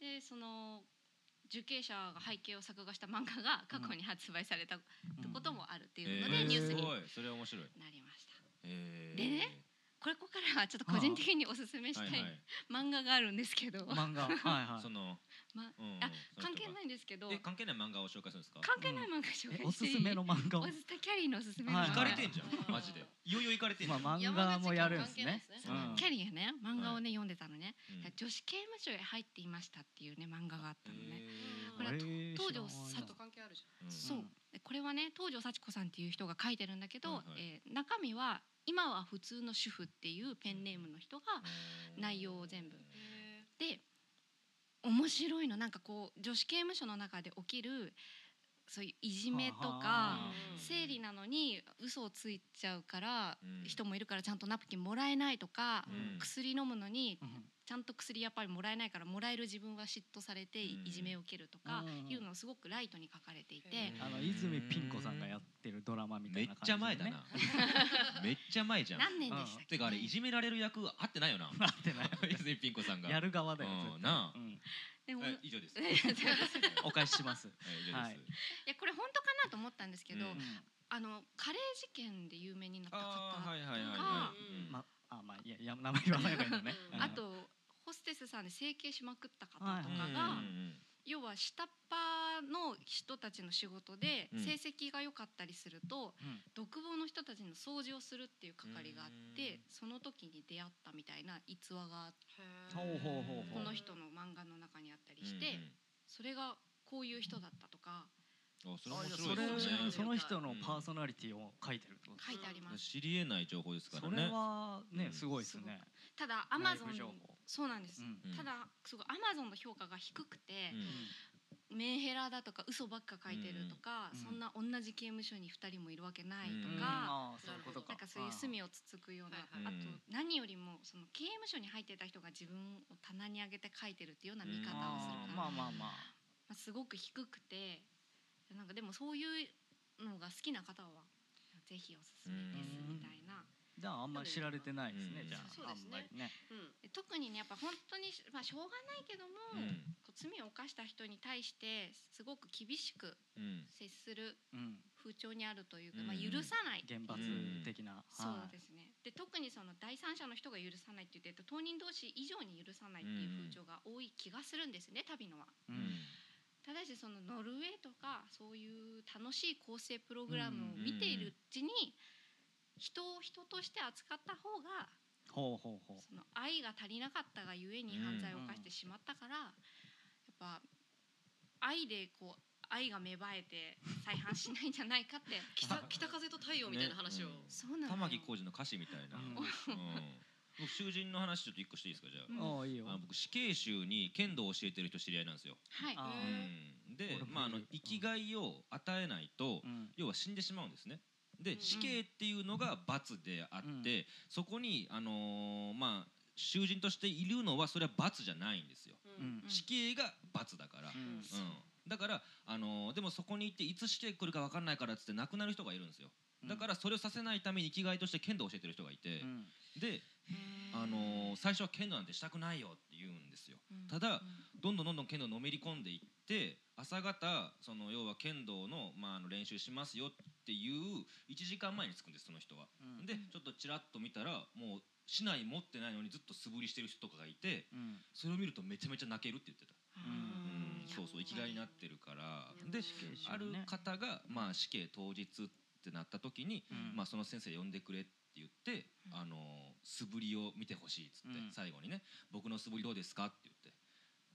Speaker 3: え
Speaker 2: でその受刑者が背景を作画した漫画が過去に発売されたこともあるって
Speaker 4: え
Speaker 2: いうので
Speaker 3: うん
Speaker 2: ニュース
Speaker 4: す
Speaker 2: に
Speaker 4: ごいそれは面白い
Speaker 2: なりました。
Speaker 4: えー
Speaker 2: でねこれここからはちょっと個人的におすすめしたい漫画があるんですけど、
Speaker 3: 漫 画はいは
Speaker 4: その、
Speaker 2: ま
Speaker 4: うんうん
Speaker 2: あ
Speaker 4: その人が
Speaker 2: 関係ないんですけど
Speaker 4: え関係ない漫画を紹介するんですか
Speaker 2: 関係ない漫画紹
Speaker 3: い
Speaker 2: 介
Speaker 3: お
Speaker 2: して
Speaker 3: す
Speaker 2: いい
Speaker 3: すめの漫画を
Speaker 2: おすすめキャリーのおすすめの
Speaker 3: は
Speaker 2: 漫
Speaker 3: い
Speaker 4: 行
Speaker 2: 画、
Speaker 4: かれてんじゃんマジでいよいよ行かれてんじゃん、
Speaker 3: まあ漫画もやるんですね
Speaker 1: 山口県関係ないですね
Speaker 3: うん
Speaker 2: キャリーがね漫画をね、読んでたのね、
Speaker 4: うん
Speaker 2: だから女子刑務所へ入っていましたっていうね漫画があったのね、こ
Speaker 1: ほら
Speaker 2: れは
Speaker 3: え
Speaker 2: と
Speaker 3: ー
Speaker 2: 東條
Speaker 3: 知
Speaker 1: ちょっ
Speaker 3: らない
Speaker 1: と関係あるじ
Speaker 4: うん
Speaker 2: そうでこれはね東條幸子さんっていう人が書いてるんだけど、
Speaker 4: はいはい
Speaker 2: えー中身は「今は普通の主婦」っていうペンネームの人が内容を全部
Speaker 1: ゃ
Speaker 2: で面白いのなんかこう女子刑務所の中で起きるそういういじめと
Speaker 3: は
Speaker 2: か
Speaker 1: あうん
Speaker 2: 生理なのに嘘をついちゃうから
Speaker 4: うん
Speaker 2: 人もいるからちゃんとナプキンもらえないとか
Speaker 4: うん
Speaker 2: 薬飲むのに
Speaker 3: うん
Speaker 2: ちゃんと薬やっぱりもらえないからもらえる自分は嫉妬されてい
Speaker 4: うん
Speaker 2: いじめを受けるとか
Speaker 3: うん
Speaker 2: いうのをすごくライトに書かれていて
Speaker 1: へ
Speaker 3: あの泉ピン子さんがやってるドラマみた
Speaker 4: め
Speaker 3: い
Speaker 4: っ
Speaker 3: な感
Speaker 4: ち
Speaker 3: じ
Speaker 4: ゃ
Speaker 3: でね
Speaker 4: 前 だなめっちゃ前じゃん
Speaker 2: 何年でしたっけ
Speaker 4: てかあれいじめられる役合って ないよな
Speaker 3: なってない
Speaker 4: 泉ピン子さんが
Speaker 3: やる側だよ
Speaker 4: うん
Speaker 3: 絶対
Speaker 4: なあ
Speaker 3: うん
Speaker 2: でも
Speaker 4: え以上です
Speaker 2: い
Speaker 4: え
Speaker 2: や違いますい
Speaker 3: お返しします
Speaker 4: 以上
Speaker 3: は
Speaker 4: で
Speaker 3: い
Speaker 4: す
Speaker 2: やこれ本当かなと思ったんですけど
Speaker 4: う
Speaker 2: あのカレー事件で有名になった
Speaker 4: あー
Speaker 2: 方
Speaker 4: はいはいはい
Speaker 2: が
Speaker 4: はいうん
Speaker 3: まあまあいやいや名前言わない方がいいのね
Speaker 1: うん
Speaker 2: あとホステスさんで整形しまくった方と
Speaker 3: はい
Speaker 2: か
Speaker 4: う
Speaker 3: と
Speaker 4: んうん
Speaker 2: が
Speaker 4: うん
Speaker 2: 要は下っ端の人たちの仕事で
Speaker 4: うん
Speaker 2: 成績が良かったりすると
Speaker 3: うん
Speaker 2: 独房の人たちの掃除をするっていう係があっ
Speaker 4: うん
Speaker 2: てその時に出会ったみたいな逸話が
Speaker 1: ん
Speaker 3: ほうほうほうほう
Speaker 2: この人の漫画の中にあったり
Speaker 4: うん
Speaker 2: してそれがこういう人だったとか
Speaker 4: うんあそれ
Speaker 1: あ
Speaker 4: 面
Speaker 1: いや
Speaker 4: 白いです
Speaker 3: それ
Speaker 4: ね
Speaker 3: その人のパーソナリティを書いてるってこと
Speaker 2: 書いてあります
Speaker 4: 知り得ない情報ですから
Speaker 3: それ
Speaker 4: ね
Speaker 3: はね
Speaker 4: うん
Speaker 3: すごいですね
Speaker 2: ただアマゾン
Speaker 3: 内部情報
Speaker 2: そうなんです
Speaker 3: うん
Speaker 4: うん
Speaker 2: ただすごいアマゾンの評価が低くて
Speaker 4: うん
Speaker 2: メンヘラだとか嘘ばっか書いてるとか、
Speaker 3: うん
Speaker 2: そんな同じ刑務所に2人もいるわけない
Speaker 4: う
Speaker 2: と
Speaker 4: ん
Speaker 2: か、
Speaker 3: ああそういうことか
Speaker 2: なんかそういう罪をつつくような、
Speaker 1: はい
Speaker 4: は
Speaker 2: あ
Speaker 4: い
Speaker 2: と何よりもその刑務所に入ってた人が自分を棚に上げて書いてるっていうような見方をする
Speaker 3: あ
Speaker 2: か
Speaker 3: ー
Speaker 2: ら、
Speaker 3: ま
Speaker 2: ま
Speaker 3: あまあまあ
Speaker 2: あ、すごく低くてなんかでもそういうのが好きな方はぜひおすすめですみ
Speaker 3: うん
Speaker 2: たいな。
Speaker 3: じゃああんまり知られてないですね
Speaker 4: うん
Speaker 3: じゃ
Speaker 1: そう
Speaker 3: ああ
Speaker 1: です
Speaker 3: ん
Speaker 1: ね
Speaker 3: まりね
Speaker 1: うん
Speaker 2: で特にねやっぱ本当に、まあ、しょうがないけども、
Speaker 4: うん
Speaker 2: こう罪を犯した人に対してすごく厳しく
Speaker 4: うん
Speaker 2: 接する
Speaker 3: うん
Speaker 2: 風潮にあるというか、
Speaker 4: うん
Speaker 2: まあ、許さない、
Speaker 3: 原発的な
Speaker 2: そう
Speaker 3: はい
Speaker 2: ですねで特にその第三者の人が許さないって言って当人同士以上に許さないっていう風潮が多い気がするんですね旅のは。
Speaker 4: うん
Speaker 3: う
Speaker 4: ん
Speaker 2: ただしそのノルウェーとかそういう楽しい構成プログラムを見ているうちに人を人として扱った方が
Speaker 3: ほうほうほ
Speaker 2: その愛が足りなかったがゆえに
Speaker 4: うん
Speaker 2: 犯罪を犯してしまったから、やっぱ愛でこう愛が芽生えて再犯しないんじゃないかって
Speaker 1: 北北風と太陽みたいな話を、
Speaker 4: ねうん
Speaker 2: そうなの
Speaker 4: 玉置
Speaker 2: よ
Speaker 4: 浩二の歌詞みたいな、
Speaker 3: う
Speaker 4: うんん、僕囚人の話ちょっと一個していいですかじゃあ,、
Speaker 2: うん
Speaker 3: うああいいよ
Speaker 4: あの僕死刑囚に剣道を教えてる人知り合いなんですよ、
Speaker 2: はい
Speaker 3: あ
Speaker 4: う
Speaker 3: ー
Speaker 4: ん、で
Speaker 3: 俺もいる、
Speaker 4: まあ、あの生きがいを与えないと、
Speaker 3: うん
Speaker 4: 要は死んでしまうんですねで、
Speaker 1: うん
Speaker 4: 死刑っていうのが罰であ
Speaker 3: う
Speaker 4: っ
Speaker 3: ん
Speaker 4: て、そこにあのーまあ囚人としているのはそれは罰じゃないんですよ、
Speaker 1: うん
Speaker 3: うん
Speaker 2: うん
Speaker 4: 死刑が罰だから、
Speaker 3: う
Speaker 4: うん
Speaker 3: ん
Speaker 4: だから、あのーでもそこに行っていつ死刑来るか分かんないからっつって亡くなる人がいるんですよだからそれをさせないために生きがいとして剣道を教えてる人がいて、
Speaker 3: うん
Speaker 4: で、あのー最初は剣道なんてしたくないよって言うんですよ
Speaker 2: うん
Speaker 4: ただ
Speaker 2: うん
Speaker 4: どんどんどんどん剣道のめり込んでいって朝方その要は剣道の,、まああの練習しますよっていう1時間前に着くんですその人は。
Speaker 3: うん
Speaker 4: でちょっとちらっと見たらもう市内持ってないのにずっと素振りしてる人とかがいて
Speaker 3: うん
Speaker 4: それを見るとめちゃめちゃ泣けるって言ってた、う
Speaker 3: ん
Speaker 4: んそうそう生きがいになってるから
Speaker 1: うん
Speaker 4: で
Speaker 1: 死刑囚
Speaker 4: ある
Speaker 3: ね
Speaker 4: 方が、まあ、死刑当日ってなった時に、
Speaker 3: うん
Speaker 4: まあ、その先生呼んでくれって言って、
Speaker 2: うん
Speaker 4: あの素振りを見てほしいっつって、
Speaker 3: うん
Speaker 4: 最後にね「僕の素振りどうですか?」って言って。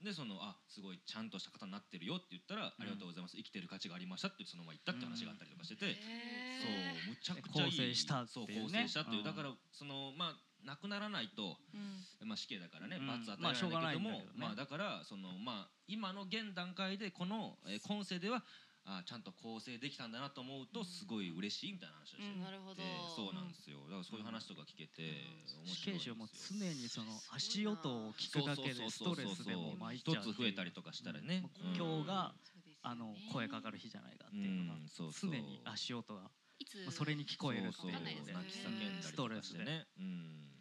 Speaker 4: でそのあすごいちゃんとした方になってるよって言ったら、ありがとうございます生きてる価値がありましたってそのまま言ったって話があったりとかしてて、そう
Speaker 1: へー
Speaker 4: むちゃくちゃいい
Speaker 3: 構成したって
Speaker 4: そ
Speaker 3: いうね
Speaker 4: う構成したっていう、
Speaker 3: うん
Speaker 4: だからそのまあなくならないと、
Speaker 2: うん
Speaker 4: まあ、死刑だからね、
Speaker 3: うん
Speaker 4: 罰当たりないんだけども、
Speaker 3: ま
Speaker 4: ま
Speaker 3: あしょうがない
Speaker 4: あ
Speaker 3: んだけどね
Speaker 4: だからそのまあ今の現段階でこの、えー今世ではあーちゃんと構成できたんだなと思うとすごい嬉しいみたいな話をし
Speaker 2: う
Speaker 4: て
Speaker 2: ん
Speaker 1: なるほど
Speaker 4: でそうなんですよだからそういう話とか聞けて、面
Speaker 3: 死
Speaker 4: 白い
Speaker 3: 刑
Speaker 4: んです
Speaker 3: 囚
Speaker 4: よ
Speaker 3: も常にその足音を聞くだけでストレスでもまいっち
Speaker 4: 一
Speaker 3: ゃ
Speaker 4: つ
Speaker 3: うっていう
Speaker 4: 増えたりとかしたらね、
Speaker 1: う
Speaker 3: うん
Speaker 1: ん
Speaker 3: 今日が
Speaker 2: そうですよね
Speaker 3: あの声かかる日じゃないかっていうのが
Speaker 4: うんそうそう
Speaker 3: 常に足音が
Speaker 2: いつ
Speaker 3: まあそれに聞こえるって
Speaker 4: そう
Speaker 3: い
Speaker 2: わかん
Speaker 4: そう
Speaker 2: ないで
Speaker 4: 泣
Speaker 2: すよ
Speaker 4: き
Speaker 2: ね
Speaker 4: 叫んだりとかしてね、うん、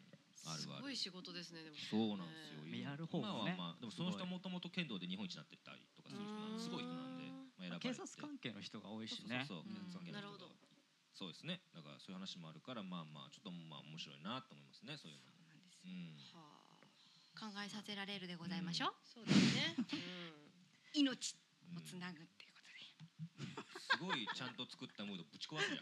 Speaker 4: ある
Speaker 1: すご
Speaker 4: ある
Speaker 1: い仕事ですねでも
Speaker 4: そうなんですよ。
Speaker 3: ねやる方
Speaker 4: 今
Speaker 3: も
Speaker 4: は
Speaker 3: ね
Speaker 4: まあでもその人もともと剣道で日本一になってたりとかする人なんですごい人なんで、まあ、選ばれて
Speaker 3: 警察関係の人が多いしね
Speaker 4: そうそうそう
Speaker 2: うん
Speaker 4: 警察関係
Speaker 1: なる
Speaker 4: の人が
Speaker 1: ほど
Speaker 4: そうですねだからそういう話もあるからまあまあちょっとまあ面白いなと思いますねそういうのも、
Speaker 2: そうなんです
Speaker 4: う
Speaker 2: よ
Speaker 4: ん、
Speaker 1: はあ
Speaker 2: 考えさせられるでございましょう、
Speaker 1: そうですね。
Speaker 2: 命
Speaker 4: うん
Speaker 2: をつなぐっていうことで、
Speaker 4: すごいちゃんと作ったムードぶち壊すじ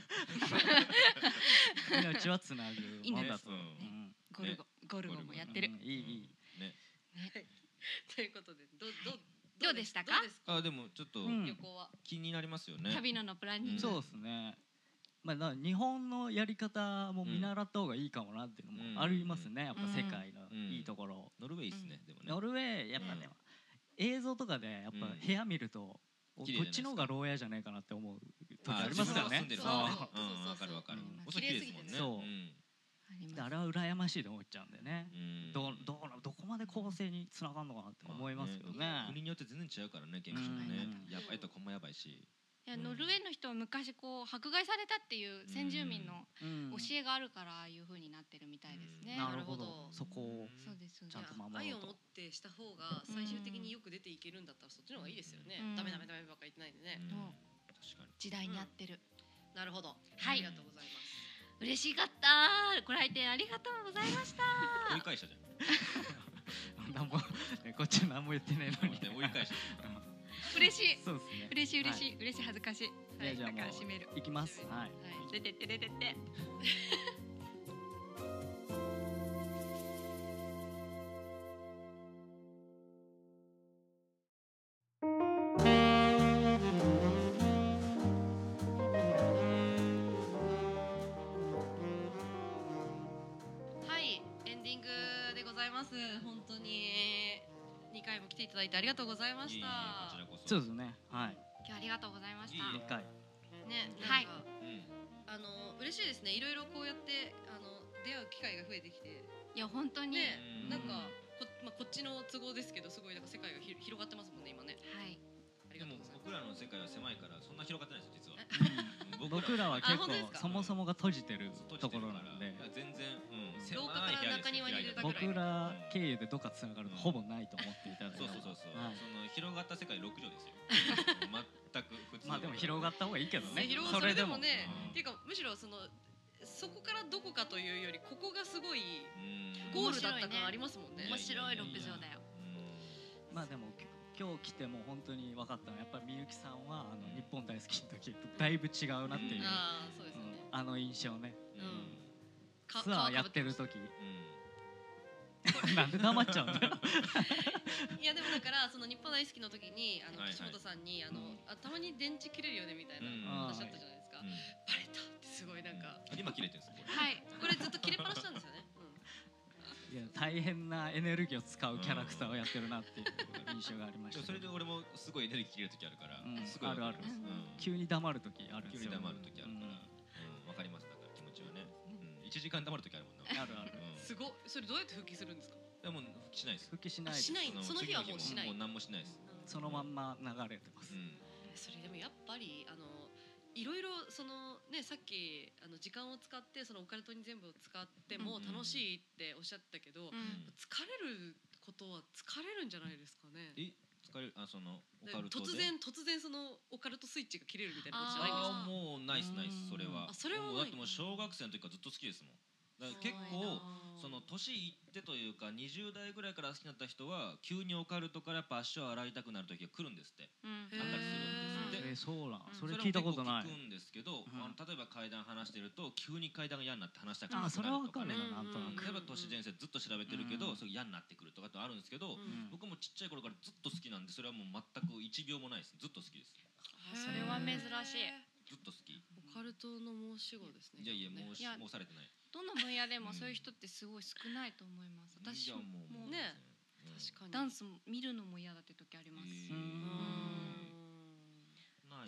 Speaker 4: ゃん
Speaker 3: 命はつなぐもん だと。
Speaker 4: ね
Speaker 3: うん
Speaker 2: ゴルゴ、ゴルゴもやってる、
Speaker 3: うんいいいい。
Speaker 4: ね
Speaker 1: うんということでどど
Speaker 2: どうでしたか
Speaker 1: どうです
Speaker 4: あでもちょっと
Speaker 3: うん
Speaker 1: 旅行は。
Speaker 4: 気になりますよね、
Speaker 2: 旅ののプランニング、
Speaker 3: そうですね。まあ、だから日本のやり方も見習った方がいいかもなっていうのもありますね、やっぱ世界のいいところ、
Speaker 4: ノルウェーいいっすね、でもね
Speaker 3: ノルウェーやっぱね、映像とかでやっぱ部屋見ると、お
Speaker 4: 綺麗じゃな
Speaker 3: こっ
Speaker 4: いです
Speaker 3: ち
Speaker 4: か
Speaker 3: の方が牢屋じゃないかなって思う時
Speaker 4: あ
Speaker 3: あります
Speaker 4: 自分ら
Speaker 3: よね
Speaker 4: が住んでる
Speaker 1: そ
Speaker 4: か
Speaker 1: うそ
Speaker 4: ら
Speaker 1: うそう
Speaker 4: うんわかるわかる
Speaker 2: うん
Speaker 4: お酒綺麗ですもんね
Speaker 3: 綺麗すぎてねそう
Speaker 2: あります
Speaker 3: あれは羨ましいと思っちゃうんでね、
Speaker 4: んん
Speaker 3: どうどうなどこまで構成につながるのかなって思いますけどね,、
Speaker 4: まあ国によって全然違うからね刑務所もね
Speaker 3: うん
Speaker 4: やばいとこもやばいし
Speaker 2: いやノルウェーの人は昔こう迫害されたっていう先住民の
Speaker 3: うん
Speaker 2: 教えがあるからああいう風になってるみたいですね。
Speaker 1: うん
Speaker 3: なるほど
Speaker 1: なるほど
Speaker 3: そこを
Speaker 2: そうですそうです
Speaker 3: ちゃんと守ろうと
Speaker 1: 愛を持ってした方が最終的によく出ていけるんだったらそっちの方がいいですよね。
Speaker 2: うん
Speaker 1: ダメダメダメばっか言ってないんでね。
Speaker 4: うん
Speaker 2: うん
Speaker 4: 確かに
Speaker 2: 時代に合ってる。
Speaker 1: なるほど。
Speaker 2: はい
Speaker 1: ありがとうございます。
Speaker 2: 嬉しかった。ご来店ありがとうございました。
Speaker 4: 追い返したじゃん
Speaker 3: 何もねこっち何も言ってないのに
Speaker 4: 追い返した
Speaker 2: 嬉しい。
Speaker 3: そうですね
Speaker 2: 嬉しい嬉し、
Speaker 3: はい
Speaker 2: 嬉しい恥ずかしい。
Speaker 3: い
Speaker 2: はい、
Speaker 3: じゃ
Speaker 2: だか
Speaker 3: あもう
Speaker 2: ら閉める。
Speaker 3: い、行きますはい
Speaker 1: はい。
Speaker 2: 出てって出てって。
Speaker 1: はい、エンディングでございます。本当に二回も来ていただいてありがとうございま
Speaker 4: いい
Speaker 1: し
Speaker 4: いいこ
Speaker 1: た
Speaker 4: ち。らこそ
Speaker 3: そうですねはい
Speaker 2: 今日ありがとうございまし
Speaker 4: いい
Speaker 2: た。
Speaker 3: 一回
Speaker 1: ね、
Speaker 2: は
Speaker 1: なん
Speaker 2: い
Speaker 1: か、
Speaker 4: うん
Speaker 1: あの嬉しいですね。いろいろこうやってあの出会う機会が増えてきて、
Speaker 2: いや本当に。
Speaker 1: ね
Speaker 4: う、ん
Speaker 1: なんかこまあこっちの都合ですけど、すごいなんか世界がひ広がってますもんね今ね。
Speaker 2: はい。
Speaker 1: あり
Speaker 4: で
Speaker 1: がと
Speaker 4: も
Speaker 1: うございます。
Speaker 4: 僕らの世界は狭いからそんな広がってないですよ実は
Speaker 3: 僕らは結
Speaker 1: あ本
Speaker 3: 構
Speaker 1: 当ですか
Speaker 3: そもそもが閉じてる
Speaker 4: 閉じて
Speaker 3: とこ
Speaker 4: る
Speaker 3: ろ
Speaker 4: か
Speaker 3: な
Speaker 4: ら
Speaker 3: んで
Speaker 4: 全然うん
Speaker 1: 廊下
Speaker 4: 狭
Speaker 1: か
Speaker 4: い
Speaker 1: ら
Speaker 4: 部
Speaker 1: 中庭に
Speaker 4: 屋ですよ
Speaker 1: 入れたぐらい
Speaker 3: 僕ら経由でどっかつながるのほぼないと思っていただいた
Speaker 4: そう
Speaker 3: ら
Speaker 4: そうそうそう
Speaker 3: はい
Speaker 4: その広がった世界6畳 ですよ全く普通
Speaker 3: まあでも広がった方がいいけど
Speaker 1: ね
Speaker 3: ね
Speaker 1: 広がそ
Speaker 3: そ
Speaker 1: れ
Speaker 3: れ
Speaker 1: で
Speaker 3: で
Speaker 1: も
Speaker 3: も
Speaker 1: ね
Speaker 4: うん
Speaker 1: っていうかむしろそのそこからどこかというよりここがすごい
Speaker 4: うん
Speaker 1: ゴールだった感ありますもんね
Speaker 2: 面白い六畳だよ。
Speaker 4: うん
Speaker 3: まあでも今日来ても本当に分かったのはやっぱりみゆきさんはあの日本大好きの時とだいぶ違うなっていう、
Speaker 4: うん
Speaker 1: ああそうですよ
Speaker 3: うん
Speaker 1: ね
Speaker 3: あの印象ね
Speaker 1: うんか
Speaker 3: ツアーやってる時なんで黙っちゃうんだよ
Speaker 1: いやでもだからその日本大好きの時にあの
Speaker 4: はいはい
Speaker 1: 岸本さんにあ
Speaker 3: う
Speaker 1: の
Speaker 3: ん
Speaker 1: あたまに電池切れるよねみたいな
Speaker 4: うん
Speaker 1: 話あったじゃないですか
Speaker 4: うんうん
Speaker 1: バレたってすごいなんか
Speaker 4: うん今切れてるんですよこれ
Speaker 2: はい。
Speaker 1: これずっと切れっぱなしなんですよねうん
Speaker 3: いや大変なエネルギーを使うキャラクターをやってるなっていう印象があり
Speaker 4: で
Speaker 3: ま
Speaker 4: も
Speaker 3: した
Speaker 4: そ
Speaker 3: け
Speaker 4: れ
Speaker 3: ど
Speaker 4: で俺もすごいエネルギー切れる時あるから
Speaker 3: うん
Speaker 4: すごいわかま
Speaker 2: ある
Speaker 4: す
Speaker 2: ある
Speaker 4: うん
Speaker 3: 急に黙る時あるんで
Speaker 4: 急に
Speaker 3: すよ
Speaker 4: 黙る時あるからうんわかりますだから気持ちはねうん一時間黙る時あるもんな
Speaker 3: うんあるある
Speaker 4: うん
Speaker 1: すごいそれどうやって復帰するんですか
Speaker 4: でも復帰しないです
Speaker 3: 復帰しないで
Speaker 1: しないその日はもうしない
Speaker 4: もう何もしないです
Speaker 3: そのまんま流れてます、
Speaker 1: それでもやっぱりあのいろいろそのねさっきあの時間を使ってそのオカルトに全部を使っても
Speaker 4: うん
Speaker 1: 楽しいっておっしゃったけど、
Speaker 2: うん。
Speaker 1: 疲れることは疲れるんじゃないですかね。
Speaker 4: え疲れるあそのオカルトで
Speaker 1: 突然突然そのオカルトスイッチが切れるみたいなことじゃないんですか。
Speaker 4: ああもうナイスナイスそれは
Speaker 1: あそれは
Speaker 4: もう
Speaker 1: な
Speaker 4: だ
Speaker 1: い
Speaker 4: ってもう小学生の時からずっと好きですもんだから結
Speaker 2: すごい
Speaker 4: 構
Speaker 2: な
Speaker 4: その年いってというか20代ぐらいから好きになった人は急にオカルトからやっぱ足を洗いたくなる時が来るんですって
Speaker 2: うん
Speaker 1: へ
Speaker 4: あったりするんですって
Speaker 3: えーそうなん
Speaker 2: うん
Speaker 3: それ聞いたことない
Speaker 4: それも結構聞くんですけど、
Speaker 3: ん
Speaker 4: あの例えば階段話してると急に階段が嫌になって話したくな
Speaker 3: あ
Speaker 4: る
Speaker 3: ー
Speaker 4: と
Speaker 3: そ
Speaker 4: か、ね、
Speaker 3: れはわかるよ
Speaker 1: うん
Speaker 3: なんとなく
Speaker 4: 例えば都市伝説ずっと調べてるけど、
Speaker 3: うん
Speaker 4: それ嫌になってくるとかってあるんですけど、
Speaker 1: うん
Speaker 4: 僕もちっちゃい頃からずっと好きなんでそれはもう全く1秒もないですずっと好きです
Speaker 1: あ
Speaker 2: それは珍しい
Speaker 4: ずっと好きい
Speaker 1: オカルトの申し子ですね。
Speaker 4: やいや
Speaker 1: ね
Speaker 4: もうし
Speaker 2: いや
Speaker 4: もうされてない
Speaker 2: どの分野でもそういう人ってすごい少ないと思います。
Speaker 4: い
Speaker 2: 私
Speaker 4: やもう
Speaker 2: も
Speaker 1: ね
Speaker 4: うん
Speaker 1: 確かに。
Speaker 2: ダンスも見るのも嫌だって時あります。
Speaker 4: う
Speaker 3: うん
Speaker 1: うー
Speaker 4: ん
Speaker 1: ん
Speaker 4: ないっすね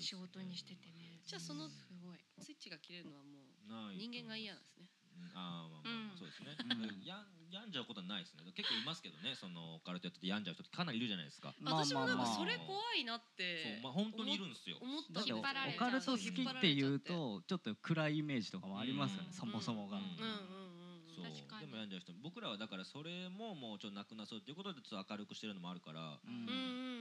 Speaker 2: 仕事にしててね。
Speaker 1: じゃあその
Speaker 2: すごい。
Speaker 1: スイッチが切れるのはもう
Speaker 4: ない
Speaker 1: 人間が嫌なんですね。
Speaker 4: うんあーまあ
Speaker 2: う
Speaker 4: まあまあ
Speaker 2: ん
Speaker 4: そうですね
Speaker 3: うん
Speaker 4: やん病んじゃうことはないですね結構いますけどねそのオカルトやってて病んじゃう人ってかなりいるじゃないですか
Speaker 3: まあまあ
Speaker 1: 私もなんか
Speaker 3: まあ
Speaker 1: それ怖いなって
Speaker 4: そうまあ本当にいるんですよ
Speaker 1: 思ったん
Speaker 3: だ
Speaker 1: です
Speaker 3: っ
Speaker 1: よ
Speaker 3: てオ
Speaker 2: 引っ張られちゃう
Speaker 3: カルト好きっていうとちょっと暗いイメージとかもありますよ
Speaker 4: う
Speaker 3: ね、
Speaker 4: ん
Speaker 3: そもそも
Speaker 4: う
Speaker 3: が、
Speaker 4: ん
Speaker 1: うんうんうんうん
Speaker 4: そう
Speaker 2: 確かに
Speaker 4: でも病んじゃう人僕らはだからそれももうちょっとなくなそうっていうことでちょっと明るくしてるのもあるから、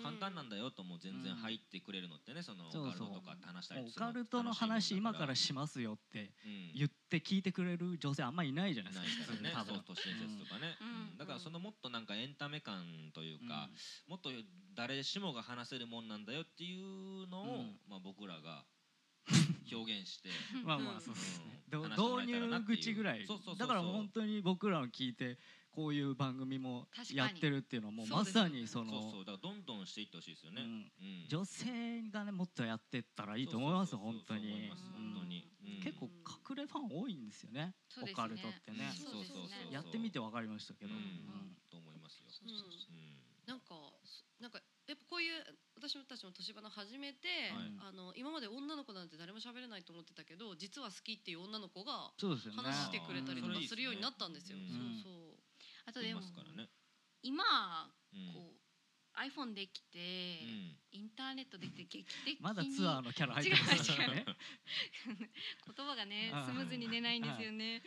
Speaker 4: 簡単なんだよともう全然入ってくれるのってねその
Speaker 3: そう
Speaker 4: オカル
Speaker 3: そう
Speaker 4: トとかって話したり
Speaker 3: オカルトの話今からしますよって言
Speaker 4: 言
Speaker 3: って聞いてくれる女性あんまいないじゃない
Speaker 4: ない
Speaker 3: です
Speaker 4: か
Speaker 3: か普通に
Speaker 4: らね
Speaker 3: 多
Speaker 4: そ
Speaker 3: 分
Speaker 4: う都市伝説とかね、
Speaker 2: うん
Speaker 4: うんだからそのもっとなんかエンタメ感というか、もっと誰しもが話せるもんなんだよっていうのを、
Speaker 3: うん
Speaker 4: まあ、僕ら が表現して
Speaker 3: うんまあまあそうですね、
Speaker 4: うん
Speaker 3: ど
Speaker 4: 話してもらえた
Speaker 3: 導
Speaker 4: らなっ
Speaker 3: 入
Speaker 4: ていう
Speaker 3: 口ぐらい
Speaker 4: そうそうそうそう
Speaker 3: だからもう本当に僕らを聞いてこういう番組も
Speaker 2: 確かに
Speaker 3: やってるっていうのはもう
Speaker 2: そう
Speaker 3: ま
Speaker 2: ですよ
Speaker 3: さ
Speaker 2: ね
Speaker 3: にそ
Speaker 4: そう
Speaker 3: の
Speaker 4: そうだからどんどんしていってほしいですよ
Speaker 3: う
Speaker 4: ね。
Speaker 3: ん
Speaker 4: うん
Speaker 3: 女性がねもっとやってったらいいと思います
Speaker 4: そうそうそう
Speaker 3: 本当
Speaker 4: そう思い
Speaker 3: に
Speaker 4: ます
Speaker 3: うん
Speaker 4: 本当に、うん
Speaker 3: 結構隠れファン多いんですよね
Speaker 2: そうですね
Speaker 3: オカルトってね
Speaker 4: そう
Speaker 2: そうですね
Speaker 4: そうそうそう
Speaker 3: やってみて分かりましたけど、
Speaker 4: うん
Speaker 3: うん
Speaker 4: と思いますよ。
Speaker 1: うん
Speaker 4: うん
Speaker 1: なんかそなんかやっぱこういう私たちも年花始めて、
Speaker 3: は
Speaker 1: あの今まで女の子なんて誰も喋れないと思ってたけど実は好きっていう女の子が
Speaker 3: そうですよね
Speaker 1: 話してくれたりとか
Speaker 4: あーそれいいですね
Speaker 1: するようになったんですよ。
Speaker 4: うん
Speaker 1: そうそう
Speaker 2: あとで
Speaker 4: い
Speaker 2: も
Speaker 4: ますからね。
Speaker 2: 今
Speaker 4: うん
Speaker 2: こう iPhone できて、
Speaker 4: うん
Speaker 2: インターネットできて劇的に
Speaker 3: まだツアーのキャラ入ってますよね
Speaker 2: 言葉がね
Speaker 3: あー
Speaker 2: スムーズに出ないんですよね。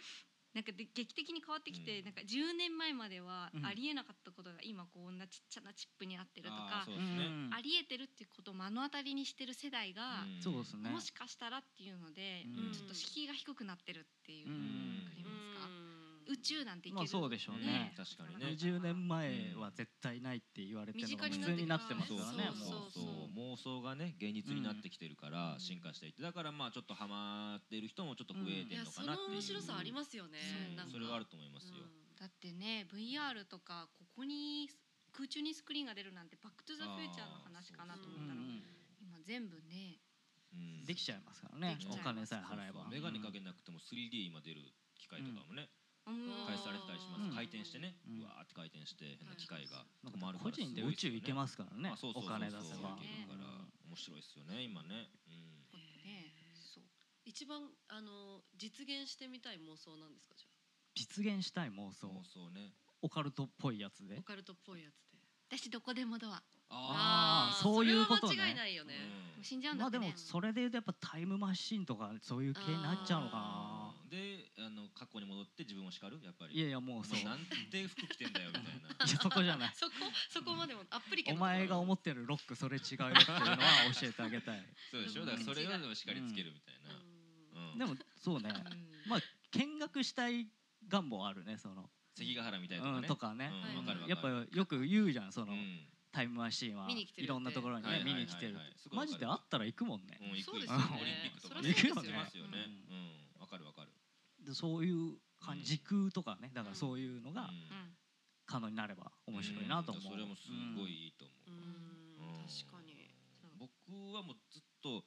Speaker 2: なんかで劇的に変わってきて、
Speaker 4: うん
Speaker 2: なんか10年前までは
Speaker 3: うん
Speaker 2: ありえなかったことが今こんなちっちゃなチップになってると
Speaker 4: あ
Speaker 2: か
Speaker 4: ー、そう
Speaker 3: う
Speaker 4: ですね。
Speaker 3: ん
Speaker 2: ありえてるっていうことを目の当たりにしてる世代が、
Speaker 4: ん
Speaker 3: そうですね
Speaker 2: もしかしたらっていうので、
Speaker 3: うん
Speaker 2: ちょっと敷居が低くなってるっていう、
Speaker 3: う
Speaker 2: わ
Speaker 3: ん
Speaker 2: かりますか、
Speaker 1: うん
Speaker 2: 宇宙なんていける、
Speaker 3: まあそうでしょうね
Speaker 4: うん確かにね。
Speaker 3: 20年前は絶対ないって言われてるのが
Speaker 1: 身
Speaker 3: 普
Speaker 1: 近
Speaker 3: 通に
Speaker 1: に
Speaker 3: な
Speaker 1: な
Speaker 3: っ
Speaker 1: ってて
Speaker 3: ま
Speaker 1: ますす
Speaker 3: か
Speaker 1: からら
Speaker 3: ね
Speaker 1: ね
Speaker 4: そうそうそう
Speaker 2: そう
Speaker 4: 妄想がね現実になってきてるから進化していって、だからまあちょっとハマってる人もちょっと増え
Speaker 1: い
Speaker 4: てる
Speaker 1: や
Speaker 4: の
Speaker 1: そ
Speaker 4: かな
Speaker 1: の
Speaker 4: っていう。
Speaker 1: 面白さありますよね。
Speaker 2: うん
Speaker 1: なんか
Speaker 4: それはあると思いますよ。
Speaker 1: う
Speaker 2: だってね VR とかここに空中にスクリーンが出るなんてバック・トゥ・ザ・フューチャーの話かなと思ったら、
Speaker 3: うんうん
Speaker 2: 今全部ね
Speaker 4: うん
Speaker 3: できちゃいますからね
Speaker 2: できちゃ
Speaker 3: お
Speaker 2: います
Speaker 3: 金さえ払えば
Speaker 4: メガネかけなくても 3D 今出る機械とかもね、
Speaker 2: うん
Speaker 4: 返されてたりします、
Speaker 3: うん
Speaker 4: 回転してね、
Speaker 3: うん
Speaker 4: うわーって回転して変な機械が、
Speaker 3: なん
Speaker 4: とかもあ
Speaker 3: か
Speaker 4: るか
Speaker 3: 個
Speaker 4: らすごい
Speaker 3: 人で宇宙行け
Speaker 4: す
Speaker 3: ますから
Speaker 4: よね
Speaker 3: ね
Speaker 4: あそうそ
Speaker 3: お
Speaker 4: うそうそう
Speaker 3: 金出せば
Speaker 4: 行けるから面白いですよね今ね、うん
Speaker 2: こうねそう
Speaker 1: 一番あの実現してみたい妄想なんですかじゃ
Speaker 3: 実現したい妄想
Speaker 4: 妄想ね
Speaker 3: オカルトっぽいやつ
Speaker 1: あオ
Speaker 3: で
Speaker 1: カルトっぽいやつで。
Speaker 2: 私どこでもドア
Speaker 3: あー
Speaker 1: ー
Speaker 3: そういうことね
Speaker 1: それは間違いないよね。
Speaker 4: うん
Speaker 2: 死んじゃうんだ
Speaker 3: まあ
Speaker 2: って
Speaker 3: でも
Speaker 2: ね、
Speaker 3: それで言うとやっぱタイムマシンとかそういう系になっちゃうのかな
Speaker 4: であの過去に戻って自分を叱るやっぱり
Speaker 3: いやいやもう
Speaker 4: お
Speaker 3: そ
Speaker 4: 前
Speaker 3: うい
Speaker 4: な
Speaker 3: や
Speaker 4: んて服着てんだよみたいな
Speaker 3: そこ じゃない
Speaker 1: そこそこまでもアップリケ
Speaker 3: お
Speaker 1: のところ
Speaker 3: 前が思ってるロックそれ違うよっていうのは教えてあげたい
Speaker 4: そうでしょだからそれをでも叱りつけるみたいな、
Speaker 1: う
Speaker 4: うん
Speaker 3: でもそうね
Speaker 2: うん
Speaker 3: まあ見学したい願望あるねその
Speaker 4: 関ヶ原みたいな
Speaker 3: うんとかね
Speaker 4: うん
Speaker 1: はい
Speaker 4: わかるわかる
Speaker 3: やっぱよく言うじゃんその
Speaker 4: うん
Speaker 3: タイムマシーンは
Speaker 1: 見に来てるって
Speaker 3: いろんなところにね
Speaker 4: はいはい
Speaker 3: 見
Speaker 4: はいはい
Speaker 3: に来てるって
Speaker 4: すごいわか
Speaker 3: マ
Speaker 4: る
Speaker 3: ジであったら行くもんね
Speaker 4: うん、行く
Speaker 1: そうです
Speaker 3: よね
Speaker 4: オリンピックとか
Speaker 3: そりゃそう
Speaker 4: 行
Speaker 3: です
Speaker 4: き
Speaker 3: よ
Speaker 4: ますよね
Speaker 3: う
Speaker 4: うんわかるわかる
Speaker 3: でそういう感じ時空とかねだからそういうの
Speaker 4: う
Speaker 3: が
Speaker 4: ん
Speaker 2: うん
Speaker 3: 可能になれば面白いなと思う
Speaker 4: それもすごいいいと思う、
Speaker 1: ん確かに。
Speaker 4: 僕はもうずっと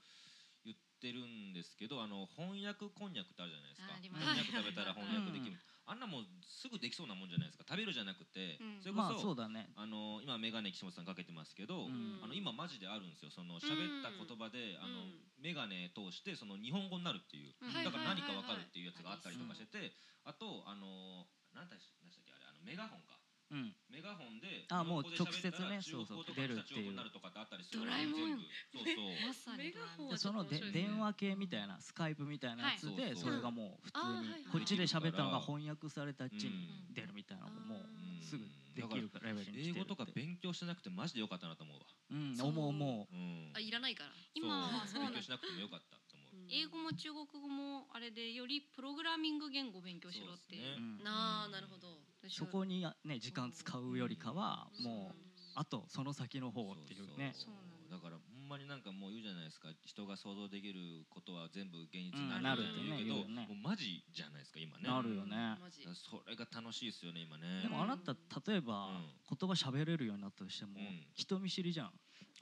Speaker 4: 言ってるんですけどあの翻訳こんにゃくってあるじゃないですか
Speaker 2: ああります
Speaker 4: こんにゃく食べたら翻訳できる、
Speaker 3: う
Speaker 4: あんなもうすぐできそうなもんじゃないですか食べるじゃなくて、
Speaker 2: うん
Speaker 4: それこ
Speaker 3: まあ
Speaker 4: そ,、
Speaker 3: そうだね
Speaker 4: あの今眼鏡岸本さんかけてますけど、
Speaker 3: うん
Speaker 4: あの今マジであるんですよその喋った言葉で、あの眼鏡通してその日本語になるっていう、
Speaker 2: うん
Speaker 4: だか
Speaker 1: は
Speaker 4: ら
Speaker 1: いはいはい
Speaker 4: 何かわかるっていうやつがあったりとかしてて、あとあの何でしたっけあれあのメガホンか
Speaker 3: うん
Speaker 4: メガホンで
Speaker 3: あも
Speaker 4: こ
Speaker 3: う
Speaker 4: こで喋ったら
Speaker 3: 直接
Speaker 4: 中
Speaker 3: ね
Speaker 4: 国
Speaker 3: そう
Speaker 4: 語と
Speaker 3: そう
Speaker 4: か
Speaker 3: 出る
Speaker 4: 北
Speaker 3: っていう
Speaker 4: 中国になるとかってあったりする
Speaker 2: ドラえもん
Speaker 4: 全部そうそ
Speaker 2: まさ
Speaker 4: う
Speaker 1: メ
Speaker 2: に
Speaker 1: ガホン
Speaker 3: で
Speaker 1: は
Speaker 3: そので
Speaker 1: ちょっと面白いですね
Speaker 3: 電話系みたいなスカイプみたいなやつ
Speaker 4: は
Speaker 3: で
Speaker 4: い
Speaker 3: それがもう普通
Speaker 1: あーはいはい
Speaker 3: にこっちで喋ったのが翻訳されたっちに
Speaker 2: うん
Speaker 3: 出るみたいなのももう
Speaker 4: うん
Speaker 3: すぐできるレベルに
Speaker 4: 英
Speaker 3: 来てる
Speaker 4: 語と
Speaker 3: って
Speaker 4: か勉強してなくてマジでよかったなと思うわ、
Speaker 3: うん思う思う
Speaker 4: うん
Speaker 1: あいらないから。
Speaker 2: 今はそうなん
Speaker 4: 勉強しなくてもよかったと思う、
Speaker 2: 英語も中国語もあれでよりプログラミング言語を勉強しろっていう
Speaker 4: そうですね
Speaker 3: うん
Speaker 1: なあなるほど。
Speaker 3: そこにね時間使うよりかは
Speaker 1: うん
Speaker 3: もうあとその先の方っていうね
Speaker 2: そうなんだ
Speaker 4: だからほんまになんかもう言うじゃないですか人が想像できることは全部現実
Speaker 3: うん
Speaker 4: にな
Speaker 1: な
Speaker 4: る
Speaker 1: るっ
Speaker 4: っ
Speaker 1: ててね
Speaker 4: 言うけど、
Speaker 3: 言うよね
Speaker 4: もうマジじゃないですか今ね
Speaker 3: なるよね
Speaker 1: マジ
Speaker 4: だからそれが楽しいですよね今ね
Speaker 3: でもあなた例えば
Speaker 4: う
Speaker 3: 言葉喋れるようになったとしても
Speaker 4: うん
Speaker 3: 人見知りじゃん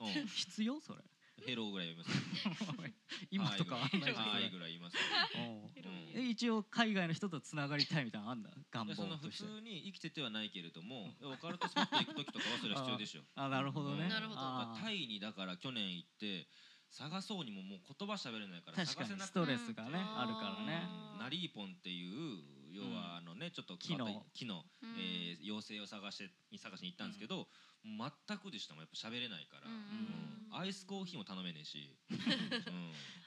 Speaker 4: うん
Speaker 3: 必 要それ
Speaker 4: ヘローぐらい言いますよ
Speaker 3: 今とか
Speaker 4: は
Speaker 3: あんまり
Speaker 4: いぐらい言いますよ
Speaker 3: う
Speaker 4: うん
Speaker 3: んえ一応海外の人とつながりたいみたいなのあんだ願
Speaker 4: いやその
Speaker 3: 望
Speaker 4: 普
Speaker 3: として
Speaker 4: 通に生きててはないけれどもオカルトスポット行く時とかはそれは必要でしょ
Speaker 3: あなるほどね
Speaker 1: なるほど
Speaker 3: あー
Speaker 4: タイにだから去年行って探そうにももう言葉喋れないから
Speaker 3: 確
Speaker 4: 探
Speaker 3: か
Speaker 4: せ
Speaker 3: に
Speaker 4: な
Speaker 3: ス
Speaker 4: くて
Speaker 3: トレスがねあるからね
Speaker 1: あー
Speaker 4: ナリーポンっていう要はあのねちょっと
Speaker 3: 木の
Speaker 4: 変わった木の、
Speaker 2: うん
Speaker 4: えー妖精を探して探しに行ったんですけど、全くでしたもんやっぱ喋れないから、
Speaker 2: うん
Speaker 4: うんアイスコーヒーも頼めねえし、うん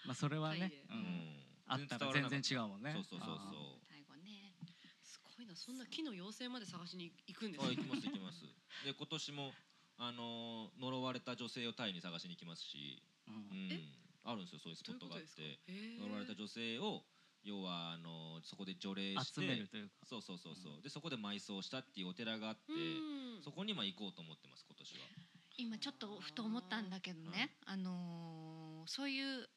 Speaker 3: まあそれは
Speaker 1: タイ
Speaker 3: ね
Speaker 1: で
Speaker 3: う
Speaker 4: うんん
Speaker 3: あったら全然違うもんね
Speaker 4: そうそうそう
Speaker 3: あ
Speaker 4: そう
Speaker 2: 最後ね
Speaker 1: すごいそんな木の妖精まで探しに行くんです
Speaker 4: あ
Speaker 1: ね
Speaker 4: 行きます行きますで今年もあのー呪われた女性をタイに探しに行きますし、
Speaker 3: う
Speaker 4: うんん
Speaker 1: え、
Speaker 4: あるんですよそういうスポ
Speaker 1: どうい
Speaker 4: ッ
Speaker 1: うこ
Speaker 4: トがあ
Speaker 1: とで
Speaker 4: っ
Speaker 1: すか。
Speaker 4: て
Speaker 1: へー
Speaker 4: 呪われた女性を要はあのーそこで除霊して
Speaker 3: 集めるというか
Speaker 4: そうそうそうそう、でそこで埋葬したっていうお寺があって、
Speaker 1: うん
Speaker 4: そこにまあ行こうと思ってます今年は
Speaker 2: 今ちょっとふと思ったんだけどね、あのーそういう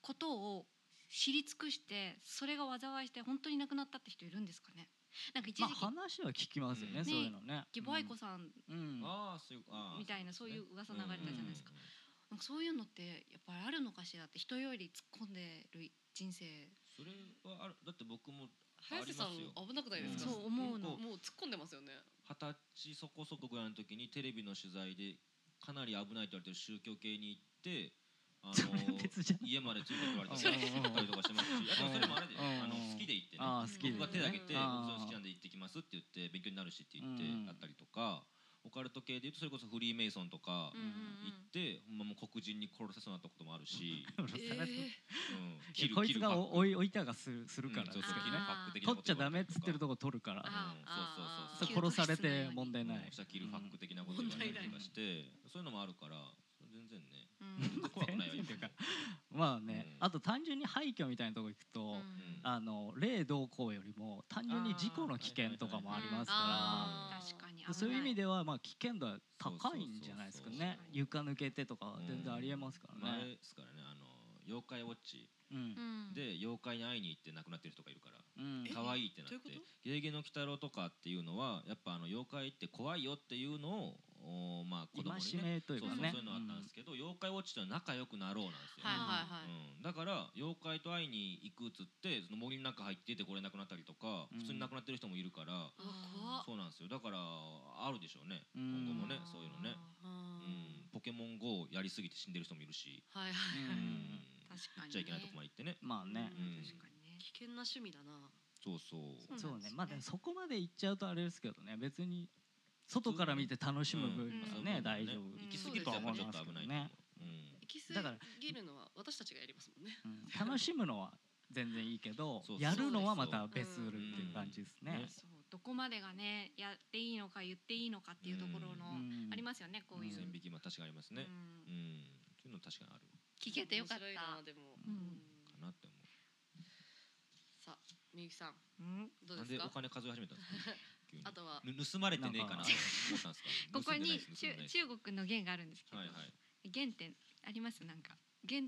Speaker 2: ことを知り尽くしてそれが災いして本当に亡くなったって人いるんですかねなんか一時
Speaker 3: まあ
Speaker 2: 期、
Speaker 3: 話は聞きますよね、
Speaker 4: うん
Speaker 3: そういうのね
Speaker 2: 義母愛子さん
Speaker 3: うん、うん
Speaker 4: ああそういうああ
Speaker 2: みたいなそういう噂流れたじゃないですか、
Speaker 4: うんうんうん
Speaker 2: なんかそういうのってやっぱりあるのかしらって人より突っ込んでる人生
Speaker 4: それはあるだって僕も
Speaker 1: 早瀬さん
Speaker 4: ありま
Speaker 1: 危
Speaker 4: す
Speaker 1: なくないですか。
Speaker 2: そう思うの
Speaker 1: もう突っ込んでますよね。
Speaker 4: 二十歳そこそこぐらいの時にテレビの取材でかなり危ないと言われてる宗教系に行ってあ
Speaker 3: それ
Speaker 4: の
Speaker 3: 別じゃん
Speaker 4: 家までついてこられた
Speaker 3: それ
Speaker 4: りとかしてますしあとそれもあれで
Speaker 3: うんうん
Speaker 4: あの好きで行ってね
Speaker 3: ああ好きで、
Speaker 4: 僕
Speaker 3: ね、
Speaker 4: が手挙げて「
Speaker 3: うん
Speaker 4: 僕そういうの好きなんで行ってきます」って言って勉強になるしって言って
Speaker 3: うん
Speaker 4: あったりとかオカルト系で言うとそれこそフリーメイソンとか
Speaker 2: うんうん
Speaker 4: 行ってほんまもう黒人に殺さそうになったこともあるし
Speaker 1: ええ
Speaker 4: うん
Speaker 3: いやこいつが
Speaker 4: 格
Speaker 3: お置い置いたがするするから、
Speaker 4: うんそう
Speaker 2: です
Speaker 4: そう
Speaker 2: よ
Speaker 4: 切
Speaker 2: ね
Speaker 4: る格的な
Speaker 3: 取
Speaker 4: こ
Speaker 3: っちゃ
Speaker 4: と言わ
Speaker 3: ダメ
Speaker 4: れ
Speaker 3: った
Speaker 4: りとか
Speaker 3: つってるとこ取るから
Speaker 4: うん
Speaker 2: あ
Speaker 4: そうそう
Speaker 3: そ
Speaker 4: そう
Speaker 3: 殺されて問題
Speaker 4: う
Speaker 3: なんい、
Speaker 4: 下切るファック的なこと言われたりとかしてそういうのもあるから全然ね
Speaker 2: うん
Speaker 4: 怖くないよ
Speaker 3: 全
Speaker 4: 今
Speaker 3: 然というかまあね、
Speaker 4: うん
Speaker 3: あと単純に廃墟みたいなとこ行くと、
Speaker 2: うん
Speaker 3: あの霊同行よりも単純に事故の危険とかもありますか
Speaker 1: あー
Speaker 2: 確かに
Speaker 3: ら、そういう意味
Speaker 2: で
Speaker 3: ではまあ危険度は高いんじゃないですか
Speaker 4: そうそう
Speaker 3: ね
Speaker 4: そうそう
Speaker 3: 床抜けてとか全然ありえますから
Speaker 4: 前
Speaker 3: ね、
Speaker 4: ですからねあの妖怪ウォッチ
Speaker 3: うん
Speaker 4: で妖怪に会いに行って亡くなってる人がいるから
Speaker 3: うん
Speaker 1: え
Speaker 4: 可愛いってなって
Speaker 1: どういうこ
Speaker 4: 「ゲゲゲの鬼太郎」とかっていうのはやっぱあの妖怪って怖いよっていうのをおーまあ子供に
Speaker 3: 戒
Speaker 4: ね
Speaker 3: め
Speaker 4: そ
Speaker 3: という
Speaker 4: そ
Speaker 3: うか
Speaker 4: うそうい
Speaker 3: ね
Speaker 4: うのあったんですけど妖怪ウォッチっていうのは仲良くなろうなんですよ
Speaker 1: はいはいはい。
Speaker 4: うん、だから妖怪と会いに行くっつってその森の中入って出てこれなくなったりとか
Speaker 3: うん
Speaker 4: 普通に亡くなってる人もいるから
Speaker 1: うわ怖っ。
Speaker 4: そうなんですよだからあるでしょうね
Speaker 3: うん
Speaker 4: 今後もね
Speaker 2: あー
Speaker 4: そういうのね
Speaker 1: う
Speaker 4: うん
Speaker 1: ん。
Speaker 4: ポケモン GO やりすぎて死んでる人もいるし
Speaker 1: はいはい。
Speaker 3: うん
Speaker 4: うん
Speaker 2: 確か
Speaker 4: 行
Speaker 2: に
Speaker 4: っちゃいけないとこまで行ってね
Speaker 3: まあね、
Speaker 1: うん
Speaker 2: 確かにね
Speaker 1: 危険な趣味だな。
Speaker 4: そうそう
Speaker 2: うん
Speaker 3: そう
Speaker 2: そうなんです
Speaker 3: ね
Speaker 2: ね
Speaker 3: まあでもそこまで行っちゃうとあれですけどね別に外から見て楽しむ分にはね、
Speaker 4: うん
Speaker 3: 大丈夫、
Speaker 2: ん
Speaker 4: 行き過ぎるとやっぱちょっと危ないと思ううん
Speaker 1: 行き
Speaker 3: だか
Speaker 1: 過
Speaker 3: ら
Speaker 1: ぎるのは私たちがやりますもんね。
Speaker 3: うん楽しむのは全然いいけど
Speaker 4: そうそう
Speaker 3: やるのはまた別売るっていう感じですね。
Speaker 2: そうどこまでがねやっていいのか言っていいのかっていうところの、
Speaker 3: うん
Speaker 2: ありますよねこういう、
Speaker 4: 線引きも確かにありますね
Speaker 2: うん
Speaker 4: うんそういうの確かにある
Speaker 2: 聞けてよかっ
Speaker 1: 面白いな
Speaker 2: た。
Speaker 1: でも。
Speaker 2: うん
Speaker 4: かなって思
Speaker 1: さあ、みゆきさん、
Speaker 2: うん
Speaker 1: ど
Speaker 4: う
Speaker 1: う
Speaker 4: な
Speaker 1: です
Speaker 4: んでお
Speaker 1: か。
Speaker 4: 金数え始めたんですか急に
Speaker 1: あとは。
Speaker 4: ぬ盗まれてねえかなと思ったんですか
Speaker 2: ここ
Speaker 4: 盗んでない
Speaker 2: に
Speaker 4: です
Speaker 2: 中
Speaker 4: 盗んでないです
Speaker 2: 中国の元があるんですけど、
Speaker 4: はいはい
Speaker 2: 原点ありますなんか原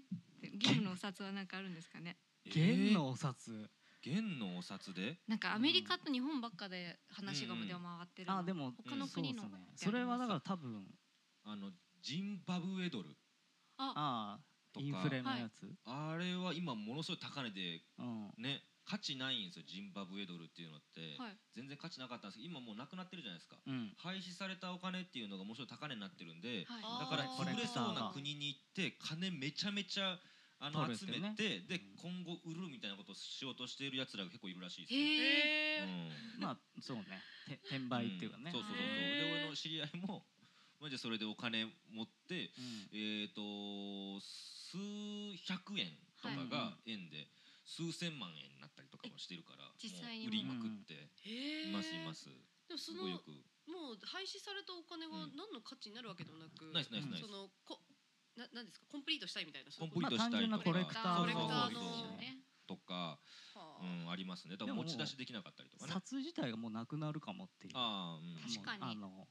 Speaker 2: 元のお札はなんかあるんですか ね。
Speaker 3: 元のお札、
Speaker 4: 元のお札で
Speaker 2: なんかアメリカと日本ばっかで話がでは回ってる。
Speaker 3: あでも
Speaker 2: 他の国の
Speaker 3: そうっす
Speaker 2: ってあり
Speaker 3: ね
Speaker 2: ます
Speaker 3: それはだから多分
Speaker 4: あのジンバブエドル
Speaker 2: あ
Speaker 3: ああ
Speaker 4: とか
Speaker 3: インフレのやつ、
Speaker 4: あれは今ものすごい高値で
Speaker 3: うん
Speaker 4: ね価値ないんですよジンバブエドルっていうのって、
Speaker 2: はい
Speaker 4: 全然価値なかったんですけど今もうなくなってるじゃないですか
Speaker 3: うん
Speaker 4: 廃止されたお金っていうのがもうすごい高値になってるんで、
Speaker 2: はい
Speaker 1: あ
Speaker 4: だから
Speaker 1: ー
Speaker 4: 潰れそうな国に行って金めちゃめちゃあの
Speaker 3: 取るっ
Speaker 4: 集
Speaker 3: てね
Speaker 4: めてで
Speaker 3: うん
Speaker 4: 今後売るみたいなことをしようとしているやつらが結構いるらしいですよ、
Speaker 2: へえ。
Speaker 1: ええ。
Speaker 4: うん
Speaker 3: まあそうねて転売っていうかね、
Speaker 4: んそうそうそうそう
Speaker 1: へー
Speaker 4: で俺の知り合いもマジでそれでお金持って
Speaker 3: うん
Speaker 4: えっ、と数百円とかが円で数千万円になったりとかもしてるから
Speaker 2: 実際に
Speaker 4: もう売りまくって
Speaker 1: へえ。
Speaker 4: いますいます
Speaker 1: でも
Speaker 4: す
Speaker 1: その
Speaker 4: ごいよ
Speaker 1: も
Speaker 4: く
Speaker 1: う廃止されたお金が何の価値になるわけでもなく、
Speaker 4: ナイスナイスナイス
Speaker 1: そのこななんですかコンプリートしたいみたいな。
Speaker 4: コンプリート
Speaker 3: まあ
Speaker 4: したりと
Speaker 3: 単純な
Speaker 4: か
Speaker 3: コレクター
Speaker 4: そうそう
Speaker 1: コレクター
Speaker 4: そ
Speaker 1: の
Speaker 4: うそう
Speaker 2: ね
Speaker 4: とか
Speaker 1: はあ
Speaker 4: うんありますねだから持ち出しできなかったりとかね
Speaker 3: 札自体がもうなくなるかもっていう
Speaker 4: ああうん
Speaker 2: 確かに
Speaker 3: もうあの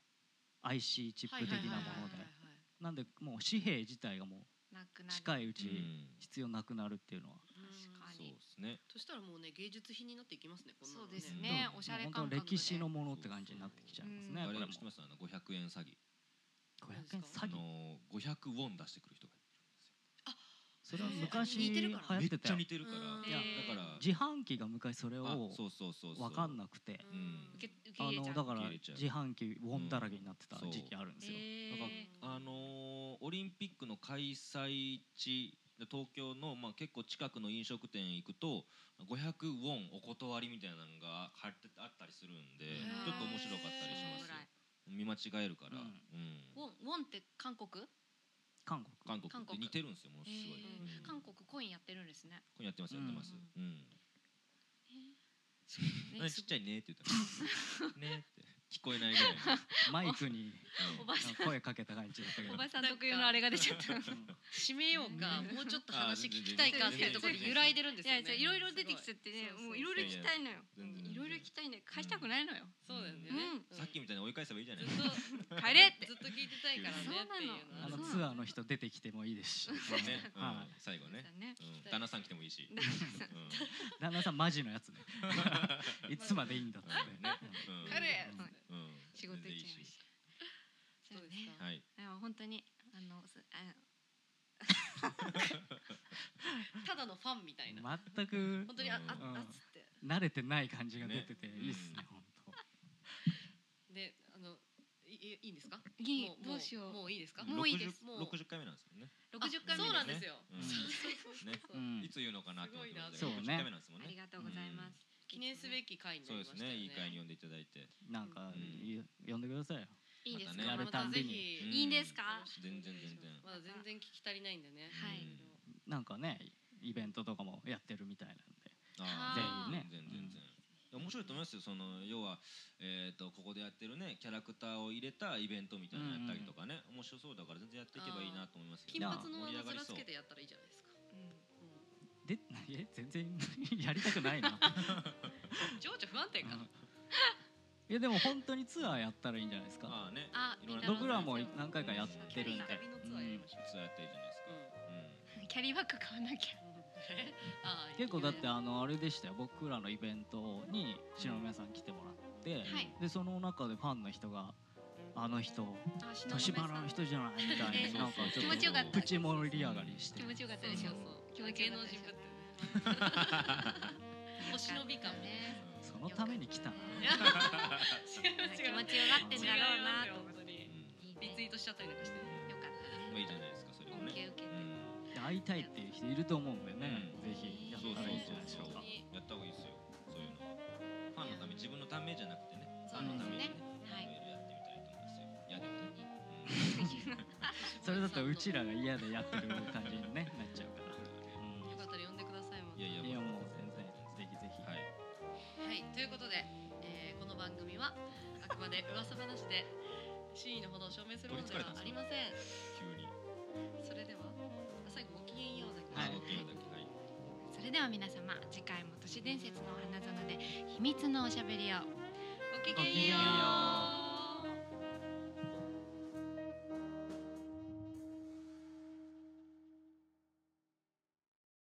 Speaker 3: IC チップ的なもので
Speaker 1: はいはいはいはい
Speaker 3: なんでもう紙幣自体がも
Speaker 2: なく
Speaker 3: う
Speaker 2: なる。
Speaker 3: 近いう
Speaker 4: う
Speaker 3: ち
Speaker 4: ん
Speaker 3: 必要なくなるっていうのは、
Speaker 1: 確
Speaker 2: か
Speaker 1: か
Speaker 2: に
Speaker 1: に
Speaker 4: そうですね
Speaker 1: そしたらもうね芸術品になっていきますねこんな
Speaker 2: そ
Speaker 1: の
Speaker 2: う
Speaker 1: ね
Speaker 2: です
Speaker 4: ね
Speaker 2: ね。おしゃれ
Speaker 3: もう
Speaker 2: 感
Speaker 3: 本
Speaker 2: 覚
Speaker 3: 当
Speaker 2: で。
Speaker 3: 歴史のものって感じになってきちゃいますね、
Speaker 4: あ
Speaker 3: こ
Speaker 4: れ
Speaker 3: れも
Speaker 4: 知ってますあの500円詐欺
Speaker 3: 500円
Speaker 4: あ
Speaker 3: 詐欺
Speaker 4: の500ウォン出してくる人が
Speaker 3: それは
Speaker 1: えー
Speaker 3: 昔
Speaker 1: 似て
Speaker 3: 流
Speaker 1: る
Speaker 3: 行
Speaker 1: から
Speaker 4: め
Speaker 3: っ
Speaker 4: ってち
Speaker 3: た
Speaker 4: ゃ
Speaker 3: よ
Speaker 4: 似てるから
Speaker 1: うん
Speaker 4: いやだから
Speaker 3: 自販機が昔それ
Speaker 4: あ
Speaker 3: を
Speaker 4: そうそうそうそう
Speaker 3: 分かんなくて
Speaker 1: う
Speaker 2: 受け受け
Speaker 3: あ
Speaker 2: 入れ
Speaker 3: の
Speaker 2: ちゃう。
Speaker 3: だか
Speaker 4: 受け
Speaker 3: ら
Speaker 4: 入れちゃう
Speaker 3: 自販機ウォンだらけになってた
Speaker 4: うん
Speaker 3: 時期あるんですよ、
Speaker 2: へ
Speaker 4: なんか
Speaker 2: え
Speaker 4: あのーオリンピックの開催地東京の、まあ、結構近くの飲食店行くと500ウォンお断りみたいなのが貼ってあったりするんで
Speaker 1: ー
Speaker 4: ちょっと面白かったりしますよ見間違えるから、
Speaker 3: う
Speaker 4: うんん
Speaker 2: ウォンウォンって韓国？
Speaker 3: 韓国
Speaker 4: 韓国
Speaker 2: 韓
Speaker 4: って
Speaker 2: 国
Speaker 4: 似てるんですよものすごい、
Speaker 2: へー
Speaker 4: うん
Speaker 2: 韓国コインやってるんですね。
Speaker 4: これやってますやってます、うん
Speaker 2: ね
Speaker 4: 何
Speaker 2: す
Speaker 4: ち
Speaker 2: ご
Speaker 4: っちゃいねって言ったのねって聞こえないぐらいの
Speaker 3: マイク に
Speaker 2: おばさん
Speaker 3: 声かけた感じだったけど
Speaker 2: おばさん特有のあれが出ちゃった。
Speaker 3: うん
Speaker 1: 締めようか、
Speaker 2: ね
Speaker 1: もうちょっと話聞きたいかっていうところで揺らいでるんです
Speaker 2: い
Speaker 1: よ
Speaker 2: や
Speaker 1: ね。
Speaker 2: じゃあいろいろ出てきちゃってね
Speaker 1: す、ごい
Speaker 2: もういろいろ聞きたいのよ。
Speaker 4: いやいや全然全然
Speaker 2: いろいろ聞きたいね、返したくないのよ。
Speaker 1: そうだよね。
Speaker 2: う
Speaker 4: さっきみたいに追い返せばいいじゃな
Speaker 1: ず
Speaker 4: い
Speaker 1: っと
Speaker 2: 帰れって
Speaker 1: ず。っと 聞いてたいからねっていうの
Speaker 3: あ
Speaker 1: は
Speaker 3: の
Speaker 1: ね。
Speaker 3: ツアーの人出てきてもいいですし、
Speaker 4: そうね、うん
Speaker 3: は
Speaker 4: 最後ね、
Speaker 2: ね。
Speaker 4: うん、旦那さん来てもいいし、
Speaker 2: だから
Speaker 4: うん
Speaker 3: い、旦那さんマジのや つねいつまでいいん だって、
Speaker 4: ね
Speaker 2: さ
Speaker 4: うん
Speaker 2: 帰れ。
Speaker 3: うん
Speaker 4: うん、
Speaker 2: 仕事行っちゃいま
Speaker 4: 全
Speaker 2: し
Speaker 4: 然し
Speaker 2: た。
Speaker 1: ど
Speaker 2: そうう
Speaker 1: で
Speaker 2: ね
Speaker 1: す。か。
Speaker 4: はい、
Speaker 2: でも本当にあのすあ
Speaker 1: ただのファンみたいな。
Speaker 3: 全く
Speaker 1: 本当にああ
Speaker 3: うん
Speaker 1: あっつって。
Speaker 3: 慣れてない感じが出てていいっすね
Speaker 4: ね
Speaker 3: 本
Speaker 1: で、あのいいいいんですか？
Speaker 2: いい
Speaker 1: も
Speaker 2: どうしよう
Speaker 1: もういいですか？
Speaker 2: もういいです
Speaker 1: もう
Speaker 4: 六十回目なんですもんね。
Speaker 2: 六十回目
Speaker 1: あそうなん
Speaker 2: で
Speaker 1: ですよ。
Speaker 4: うん
Speaker 1: そうそうそう
Speaker 4: ね
Speaker 1: そう
Speaker 3: 当、う
Speaker 4: い
Speaker 3: ん、
Speaker 4: つ言うのかなと思ってまし
Speaker 3: す
Speaker 4: た
Speaker 3: ご
Speaker 4: けど、
Speaker 3: い
Speaker 4: 60
Speaker 3: な
Speaker 4: 回目なんですもん
Speaker 2: す。あ
Speaker 4: ね
Speaker 2: り。がとうございます。
Speaker 1: 記念すべき回にな
Speaker 4: そう
Speaker 1: り
Speaker 4: で
Speaker 1: ますしたよ
Speaker 4: ね、
Speaker 1: ね。
Speaker 4: いい回に呼んでいただいて、
Speaker 3: なんか、
Speaker 4: うん
Speaker 3: い呼んでくださいよ
Speaker 2: いいです
Speaker 4: ま
Speaker 2: か
Speaker 4: た。ね
Speaker 1: またぜひ
Speaker 4: う。ん
Speaker 2: いいんですか。
Speaker 4: 全然全然。
Speaker 1: まだ全然聞き足りないんでね。
Speaker 2: はい
Speaker 1: うん
Speaker 3: なんかねイベントとかもやってるみたいなんで
Speaker 4: あー
Speaker 3: 全員ね
Speaker 4: 全然全然。面白いと思いますよその要は、えー、とここでやってるねキャラクターを入れたイベントみたいなのやったりとかね、面白そうだから全然やっていけばいいなと思いますけ
Speaker 1: 金
Speaker 4: ど
Speaker 3: あー
Speaker 1: 髪の
Speaker 4: 盛り
Speaker 1: なず
Speaker 4: 上がり
Speaker 1: ら
Speaker 4: そ
Speaker 1: つ
Speaker 4: う
Speaker 1: けてやったらいいじゃないですか。うん
Speaker 3: でえ全然 やりたく ないな
Speaker 1: 情緒不安定か。
Speaker 3: いやでも本当にツアーやったらいいんじゃないですか
Speaker 4: ああね
Speaker 2: あ
Speaker 4: いろんな
Speaker 3: 僕らも何回かやってるんで
Speaker 1: 旅のツアーやりましょう。
Speaker 4: ツアーやったらいいじゃないですか、うん
Speaker 2: キャリーバッグ買わなきゃ。
Speaker 1: えあー
Speaker 3: 結構だってあのあれでしたよ僕らのイベントに篠宮さん来てもらって、
Speaker 2: はい
Speaker 3: でその中でファンの人が「あの人
Speaker 2: あ、篠
Speaker 3: 年
Speaker 2: 宮
Speaker 3: 花
Speaker 2: さ
Speaker 3: の
Speaker 2: ん。
Speaker 3: 人じゃない」みたい
Speaker 2: え
Speaker 3: ななんかち
Speaker 2: 気
Speaker 3: ょ
Speaker 2: 持
Speaker 3: っ
Speaker 2: ちよかっ
Speaker 3: と
Speaker 2: た
Speaker 3: プチ盛り上がりして
Speaker 2: 気持ちよかった
Speaker 1: そう
Speaker 2: でし
Speaker 1: そ
Speaker 2: ょ
Speaker 1: う
Speaker 2: 気
Speaker 1: そう
Speaker 2: 持ち
Speaker 1: 芸
Speaker 2: よか
Speaker 1: 能
Speaker 2: ったで
Speaker 1: 人
Speaker 2: し
Speaker 1: ぶってね
Speaker 2: ょ
Speaker 1: お忍び感ね
Speaker 2: ね。
Speaker 3: そのために来たな
Speaker 1: 違う
Speaker 2: 気持ちよ
Speaker 1: 違う
Speaker 2: がってんだろうなと思って。
Speaker 4: うんうん
Speaker 2: いいね
Speaker 1: リツイートしちゃったりなんかして
Speaker 2: よかった
Speaker 4: まあ
Speaker 2: ね。
Speaker 4: いいじゃないですかそれも
Speaker 2: 恩恵
Speaker 4: ね、
Speaker 2: 受けて
Speaker 4: う。ん
Speaker 3: で会いたいっていう人いると思うんでね、
Speaker 4: うん
Speaker 3: ぜひやったらいいんじゃないでしょうか
Speaker 1: 本当に
Speaker 4: やった方がいいですよそういうのはファンのため自分のためじゃなくてねフ
Speaker 2: そう
Speaker 4: ァンのために
Speaker 2: です
Speaker 4: ね
Speaker 2: ねはい
Speaker 4: いろいろやってみたいと思いますよいやでもね、
Speaker 3: それだとうちらが嫌でやってる感じに、ね、なっちゃうから、
Speaker 1: よかったら呼んでくださいま
Speaker 4: うん、い
Speaker 1: た
Speaker 4: や
Speaker 3: うん、
Speaker 4: い
Speaker 3: い
Speaker 4: や
Speaker 3: や
Speaker 4: もう
Speaker 3: もう全然ぜひぜひ、
Speaker 4: はい
Speaker 1: はいということで、えーこの番組はあくまで噂話で真意のほどを証明するものではありません
Speaker 4: 急に
Speaker 1: それでは最後ごきげんようだけど
Speaker 4: は
Speaker 3: はい
Speaker 4: い、OK だけはい
Speaker 2: それでは皆様次回も都市伝説のお花園で秘密のおしゃべりをごきげんよう